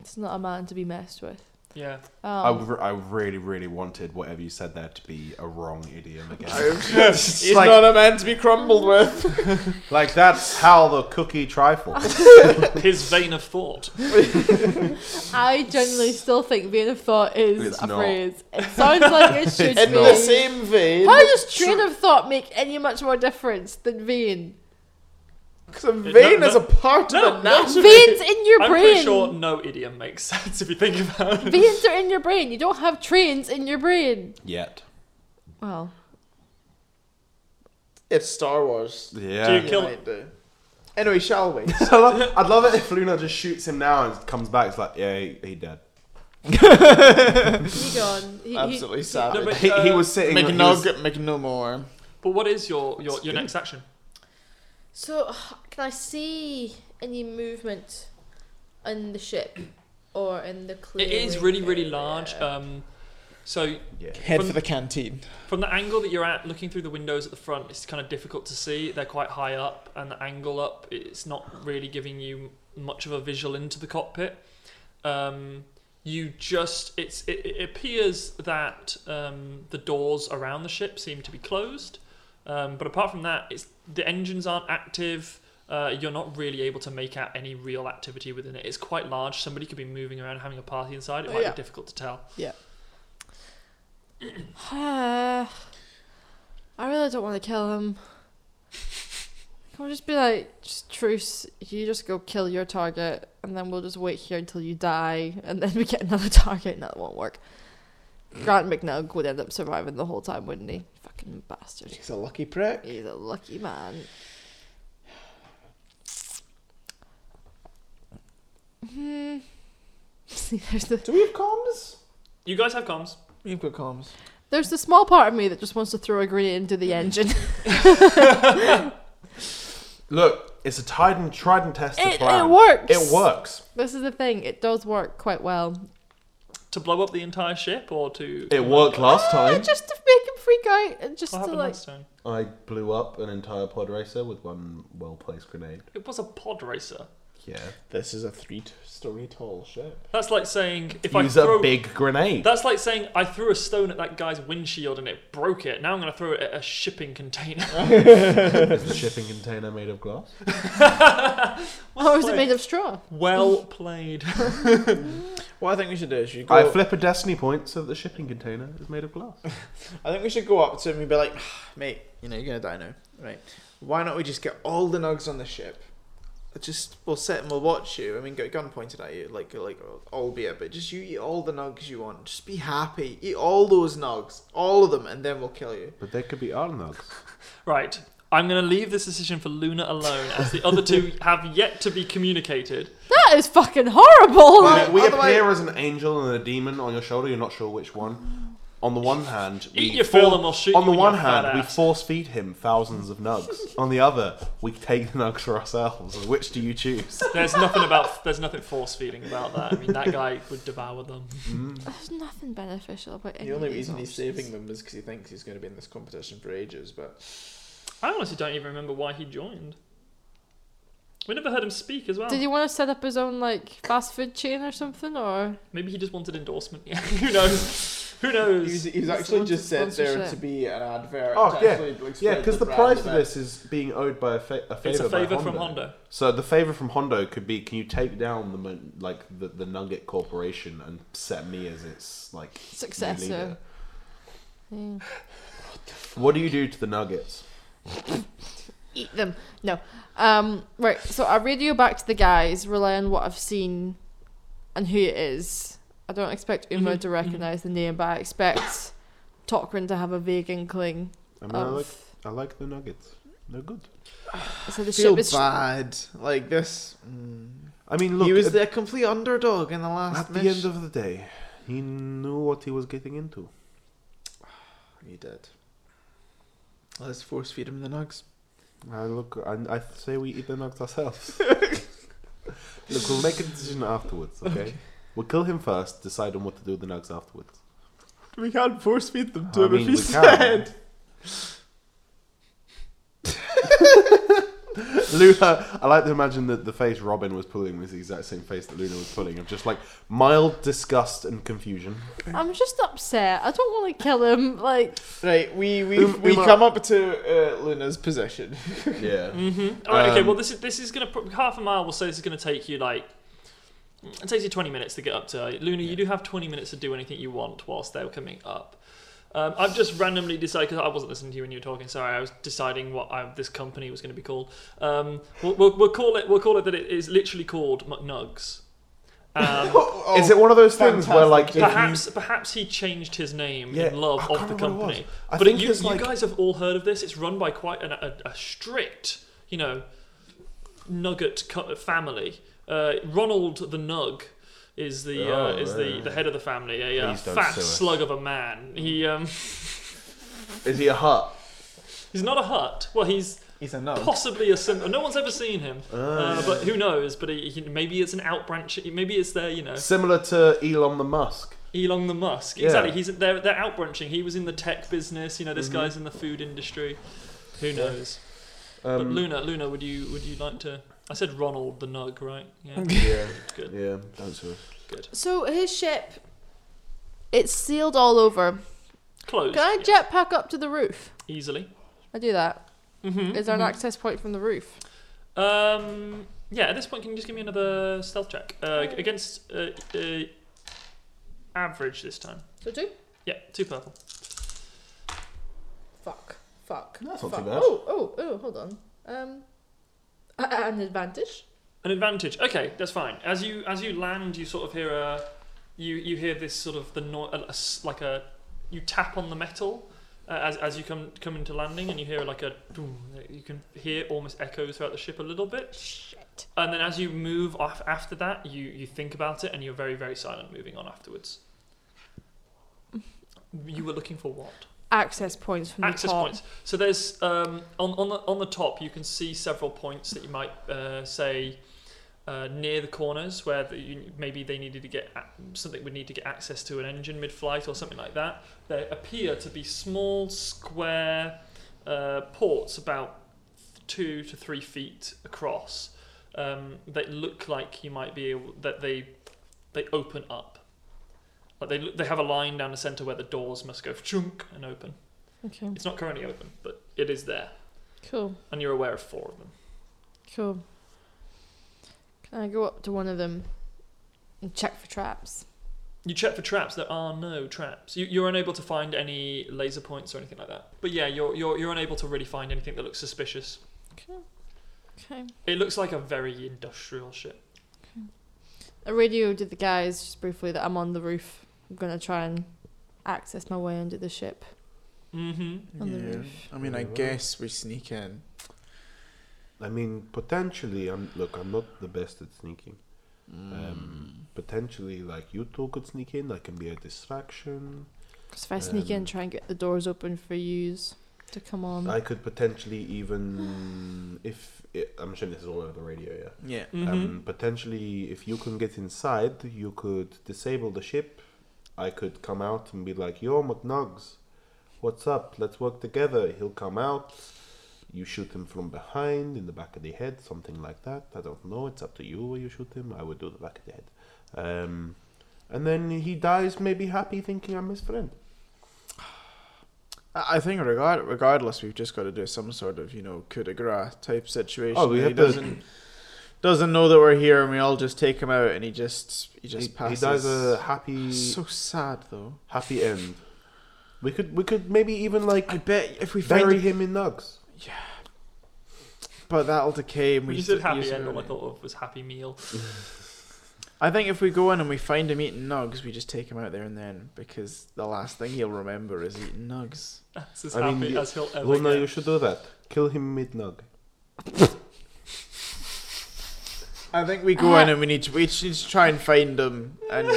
Speaker 3: It's not a man to be messed with.
Speaker 1: Yeah.
Speaker 2: I,
Speaker 3: Um,
Speaker 2: re- I really, really wanted whatever you said there to be a wrong idiom again.
Speaker 5: it's
Speaker 2: like-
Speaker 5: not a man to be crumbled with.
Speaker 2: like, that's how the cookie trifles.
Speaker 1: His vein of thought.
Speaker 3: I generally still think being a thought is
Speaker 2: It's
Speaker 3: a
Speaker 2: not.
Speaker 3: phrase. It sounds like it should
Speaker 5: In
Speaker 3: be.
Speaker 5: the same vein,
Speaker 3: How does train of thought make any much more difference than vein?
Speaker 5: 'cause a vein
Speaker 1: No,
Speaker 5: is a
Speaker 1: no.
Speaker 5: part
Speaker 1: No,
Speaker 5: of
Speaker 1: no.
Speaker 5: a
Speaker 3: Veins in your
Speaker 1: I'm
Speaker 3: brain.
Speaker 1: pretty sure no idiom makes sense if you think about it.
Speaker 3: Veins are in your brain. You don't have trains in your brain.
Speaker 2: Yet.
Speaker 3: Well,
Speaker 5: It's Star Wars.
Speaker 1: Do you
Speaker 2: Yeah.
Speaker 1: kill-
Speaker 5: might do. Anyway, shall we?
Speaker 2: I'd love- I'd love it if Luna just shoots him now and comes back. It's like, yeah, he, he dead.
Speaker 3: he gone. He, he,
Speaker 5: Absolutely
Speaker 1: No,
Speaker 5: savage.
Speaker 1: but,
Speaker 2: He, he
Speaker 1: uh,
Speaker 2: was sitting. he was-
Speaker 5: McNugget McNamore.
Speaker 1: But what is your, your,
Speaker 2: It's
Speaker 1: your
Speaker 2: good.
Speaker 1: next action?
Speaker 3: so, can I see any movement in the ship or in the clear?
Speaker 1: It is really, really large. Um, so
Speaker 2: yeah.
Speaker 5: Head
Speaker 1: From-
Speaker 5: for the canteen.
Speaker 1: from the angle that you're at, looking through the windows at the front, it's kind of difficult to see. They're quite high up, and the angle up, it's not really giving you much of a visual into the cockpit. Um, you just it's it, it appears that um, the doors around the ship seem to be closed, um, but apart from that, it's the engines aren't active. Uh, you're not really able to make out any real activity within it. It's quite large. Somebody could be moving around, having a party inside. It
Speaker 5: Oh,
Speaker 1: might
Speaker 5: yeah.
Speaker 1: be difficult to tell.
Speaker 3: Uh, I really don't want to kill him. Can we just be like, just truce? You just go kill your target, and then we'll just wait here until you die, and then we get another target, and that won't work. Grant McNug would end up surviving the whole time, wouldn't he? Fucking bastard.
Speaker 5: He's a lucky prick.
Speaker 3: He's a lucky man. Hmm. See, there's the
Speaker 5: Do we have comms?
Speaker 1: You guys have comms.
Speaker 5: We've got comms.
Speaker 3: there's the small part of me that just wants to throw a grenade into the engine.
Speaker 2: Look, it's a tried and tried and tested
Speaker 3: It- it
Speaker 2: plan.
Speaker 3: works.
Speaker 2: It works.
Speaker 3: This is the thing, it does work quite well.
Speaker 1: To blow up the entire ship or to.
Speaker 2: It worked last
Speaker 3: Ah,
Speaker 2: time.
Speaker 3: just to make him freak out and just
Speaker 1: What
Speaker 3: to
Speaker 1: happened
Speaker 3: like.
Speaker 1: last time?
Speaker 2: I blew up an entire pod racer with one well placed grenade.
Speaker 1: It was a pod racer.
Speaker 2: Yeah.
Speaker 5: This is a three-story tall ship.
Speaker 1: That's like saying if
Speaker 2: Use
Speaker 1: I throw.
Speaker 2: a big grenade.
Speaker 1: That's like saying I threw a stone at that guy's windshield and it broke it. Now I'm going to throw it at a shipping container.
Speaker 2: It's a shipping container made of glass.
Speaker 3: Oh, is it
Speaker 1: played.
Speaker 3: made of straw?
Speaker 1: well played.
Speaker 5: What I think we should do is you go.
Speaker 2: I flip a destiny point so that the shipping container is made of glass.
Speaker 5: I think we should go up to him and be like, "Ah, mate, you know, you're gonna die now, right? Why not we just get all the nugs on the ship, just will sit and will watch you. I mean, get a gun pointed at you, like like albeit, but just you eat all the nugs you want. Just be happy, eat all those nugs, all of them, and then we'll kill you.
Speaker 2: But that could be our nugs.
Speaker 1: Right. I'm going to leave this decision for Luna alone, as the other two have yet to be communicated.
Speaker 3: That is fucking horrible.
Speaker 5: Well,
Speaker 2: we
Speaker 5: otherwise-
Speaker 2: appear as an angel and a demon on your shoulder. You're not sure which one. On the one hand,
Speaker 1: Eat
Speaker 2: we
Speaker 1: your fill and we'll shoot
Speaker 2: On
Speaker 1: you
Speaker 2: the
Speaker 1: in
Speaker 2: one
Speaker 1: your
Speaker 2: hand,
Speaker 1: fat
Speaker 2: we
Speaker 1: ass.
Speaker 2: force feed him thousands of nugs. on the other, we take the nugs for ourselves. Which do you choose?
Speaker 1: There's nothing about there's nothing force feeding about that. I mean, that guy would devour them.
Speaker 3: There's nothing beneficial about any
Speaker 5: The only
Speaker 3: of these
Speaker 5: reason he's
Speaker 3: options.
Speaker 5: saving them is because he thinks he's going to be in this competition for ages. But
Speaker 1: I honestly don't even remember why he joined. We never heard him speak as well.
Speaker 3: Did he want to set up his own like fast food chain or something, or
Speaker 1: Maybe he just wanted endorsement. Yeah, who knows? Who
Speaker 5: he was,
Speaker 1: knows?
Speaker 5: he was
Speaker 3: He
Speaker 5: actually
Speaker 3: wants a
Speaker 5: just set there
Speaker 3: sponsorship.
Speaker 5: to be an advert.
Speaker 2: Oh,
Speaker 5: to
Speaker 2: yeah.
Speaker 5: actually, like,
Speaker 2: yeah,
Speaker 5: spread
Speaker 2: because the,
Speaker 5: brand
Speaker 2: price
Speaker 5: a
Speaker 2: for
Speaker 5: bit.
Speaker 2: this is being owed by a, fa- a favor.
Speaker 1: It's a
Speaker 2: by
Speaker 1: favour from Honda.
Speaker 2: So the favor from Honda could be: Can you take down the mon- like the, the Nugget Corporation and set me as its like new leader?
Speaker 3: successor? Yeah.
Speaker 2: What do you do to the Nuggets?
Speaker 3: Eat them. No. Um. Right. So I radio back to the guys, rely on what I've seen, and who it is. I don't expect Uma
Speaker 5: Mm-hmm.
Speaker 1: Mhm,
Speaker 3: to
Speaker 1: mhm.
Speaker 3: recognize the name, but I expect Tokrin to have a vague inkling
Speaker 2: I mean, I like
Speaker 3: of.
Speaker 2: I like the Nuggets. They're good.
Speaker 3: So the
Speaker 5: Feel
Speaker 3: ship is.
Speaker 5: bad. Like this. Mm.
Speaker 2: I mean, look.
Speaker 5: he was
Speaker 2: at-
Speaker 5: the complete underdog in the last
Speaker 2: At the
Speaker 5: mission.
Speaker 2: end of the day, he knew what he was getting into.
Speaker 5: he did. Let's force feed him the nugs.
Speaker 2: I look, I, I say we eat the nugs ourselves. look, we'll make a decision afterwards, okay? We'll kill him first, decide on what to do with the nugs afterwards.
Speaker 5: We can't force feed them
Speaker 2: I mean, we can. Luna, I like to imagine that the face Robin was pulling was the exact same face that Luna was pulling of just like mild disgust and confusion.
Speaker 3: I'm just upset. I don't want to kill him. Like
Speaker 5: Right, we we,
Speaker 2: Um,
Speaker 5: we
Speaker 2: Uma-
Speaker 5: come up to uh, Luna's position.
Speaker 2: Yeah.
Speaker 1: Mm-hmm. All right. okay.
Speaker 2: Um,
Speaker 1: Well, this is this is gonna pro- half a mile. We'll say this is gonna take you like it takes you 20 minutes to get up to. Luna, you do have 20 minutes to do anything you want whilst they're coming up. Um, I've just randomly decided because I wasn't listening to you when you were talking. Sorry, I was deciding what I, this company was going to be called. Um, we'll, we'll, we'll call it. We'll call it that. It is literally called McNugs. Um,
Speaker 2: Is it one of those things where
Speaker 5: fantastic.
Speaker 2: like if you-
Speaker 1: perhaps perhaps he changed his name
Speaker 2: Yeah,
Speaker 1: in love
Speaker 2: I can't
Speaker 1: of the
Speaker 2: remember what it
Speaker 1: company.
Speaker 2: was. I
Speaker 1: But
Speaker 2: think
Speaker 1: you,
Speaker 2: it's
Speaker 1: you
Speaker 2: like-
Speaker 1: guys have all heard of this. It's run by quite an, a, a strict, you know, nugget co- family. Uh, Ronald the Nug is the uh,
Speaker 2: Oh,
Speaker 1: is the,
Speaker 2: right.
Speaker 1: the head of the family. A uh,
Speaker 2: Please don't
Speaker 1: fat
Speaker 2: sue us.
Speaker 1: slug of a man. He um,
Speaker 2: is he a hut?
Speaker 1: he's not a hut. Well, he's
Speaker 5: He's a nug.
Speaker 1: possibly a sim. No one's ever seen him.
Speaker 2: Oh,
Speaker 1: Uh, but who knows? But he, he, maybe it's an outbranch. Maybe it's their you know
Speaker 2: Similar to Elon the Musk.
Speaker 1: Elon the Musk.
Speaker 2: Yeah. Mm-hmm.
Speaker 1: Exactly. He's they're they're outbrunching. He was in the tech business. You know, this guy's in the food industry. Who knows? but
Speaker 2: Um,
Speaker 1: Luna, Luna, would you would you like to? I said Ronald the Nug, right? Yeah.
Speaker 2: yeah.
Speaker 1: Good.
Speaker 2: Yeah, don't sue us.
Speaker 3: so, his ship. It's sealed all over.
Speaker 1: Close.
Speaker 3: Can I
Speaker 1: Yeah.
Speaker 3: jetpack up to the roof?
Speaker 1: Easily.
Speaker 3: I do that.
Speaker 1: Mm-hmm.
Speaker 3: Is there an access point from the roof?
Speaker 1: Um. Yeah. At this point, can you just give me another stealth check uh, g- against uh, uh, average this time?
Speaker 3: So two.
Speaker 1: Yeah, two purple.
Speaker 3: Fuck. Fuck.
Speaker 2: That's not
Speaker 3: fuck.
Speaker 2: too bad.
Speaker 3: Oh, oh, oh, hold on. Um, a- a- an advantage.
Speaker 1: An advantage. Okay, that's fine. As you as you land, you sort of hear a you you hear this sort of the noise like a you tap on the metal uh, as as you come come into landing, and you hear like a boom. You can hear almost echoes throughout the ship a little bit.
Speaker 3: Shit.
Speaker 1: And then as you move off after that, you you think about it, and you're very very silent moving on afterwards. You were looking for what?
Speaker 3: Access points from
Speaker 1: access
Speaker 3: the top.
Speaker 1: points. So there's um, on on the on the top you can see several points that you might uh, say uh, near the corners where the, you, maybe they needed to get a- something would need to get access to an engine mid-flight or something like that. There appear to be small square uh, ports about two to three feet across um, that look like you might be able that they they open up. Like they, look- they have a line down the centre where the doors must go chunk and open.
Speaker 3: Okay.
Speaker 1: It's not currently open, but it is there,
Speaker 3: Cool.
Speaker 1: and you're aware of four of them.
Speaker 3: Cool. Can I go up to one of them and check for traps?
Speaker 1: You check for traps. There are no traps. You, you're unable to find any laser points or anything like that. But yeah, you're you're you're unable to really find anything that looks suspicious.
Speaker 3: Okay.
Speaker 1: It looks like a very industrial ship.
Speaker 3: I radioed to the guys just briefly that I'm on the roof. I'm gonna try and access my way under the ship.
Speaker 1: Mm-hmm.
Speaker 3: On the
Speaker 5: Yeah.
Speaker 3: roof.
Speaker 5: I mean, I
Speaker 2: Yeah, well.
Speaker 5: guess we sneak in.
Speaker 2: I mean, potentially, I'm look. I'm not the best at sneaking. Um, potentially, like you two could sneak in. That can be a distraction.
Speaker 3: Because if I sneak in,
Speaker 2: Um,
Speaker 3: try and get the doors open for yous to come on.
Speaker 2: I could potentially even, if it, I'm assuming this is all over the radio, yeah.
Speaker 5: Yeah.
Speaker 1: Mm-hmm.
Speaker 2: Um, potentially, if you can get inside, you could disable the ship. I could come out and be like, "Yo, McNugs, what's up? Let's work together." He'll come out. You shoot him from behind, in the back of the head, something like that. I don't know. It's up to you where you shoot him. I would do the back of the head. Um, and then he dies, maybe happy, thinking I'm his friend.
Speaker 5: I I think regard regardless, we've just got to do some sort of you know coup de grace type situation.
Speaker 2: Oh, we
Speaker 5: where
Speaker 2: have
Speaker 5: he
Speaker 2: to-
Speaker 5: doesn't doesn't know that we're here, and we all just take him out, and he just he
Speaker 2: He,
Speaker 5: just
Speaker 2: he
Speaker 5: passes.
Speaker 2: dies a happy,
Speaker 5: so sad though.
Speaker 2: happy end. We could, we could maybe even like
Speaker 5: I bet if we
Speaker 2: bury
Speaker 5: find,
Speaker 2: him in nugs.
Speaker 5: but that'll decay. And
Speaker 1: when
Speaker 5: we
Speaker 1: you
Speaker 5: use
Speaker 1: said
Speaker 5: it- use
Speaker 1: happy
Speaker 5: it
Speaker 1: end, all I
Speaker 5: early.
Speaker 1: thought of was happy meal.
Speaker 5: I think if we go in and we find him eating nugs, we just take him out there and then because the last thing he'll remember is eating nugs.
Speaker 1: That's as
Speaker 2: I mean,
Speaker 1: happy
Speaker 2: yeah,
Speaker 1: as he'll ever
Speaker 2: Luna,
Speaker 1: get.
Speaker 2: you should do that. Kill him mid nug.
Speaker 5: I think we go in and we need to we just need to try and find him and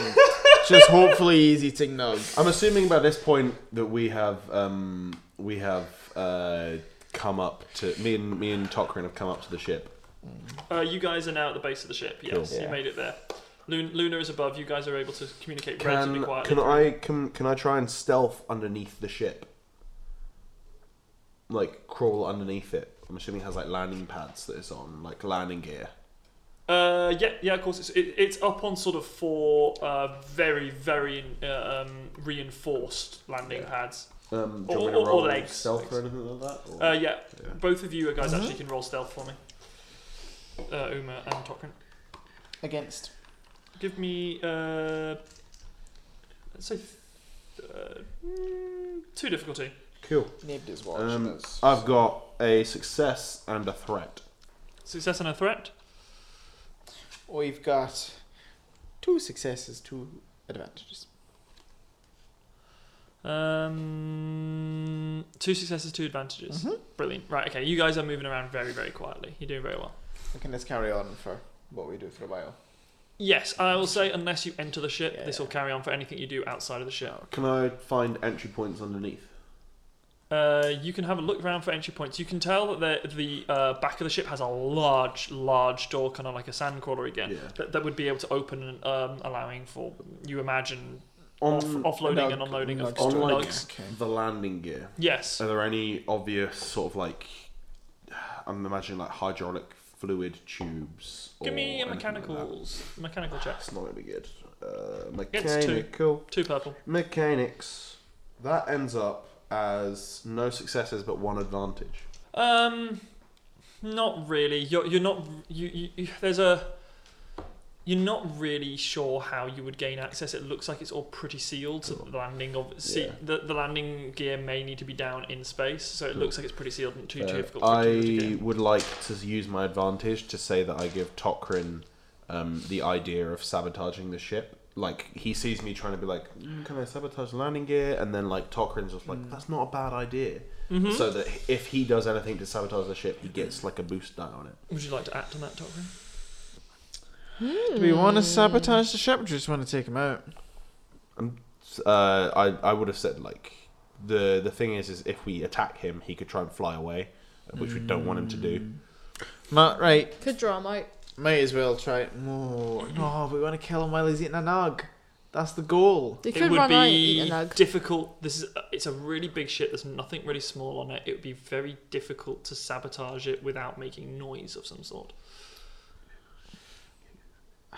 Speaker 5: just hopefully he's eating nugs.
Speaker 2: I'm assuming by this point that we have um, we have uh, come up to me and me and Tokrin have come up to the ship.
Speaker 1: Uh, you guys are now at the base of the ship. Yes,
Speaker 5: Cool.
Speaker 1: you
Speaker 5: Yeah.
Speaker 1: made it there. Lun- Luna is above. You guys are able to communicate relatively
Speaker 2: Can
Speaker 1: quietly.
Speaker 2: can I can can I try and stealth underneath the ship? Like crawl underneath it. I'm assuming it has like landing pads that it's on, like landing gear.
Speaker 1: Uh, yeah, yeah, of course. It's it, it's up on sort of four uh, very, very uh, um, reinforced landing
Speaker 2: Yeah.
Speaker 1: pads.
Speaker 2: Um, do
Speaker 1: Or-
Speaker 2: you want me to
Speaker 1: or- or
Speaker 2: roll
Speaker 1: legs.
Speaker 2: stealth or anything like that? Or?
Speaker 1: Uh, yeah,
Speaker 2: Yeah.
Speaker 1: both of you guys actually can roll stealth for me. Uh, Uma and Tokrin.
Speaker 5: Against.
Speaker 1: Give me, uh, let's say, uh, mm, two difficulty.
Speaker 2: cool.
Speaker 5: Named his watch.
Speaker 2: Um, I've got a success and a threat.
Speaker 1: Success and a threat.
Speaker 5: We've got two successes, two advantages.
Speaker 1: Um, two successes, two advantages. Brilliant. Right. Okay. You guys are moving around very, very quietly. You're doing very well.
Speaker 5: We can just carry on for what we do for a while.
Speaker 1: Yes, I will say unless you enter the ship,
Speaker 5: Yeah,
Speaker 1: this will
Speaker 5: yeah.
Speaker 1: carry on for anything you do outside of the ship.
Speaker 2: Can I find entry points underneath?
Speaker 1: Uh, you can have a look around for entry points. You can tell that the, the uh, back of the ship has a large, large door, kind of like a sandcrawler again,
Speaker 2: Yeah.
Speaker 1: that, that would be able to open, um, allowing for, you imagine,
Speaker 2: On-
Speaker 1: off- offloading and unloading of
Speaker 5: nugs
Speaker 2: on
Speaker 1: of
Speaker 5: to-
Speaker 2: like-
Speaker 1: nugs.
Speaker 5: Okay.
Speaker 2: The landing gear.
Speaker 1: Yes.
Speaker 2: Are there any obvious sort of like I'm imagining like hydraulic fluid tubes?
Speaker 1: Give
Speaker 2: or
Speaker 1: me a
Speaker 2: anything like that?
Speaker 1: mechanicals, mechanical check.
Speaker 2: That's not gonna be good. Uh,
Speaker 1: It's two.
Speaker 2: mechanical
Speaker 1: Two purple.
Speaker 2: mechanics. That ends up as no successes but one advantage.
Speaker 1: Um, not really. You're you're not you, you, you there's a you're not really sure how you would gain access. It looks like it's all pretty sealed. So the landing of see,
Speaker 2: Yeah.
Speaker 1: the, the landing gear may need to be down in space, so it looks like it's pretty sealed and too
Speaker 2: Uh,
Speaker 1: difficult. for you to
Speaker 2: I
Speaker 1: get.
Speaker 2: would like to use my advantage to say that I give Tokrin um, the idea of sabotaging the ship. Like he sees me trying to be like, "Mm, can I sabotage landing gear? And then like Tokrin's just like,
Speaker 1: Mm.
Speaker 2: that's not a bad idea.
Speaker 1: Mhm.
Speaker 2: So that if he does anything to sabotage the ship, he
Speaker 1: Mm-hmm.
Speaker 2: gets like a boost die on it.
Speaker 1: Would you like to act on that, Doctor?
Speaker 5: Do we want to sabotage the ship or just want to take him out?
Speaker 2: S- Uh, I I would have said like the the thing is is if we attack him, he could try and fly away, which we don't want him to do.
Speaker 1: Mm.
Speaker 5: Matt, right.
Speaker 3: Could draw 'em out.
Speaker 5: Might as well try. No, no, we want to kill him while he's eating a nug. That's the goal.
Speaker 3: They
Speaker 1: It
Speaker 3: could
Speaker 1: would
Speaker 3: run out and eat
Speaker 1: be
Speaker 3: a nug.
Speaker 1: difficult. This is uh, it's a really big ship. There's nothing really small on it. It would be very difficult to sabotage it without making noise of some sort.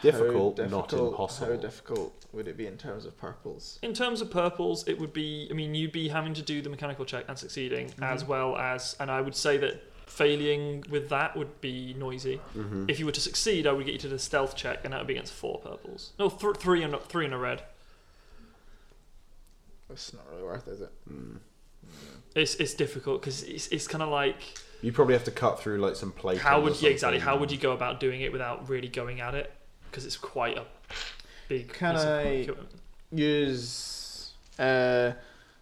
Speaker 2: Difficult,
Speaker 5: How
Speaker 2: not
Speaker 5: difficult- How
Speaker 2: impossible.
Speaker 5: difficult would it be in terms of purples?
Speaker 1: In terms of purples, it would be. I mean, you'd be having to do the mechanical check and succeeding,
Speaker 5: Mm-hmm.
Speaker 1: as well as. And I would say that failing with that would be noisy.
Speaker 5: Mm-hmm.
Speaker 2: Mhm.
Speaker 1: If you were to succeed, I would get you to the stealth check, and that would be against four purples. No, th- three and a- three and a red.
Speaker 5: It's not really worth it, is it?
Speaker 2: Mm.
Speaker 1: It's it's difficult because it's it's kind of like
Speaker 2: You probably have to cut through like some plate.
Speaker 1: How would yeah, exactly? How would you go about doing it without really going at it? Because it's quite a big.
Speaker 5: Can
Speaker 1: piece of
Speaker 5: I-
Speaker 1: equipment.
Speaker 5: use uh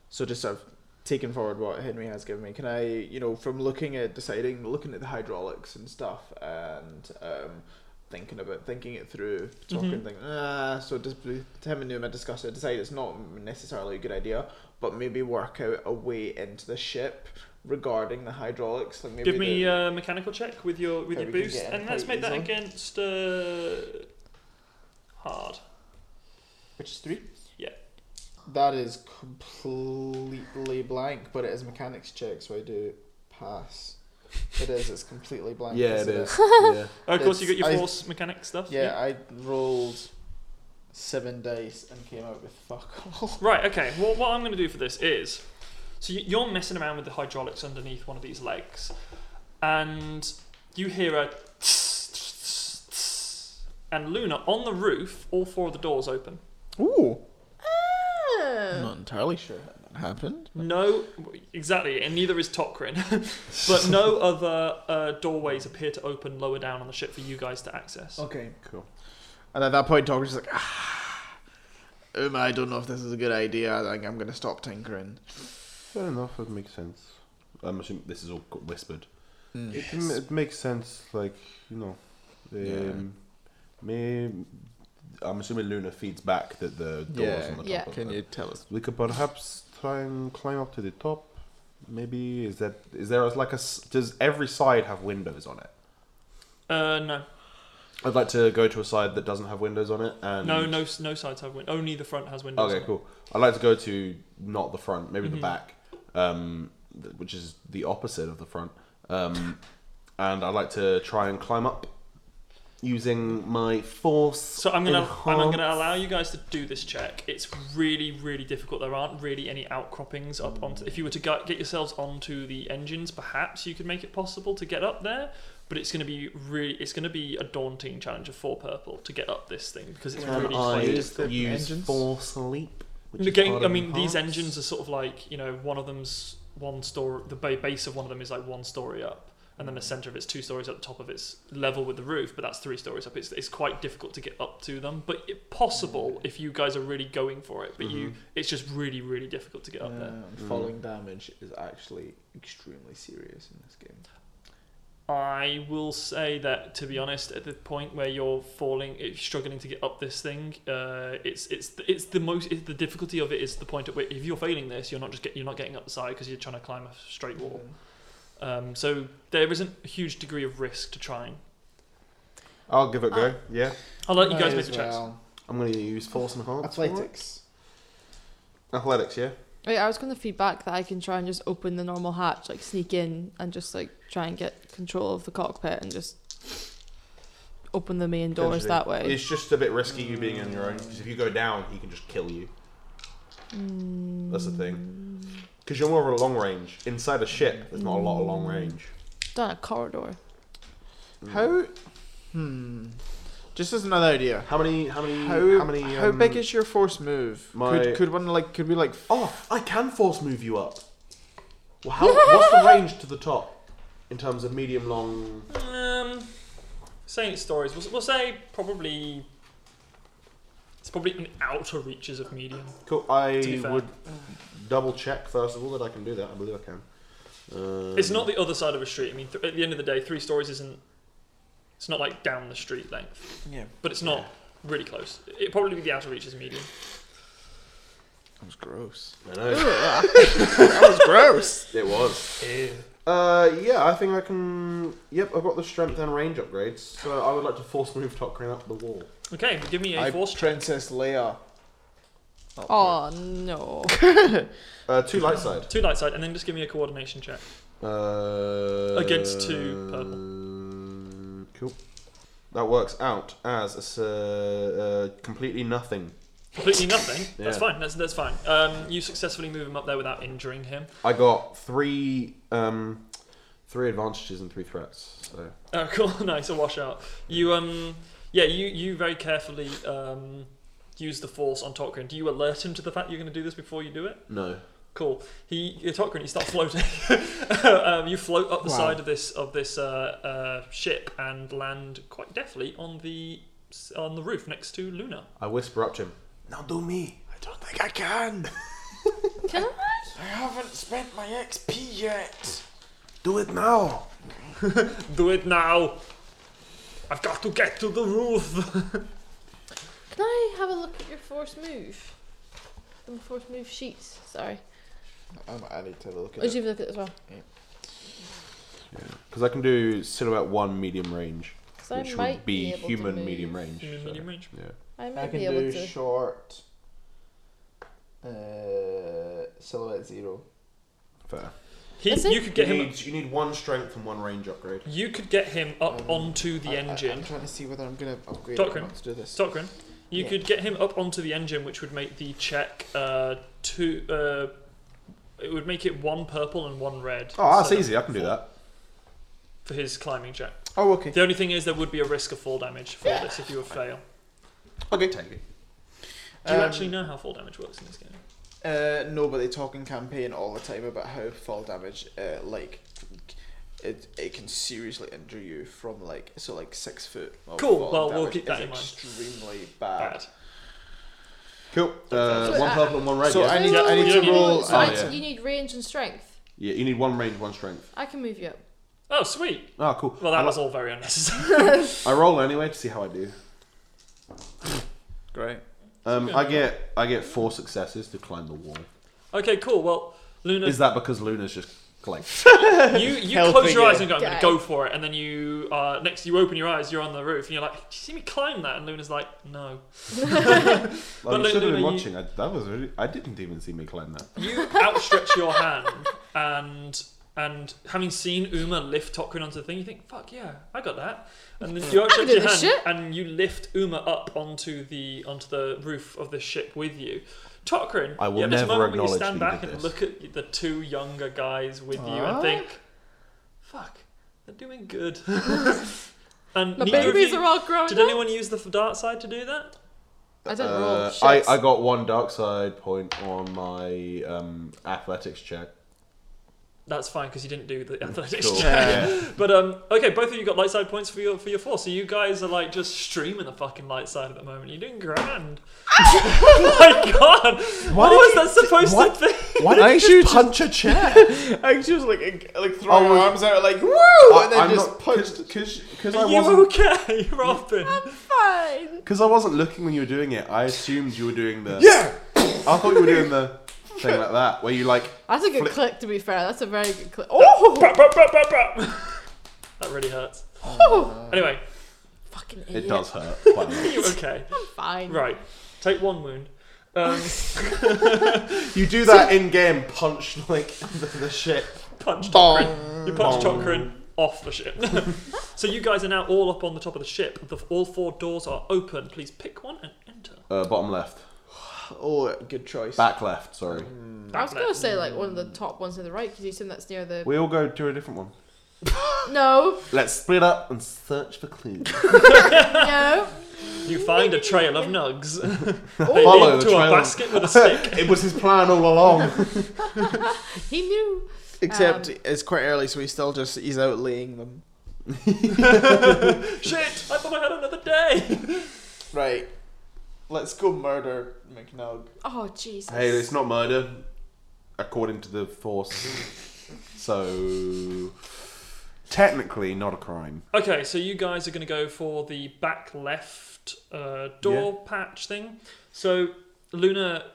Speaker 5: so just sort of taking forward what Henry has given me, can I, you know, from looking at deciding looking at the hydraulics and stuff and um thinking about thinking it through, talking
Speaker 1: Mhm.
Speaker 5: thinking ah so just be- him and Numa discuss it, decide it's not necessarily a good idea, but maybe work out a way into the ship regarding the hydraulics. Like maybe
Speaker 1: Give me
Speaker 5: the,
Speaker 1: a mechanical check with your with
Speaker 5: Yeah,
Speaker 1: your
Speaker 5: we can
Speaker 1: boost,
Speaker 5: get
Speaker 1: and let's make that
Speaker 5: employees
Speaker 1: against uh, hard.
Speaker 5: which is three?
Speaker 1: Yeah.
Speaker 5: That is completely blank, but it is mechanics check, so I do pass. It is, it's completely blank.
Speaker 2: Yeah, it
Speaker 5: isn't
Speaker 2: is. yeah.
Speaker 1: Oh, of course, you
Speaker 5: It's-
Speaker 1: got your
Speaker 5: I-
Speaker 1: force mechanic stuff.
Speaker 5: Yeah, I rolled seven dice and came out with fuck all.
Speaker 1: Right. Okay. Well, what I'm going to do for this is, so you- you're messing around with the hydraulics underneath one of these legs, and you hear a, and Luna on the roof, all four of the doors open.
Speaker 5: Ooh.
Speaker 3: Oh.
Speaker 5: not entirely sure how that happened.
Speaker 1: No, exactly, and neither is Tokrin. but no other uh, doorways appear to open lower down on the ship for you guys to access.
Speaker 5: Okay.
Speaker 2: Cool.
Speaker 5: And at that point, Dogger's just like, ah, Uma, I don't know if this is a good idea. I think I'm going to stop tinkering.
Speaker 2: Fair enough. That makes sense. I'm assuming this is all co- whispered.
Speaker 5: Mm.
Speaker 2: It, m- it makes sense. Like you know, um,
Speaker 5: Yeah.
Speaker 2: may I'm assuming Luna feeds back that the doors
Speaker 5: Yeah.
Speaker 2: on the top.
Speaker 3: Yeah.
Speaker 2: Of
Speaker 5: Can
Speaker 2: it.
Speaker 5: you tell us?
Speaker 2: We could perhaps try and climb up to the top. Maybe is that is there like a s- does every side have windows on it?
Speaker 1: Uh, no,
Speaker 2: I'd like to go to a side that doesn't have windows on it and
Speaker 1: no, no, s- no sides have windows. Only the front has windows.
Speaker 2: Okay,
Speaker 1: on it.
Speaker 2: cool. I'd like to go to not the front, maybe
Speaker 1: Mhm.
Speaker 2: the back, um, th- which is the opposite of the front. Um, and I'd like to try and climb up using my force.
Speaker 1: So I'm gonna I'm
Speaker 2: enhance-
Speaker 1: gonna allow you guys to do this check. It's really really difficult. There aren't really any outcroppings up onto. If you were to go, get yourselves onto the engines, perhaps you could make it possible to get up there. But it's gonna be really it's gonna be a daunting challenge of four purple to get up this thing because it's
Speaker 2: Can
Speaker 1: really
Speaker 2: I
Speaker 1: quite
Speaker 2: use
Speaker 1: difficult.
Speaker 5: difficult. Engines?
Speaker 2: force leap?
Speaker 1: The game, I mean, these engines are sort of like you know, one of them's one story. The ba- base of one of them is like one story up, and then the center of it's two stories up. The top of it's level with the roof, but that's three stories up. It's it's quite difficult to get up to them, but it, possible if you guys are really going for it. But you,
Speaker 2: Mhm.
Speaker 1: it's just really really difficult to get up there.
Speaker 5: Um, falling damage is actually extremely serious in this game.
Speaker 1: I will say that to be honest, at the point where you're falling, if you're struggling to get up this thing, uh, it's it's th- it's the most it's the difficulty of it is the point at which if you're failing this, you're not just get, you're not getting up the side because you're trying to climb a straight wall. Um, so there isn't a huge degree of risk to trying.
Speaker 2: I'll give it a go.
Speaker 3: Uh,
Speaker 2: yeah,
Speaker 1: I'll let you
Speaker 5: Might
Speaker 1: guys make
Speaker 5: as
Speaker 1: the checks.
Speaker 5: well.
Speaker 2: I'm gonna use force enhance.
Speaker 5: Athletics.
Speaker 2: Athletics, yeah.
Speaker 3: Wait, I was going to feedback that I can try and just open the normal hatch, like sneak in and just like try and get control of the cockpit and just open the main doors
Speaker 2: Potentially.
Speaker 3: that way.
Speaker 2: It's just a bit risky you being on your own because if you go down, he can just kill you.
Speaker 3: Mm.
Speaker 2: That's the thing. Because you're more of a long range. Inside a ship, there's not a lot of long range.
Speaker 3: Down a corridor.
Speaker 5: How? Hmm. Just as another idea.
Speaker 2: How many? How many?
Speaker 5: How,
Speaker 2: how many?
Speaker 5: how
Speaker 2: um,
Speaker 5: big is your force move?
Speaker 2: my-
Speaker 5: Could, could one like could we like
Speaker 2: Oh, I can force move you up. Well, how, what's the range to the top in terms of medium long?
Speaker 1: Um, saying it's stories, we'll, we'll say probably it's probably in outer reaches of medium.
Speaker 2: Cool.
Speaker 1: To be
Speaker 2: I
Speaker 1: fair.
Speaker 2: would double check first of all that I can do that. I believe I can. Um,
Speaker 1: It's not the other side of a street. I mean, th- at the end of the day, three stories isn't. It's not like down the street length,
Speaker 5: yeah
Speaker 1: but it's not really close. It probably be the outer reaches medium.
Speaker 5: that was gross
Speaker 2: I know
Speaker 5: that was gross
Speaker 2: it was. Uh, yeah, I think I can. Yep, I've got the strength and range upgrades, so I would like to force move Tokrin up the wall.
Speaker 1: Okay, give me a
Speaker 5: I
Speaker 1: force check.
Speaker 5: Princess Leia
Speaker 3: Oh no.
Speaker 2: Uh, two light side.
Speaker 1: Two light side, and then just give me a coordination check.
Speaker 2: Uh,
Speaker 1: Against two purple.
Speaker 2: Cool. That works out as it's, uh, uh, completely nothing.
Speaker 1: Completely nothing. That's
Speaker 2: Yeah.
Speaker 1: fine. That's that's fine. Um, you successfully move him up there without injuring him.
Speaker 2: I got three um, three advantages and three threats. So
Speaker 1: Oh, cool. nice. A washout. You um, yeah. You you very carefully um, use the force on Tokrin. Do you alert him to the fact you're going to do this before you do it?
Speaker 2: no,
Speaker 1: Cool. He you talk and you start floating. um, you float up the
Speaker 5: Wow.
Speaker 1: side of this of this uh, uh, ship and land quite deftly on the on the roof next to Luna.
Speaker 2: I whisper up to him. Now do me.
Speaker 5: I don't think I can.
Speaker 3: Can I?
Speaker 5: I haven't spent my XP yet.
Speaker 2: Do it now.
Speaker 1: Do it now. I've got to get to the roof.
Speaker 3: Can I have a look at your force move? The force move sheets. Sorry.
Speaker 5: Um, I need to look
Speaker 3: Or did you have a look at it as well?
Speaker 2: Because I can do silhouette one medium range,
Speaker 3: 'Cause I
Speaker 2: which
Speaker 3: might
Speaker 2: would be
Speaker 3: able to
Speaker 2: human
Speaker 3: move.
Speaker 2: medium range.
Speaker 1: You mean
Speaker 2: so,
Speaker 1: medium range?
Speaker 2: Yeah.
Speaker 3: I might
Speaker 5: I can
Speaker 3: be able
Speaker 5: do
Speaker 3: to.
Speaker 5: short uh, silhouette zero.
Speaker 2: Fair.
Speaker 1: He,
Speaker 3: Is it?
Speaker 1: you could get
Speaker 2: you,
Speaker 1: him.
Speaker 2: need, you need one strength and one range upgrade.
Speaker 1: You could get him up
Speaker 5: Um,
Speaker 1: onto the
Speaker 5: I, I,
Speaker 1: engine.
Speaker 5: am trying to see whether I'm gonna upgrade
Speaker 1: Doctrine.
Speaker 5: or not to do this.
Speaker 1: Stockran, you
Speaker 5: Yeah.
Speaker 1: could get him up onto the engine, which would make the check uh, two. Uh, it would make it one purple and one red.
Speaker 2: Oh, that's
Speaker 1: instead of
Speaker 2: easy. I can do that.
Speaker 1: for his climbing check.
Speaker 5: Oh, okay.
Speaker 1: The only thing is, there would be a risk of fall damage for this if you would fail.
Speaker 2: Okay, take it.
Speaker 1: Do you
Speaker 5: Um,
Speaker 1: actually know how fall damage works in this game?
Speaker 5: Uh, no, but they talk in campaign all the time about how fall damage, uh, like, it, it can seriously injure you from like so like six foot. Of
Speaker 1: Cool,
Speaker 5: fall
Speaker 1: well, we'll
Speaker 5: damage
Speaker 1: keep that
Speaker 5: is
Speaker 1: in mind.
Speaker 5: Extremely bad.
Speaker 1: Bad.
Speaker 2: Cool. Uh,
Speaker 3: So
Speaker 2: one
Speaker 3: I-
Speaker 2: purple and one range.
Speaker 5: so
Speaker 2: yeah?
Speaker 5: I need
Speaker 3: No,
Speaker 5: I need
Speaker 3: you
Speaker 5: to roll.
Speaker 3: So
Speaker 2: Oh,
Speaker 5: I
Speaker 3: I-
Speaker 5: need
Speaker 2: yeah.
Speaker 5: to-
Speaker 3: You need range and strength.
Speaker 2: yeah, you need one range, one strength.
Speaker 3: I can move you up.
Speaker 1: Oh, sweet.
Speaker 2: Oh, cool.
Speaker 1: Well, that
Speaker 2: I,
Speaker 1: was all very unnecessary.
Speaker 2: I roll anyway to see how I do.
Speaker 5: Great.
Speaker 2: Um, I get I get four successes to climb the wall.
Speaker 1: okay, cool. Well, Luna,
Speaker 2: Is that because Luna's just like
Speaker 1: you, you
Speaker 5: Hell
Speaker 1: close your
Speaker 5: figure.
Speaker 1: eyes and go, I'm going
Speaker 3: Die.
Speaker 1: to go for it. And then you, uh, next you open your eyes, you're on the roof, and you're like, do you see me climb that? And Luna's like, no.
Speaker 2: Well,
Speaker 1: Lu-
Speaker 2: you should have
Speaker 1: Luna,
Speaker 2: been
Speaker 1: you-
Speaker 2: watching. I, that was really. I didn't even see me climb that.
Speaker 1: You outstretch your hand, and and having seen Uma lift Tokrin onto the thing, you think, "Fuck yeah, I got that." And then you outstretch
Speaker 3: do
Speaker 1: your hand,
Speaker 3: this shit.
Speaker 1: and you lift Uma up onto the onto the roof of the ship with you. Tokrin,
Speaker 2: I will
Speaker 1: you have this
Speaker 2: never
Speaker 1: moment where you
Speaker 2: acknowledge
Speaker 1: stand
Speaker 2: that you
Speaker 1: back
Speaker 2: did
Speaker 1: and
Speaker 2: this.
Speaker 1: look at the two younger guys with you and
Speaker 5: Ah.
Speaker 1: think, "Fuck, they're doing good." and
Speaker 3: My
Speaker 1: neither of
Speaker 3: babies
Speaker 1: you-
Speaker 3: are all growing
Speaker 1: Did
Speaker 3: up.
Speaker 1: anyone use the dark side to do that?
Speaker 3: I don't roll.
Speaker 2: Uh,
Speaker 3: Shit.
Speaker 2: I, I got one dark side point on my um, athletics check.
Speaker 1: That's fine because you didn't do the athletics
Speaker 2: Cool.
Speaker 1: check.
Speaker 2: Yeah.
Speaker 1: But um, okay, both of you got light side points for your for your four, so you guys are like just streaming the fucking light side at the moment. You're doing grand. oh my god, what,
Speaker 2: did
Speaker 1: was
Speaker 2: you-
Speaker 1: that supposed
Speaker 2: what?
Speaker 1: to be?
Speaker 2: Why did
Speaker 5: I
Speaker 2: you
Speaker 5: actually
Speaker 2: just
Speaker 5: just-
Speaker 2: punch a chair?
Speaker 5: I was just like ag- like throwing
Speaker 2: Oh,
Speaker 5: my
Speaker 2: yeah.
Speaker 5: arms out like woo, and then just punched.
Speaker 2: because I
Speaker 1: Are you
Speaker 2: wasn't
Speaker 1: okay, Robin?
Speaker 3: Fine.
Speaker 2: because I wasn't looking when you were doing it. I assumed you were doing the.
Speaker 5: Yeah.
Speaker 2: I thought you were doing the thing like that where you like.
Speaker 3: That's a good
Speaker 2: Flip.
Speaker 3: click, to be fair. That's a very good click. Oh!
Speaker 1: Bap, bap, bap, bap, bap. that really hurts.
Speaker 2: Oh.
Speaker 1: Anyway,
Speaker 3: Fucking
Speaker 2: It
Speaker 3: idiot.
Speaker 2: does hurt. Quite a
Speaker 1: are you okay?
Speaker 3: Fine.
Speaker 1: Right, take one wound. Um,
Speaker 2: lot. you do that in game. Punch like the, the ship.
Speaker 1: punch
Speaker 5: Bong.
Speaker 1: Tokrin. You punch Tokrin off the ship. so you guys are now all up on the top of the ship. The, all four doors are open. Please pick one and enter.
Speaker 2: Uh, bottom left,
Speaker 5: Oh, good choice.
Speaker 2: back left. Sorry.
Speaker 3: I was going to say, like, one of the top ones to the right, because you assume that's near the.
Speaker 2: We all go to a different one.
Speaker 3: No,
Speaker 2: Let's split up and search for clues.
Speaker 3: no.
Speaker 1: You find a trail of nugs. they
Speaker 2: Follow
Speaker 1: lead
Speaker 2: the
Speaker 1: to a
Speaker 2: trail.
Speaker 1: basket with a stick.
Speaker 2: it was his plan all along.
Speaker 3: He knew.
Speaker 5: Except
Speaker 3: Um,
Speaker 5: it's quite early, so he's still just he's out laying them.
Speaker 1: Shit! I thought I had another day.
Speaker 5: Right. Let's go murder McNug.
Speaker 3: Oh, Jesus.
Speaker 2: Hey, it's not murder, according to the force. so technically, not a crime.
Speaker 1: Okay, so you guys are going to go for the back left uh, door patch thing. So Luna,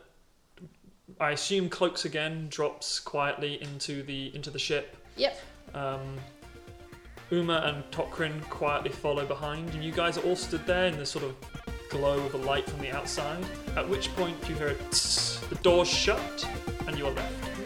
Speaker 1: I assume cloaks again, drops quietly into the into the ship.
Speaker 3: Yep.
Speaker 1: Um, Uma and Tokrin quietly follow behind, and you guys are all stood there in the sort of glow of the light from the outside. At which point you hear a tss, the door shut, and you are left.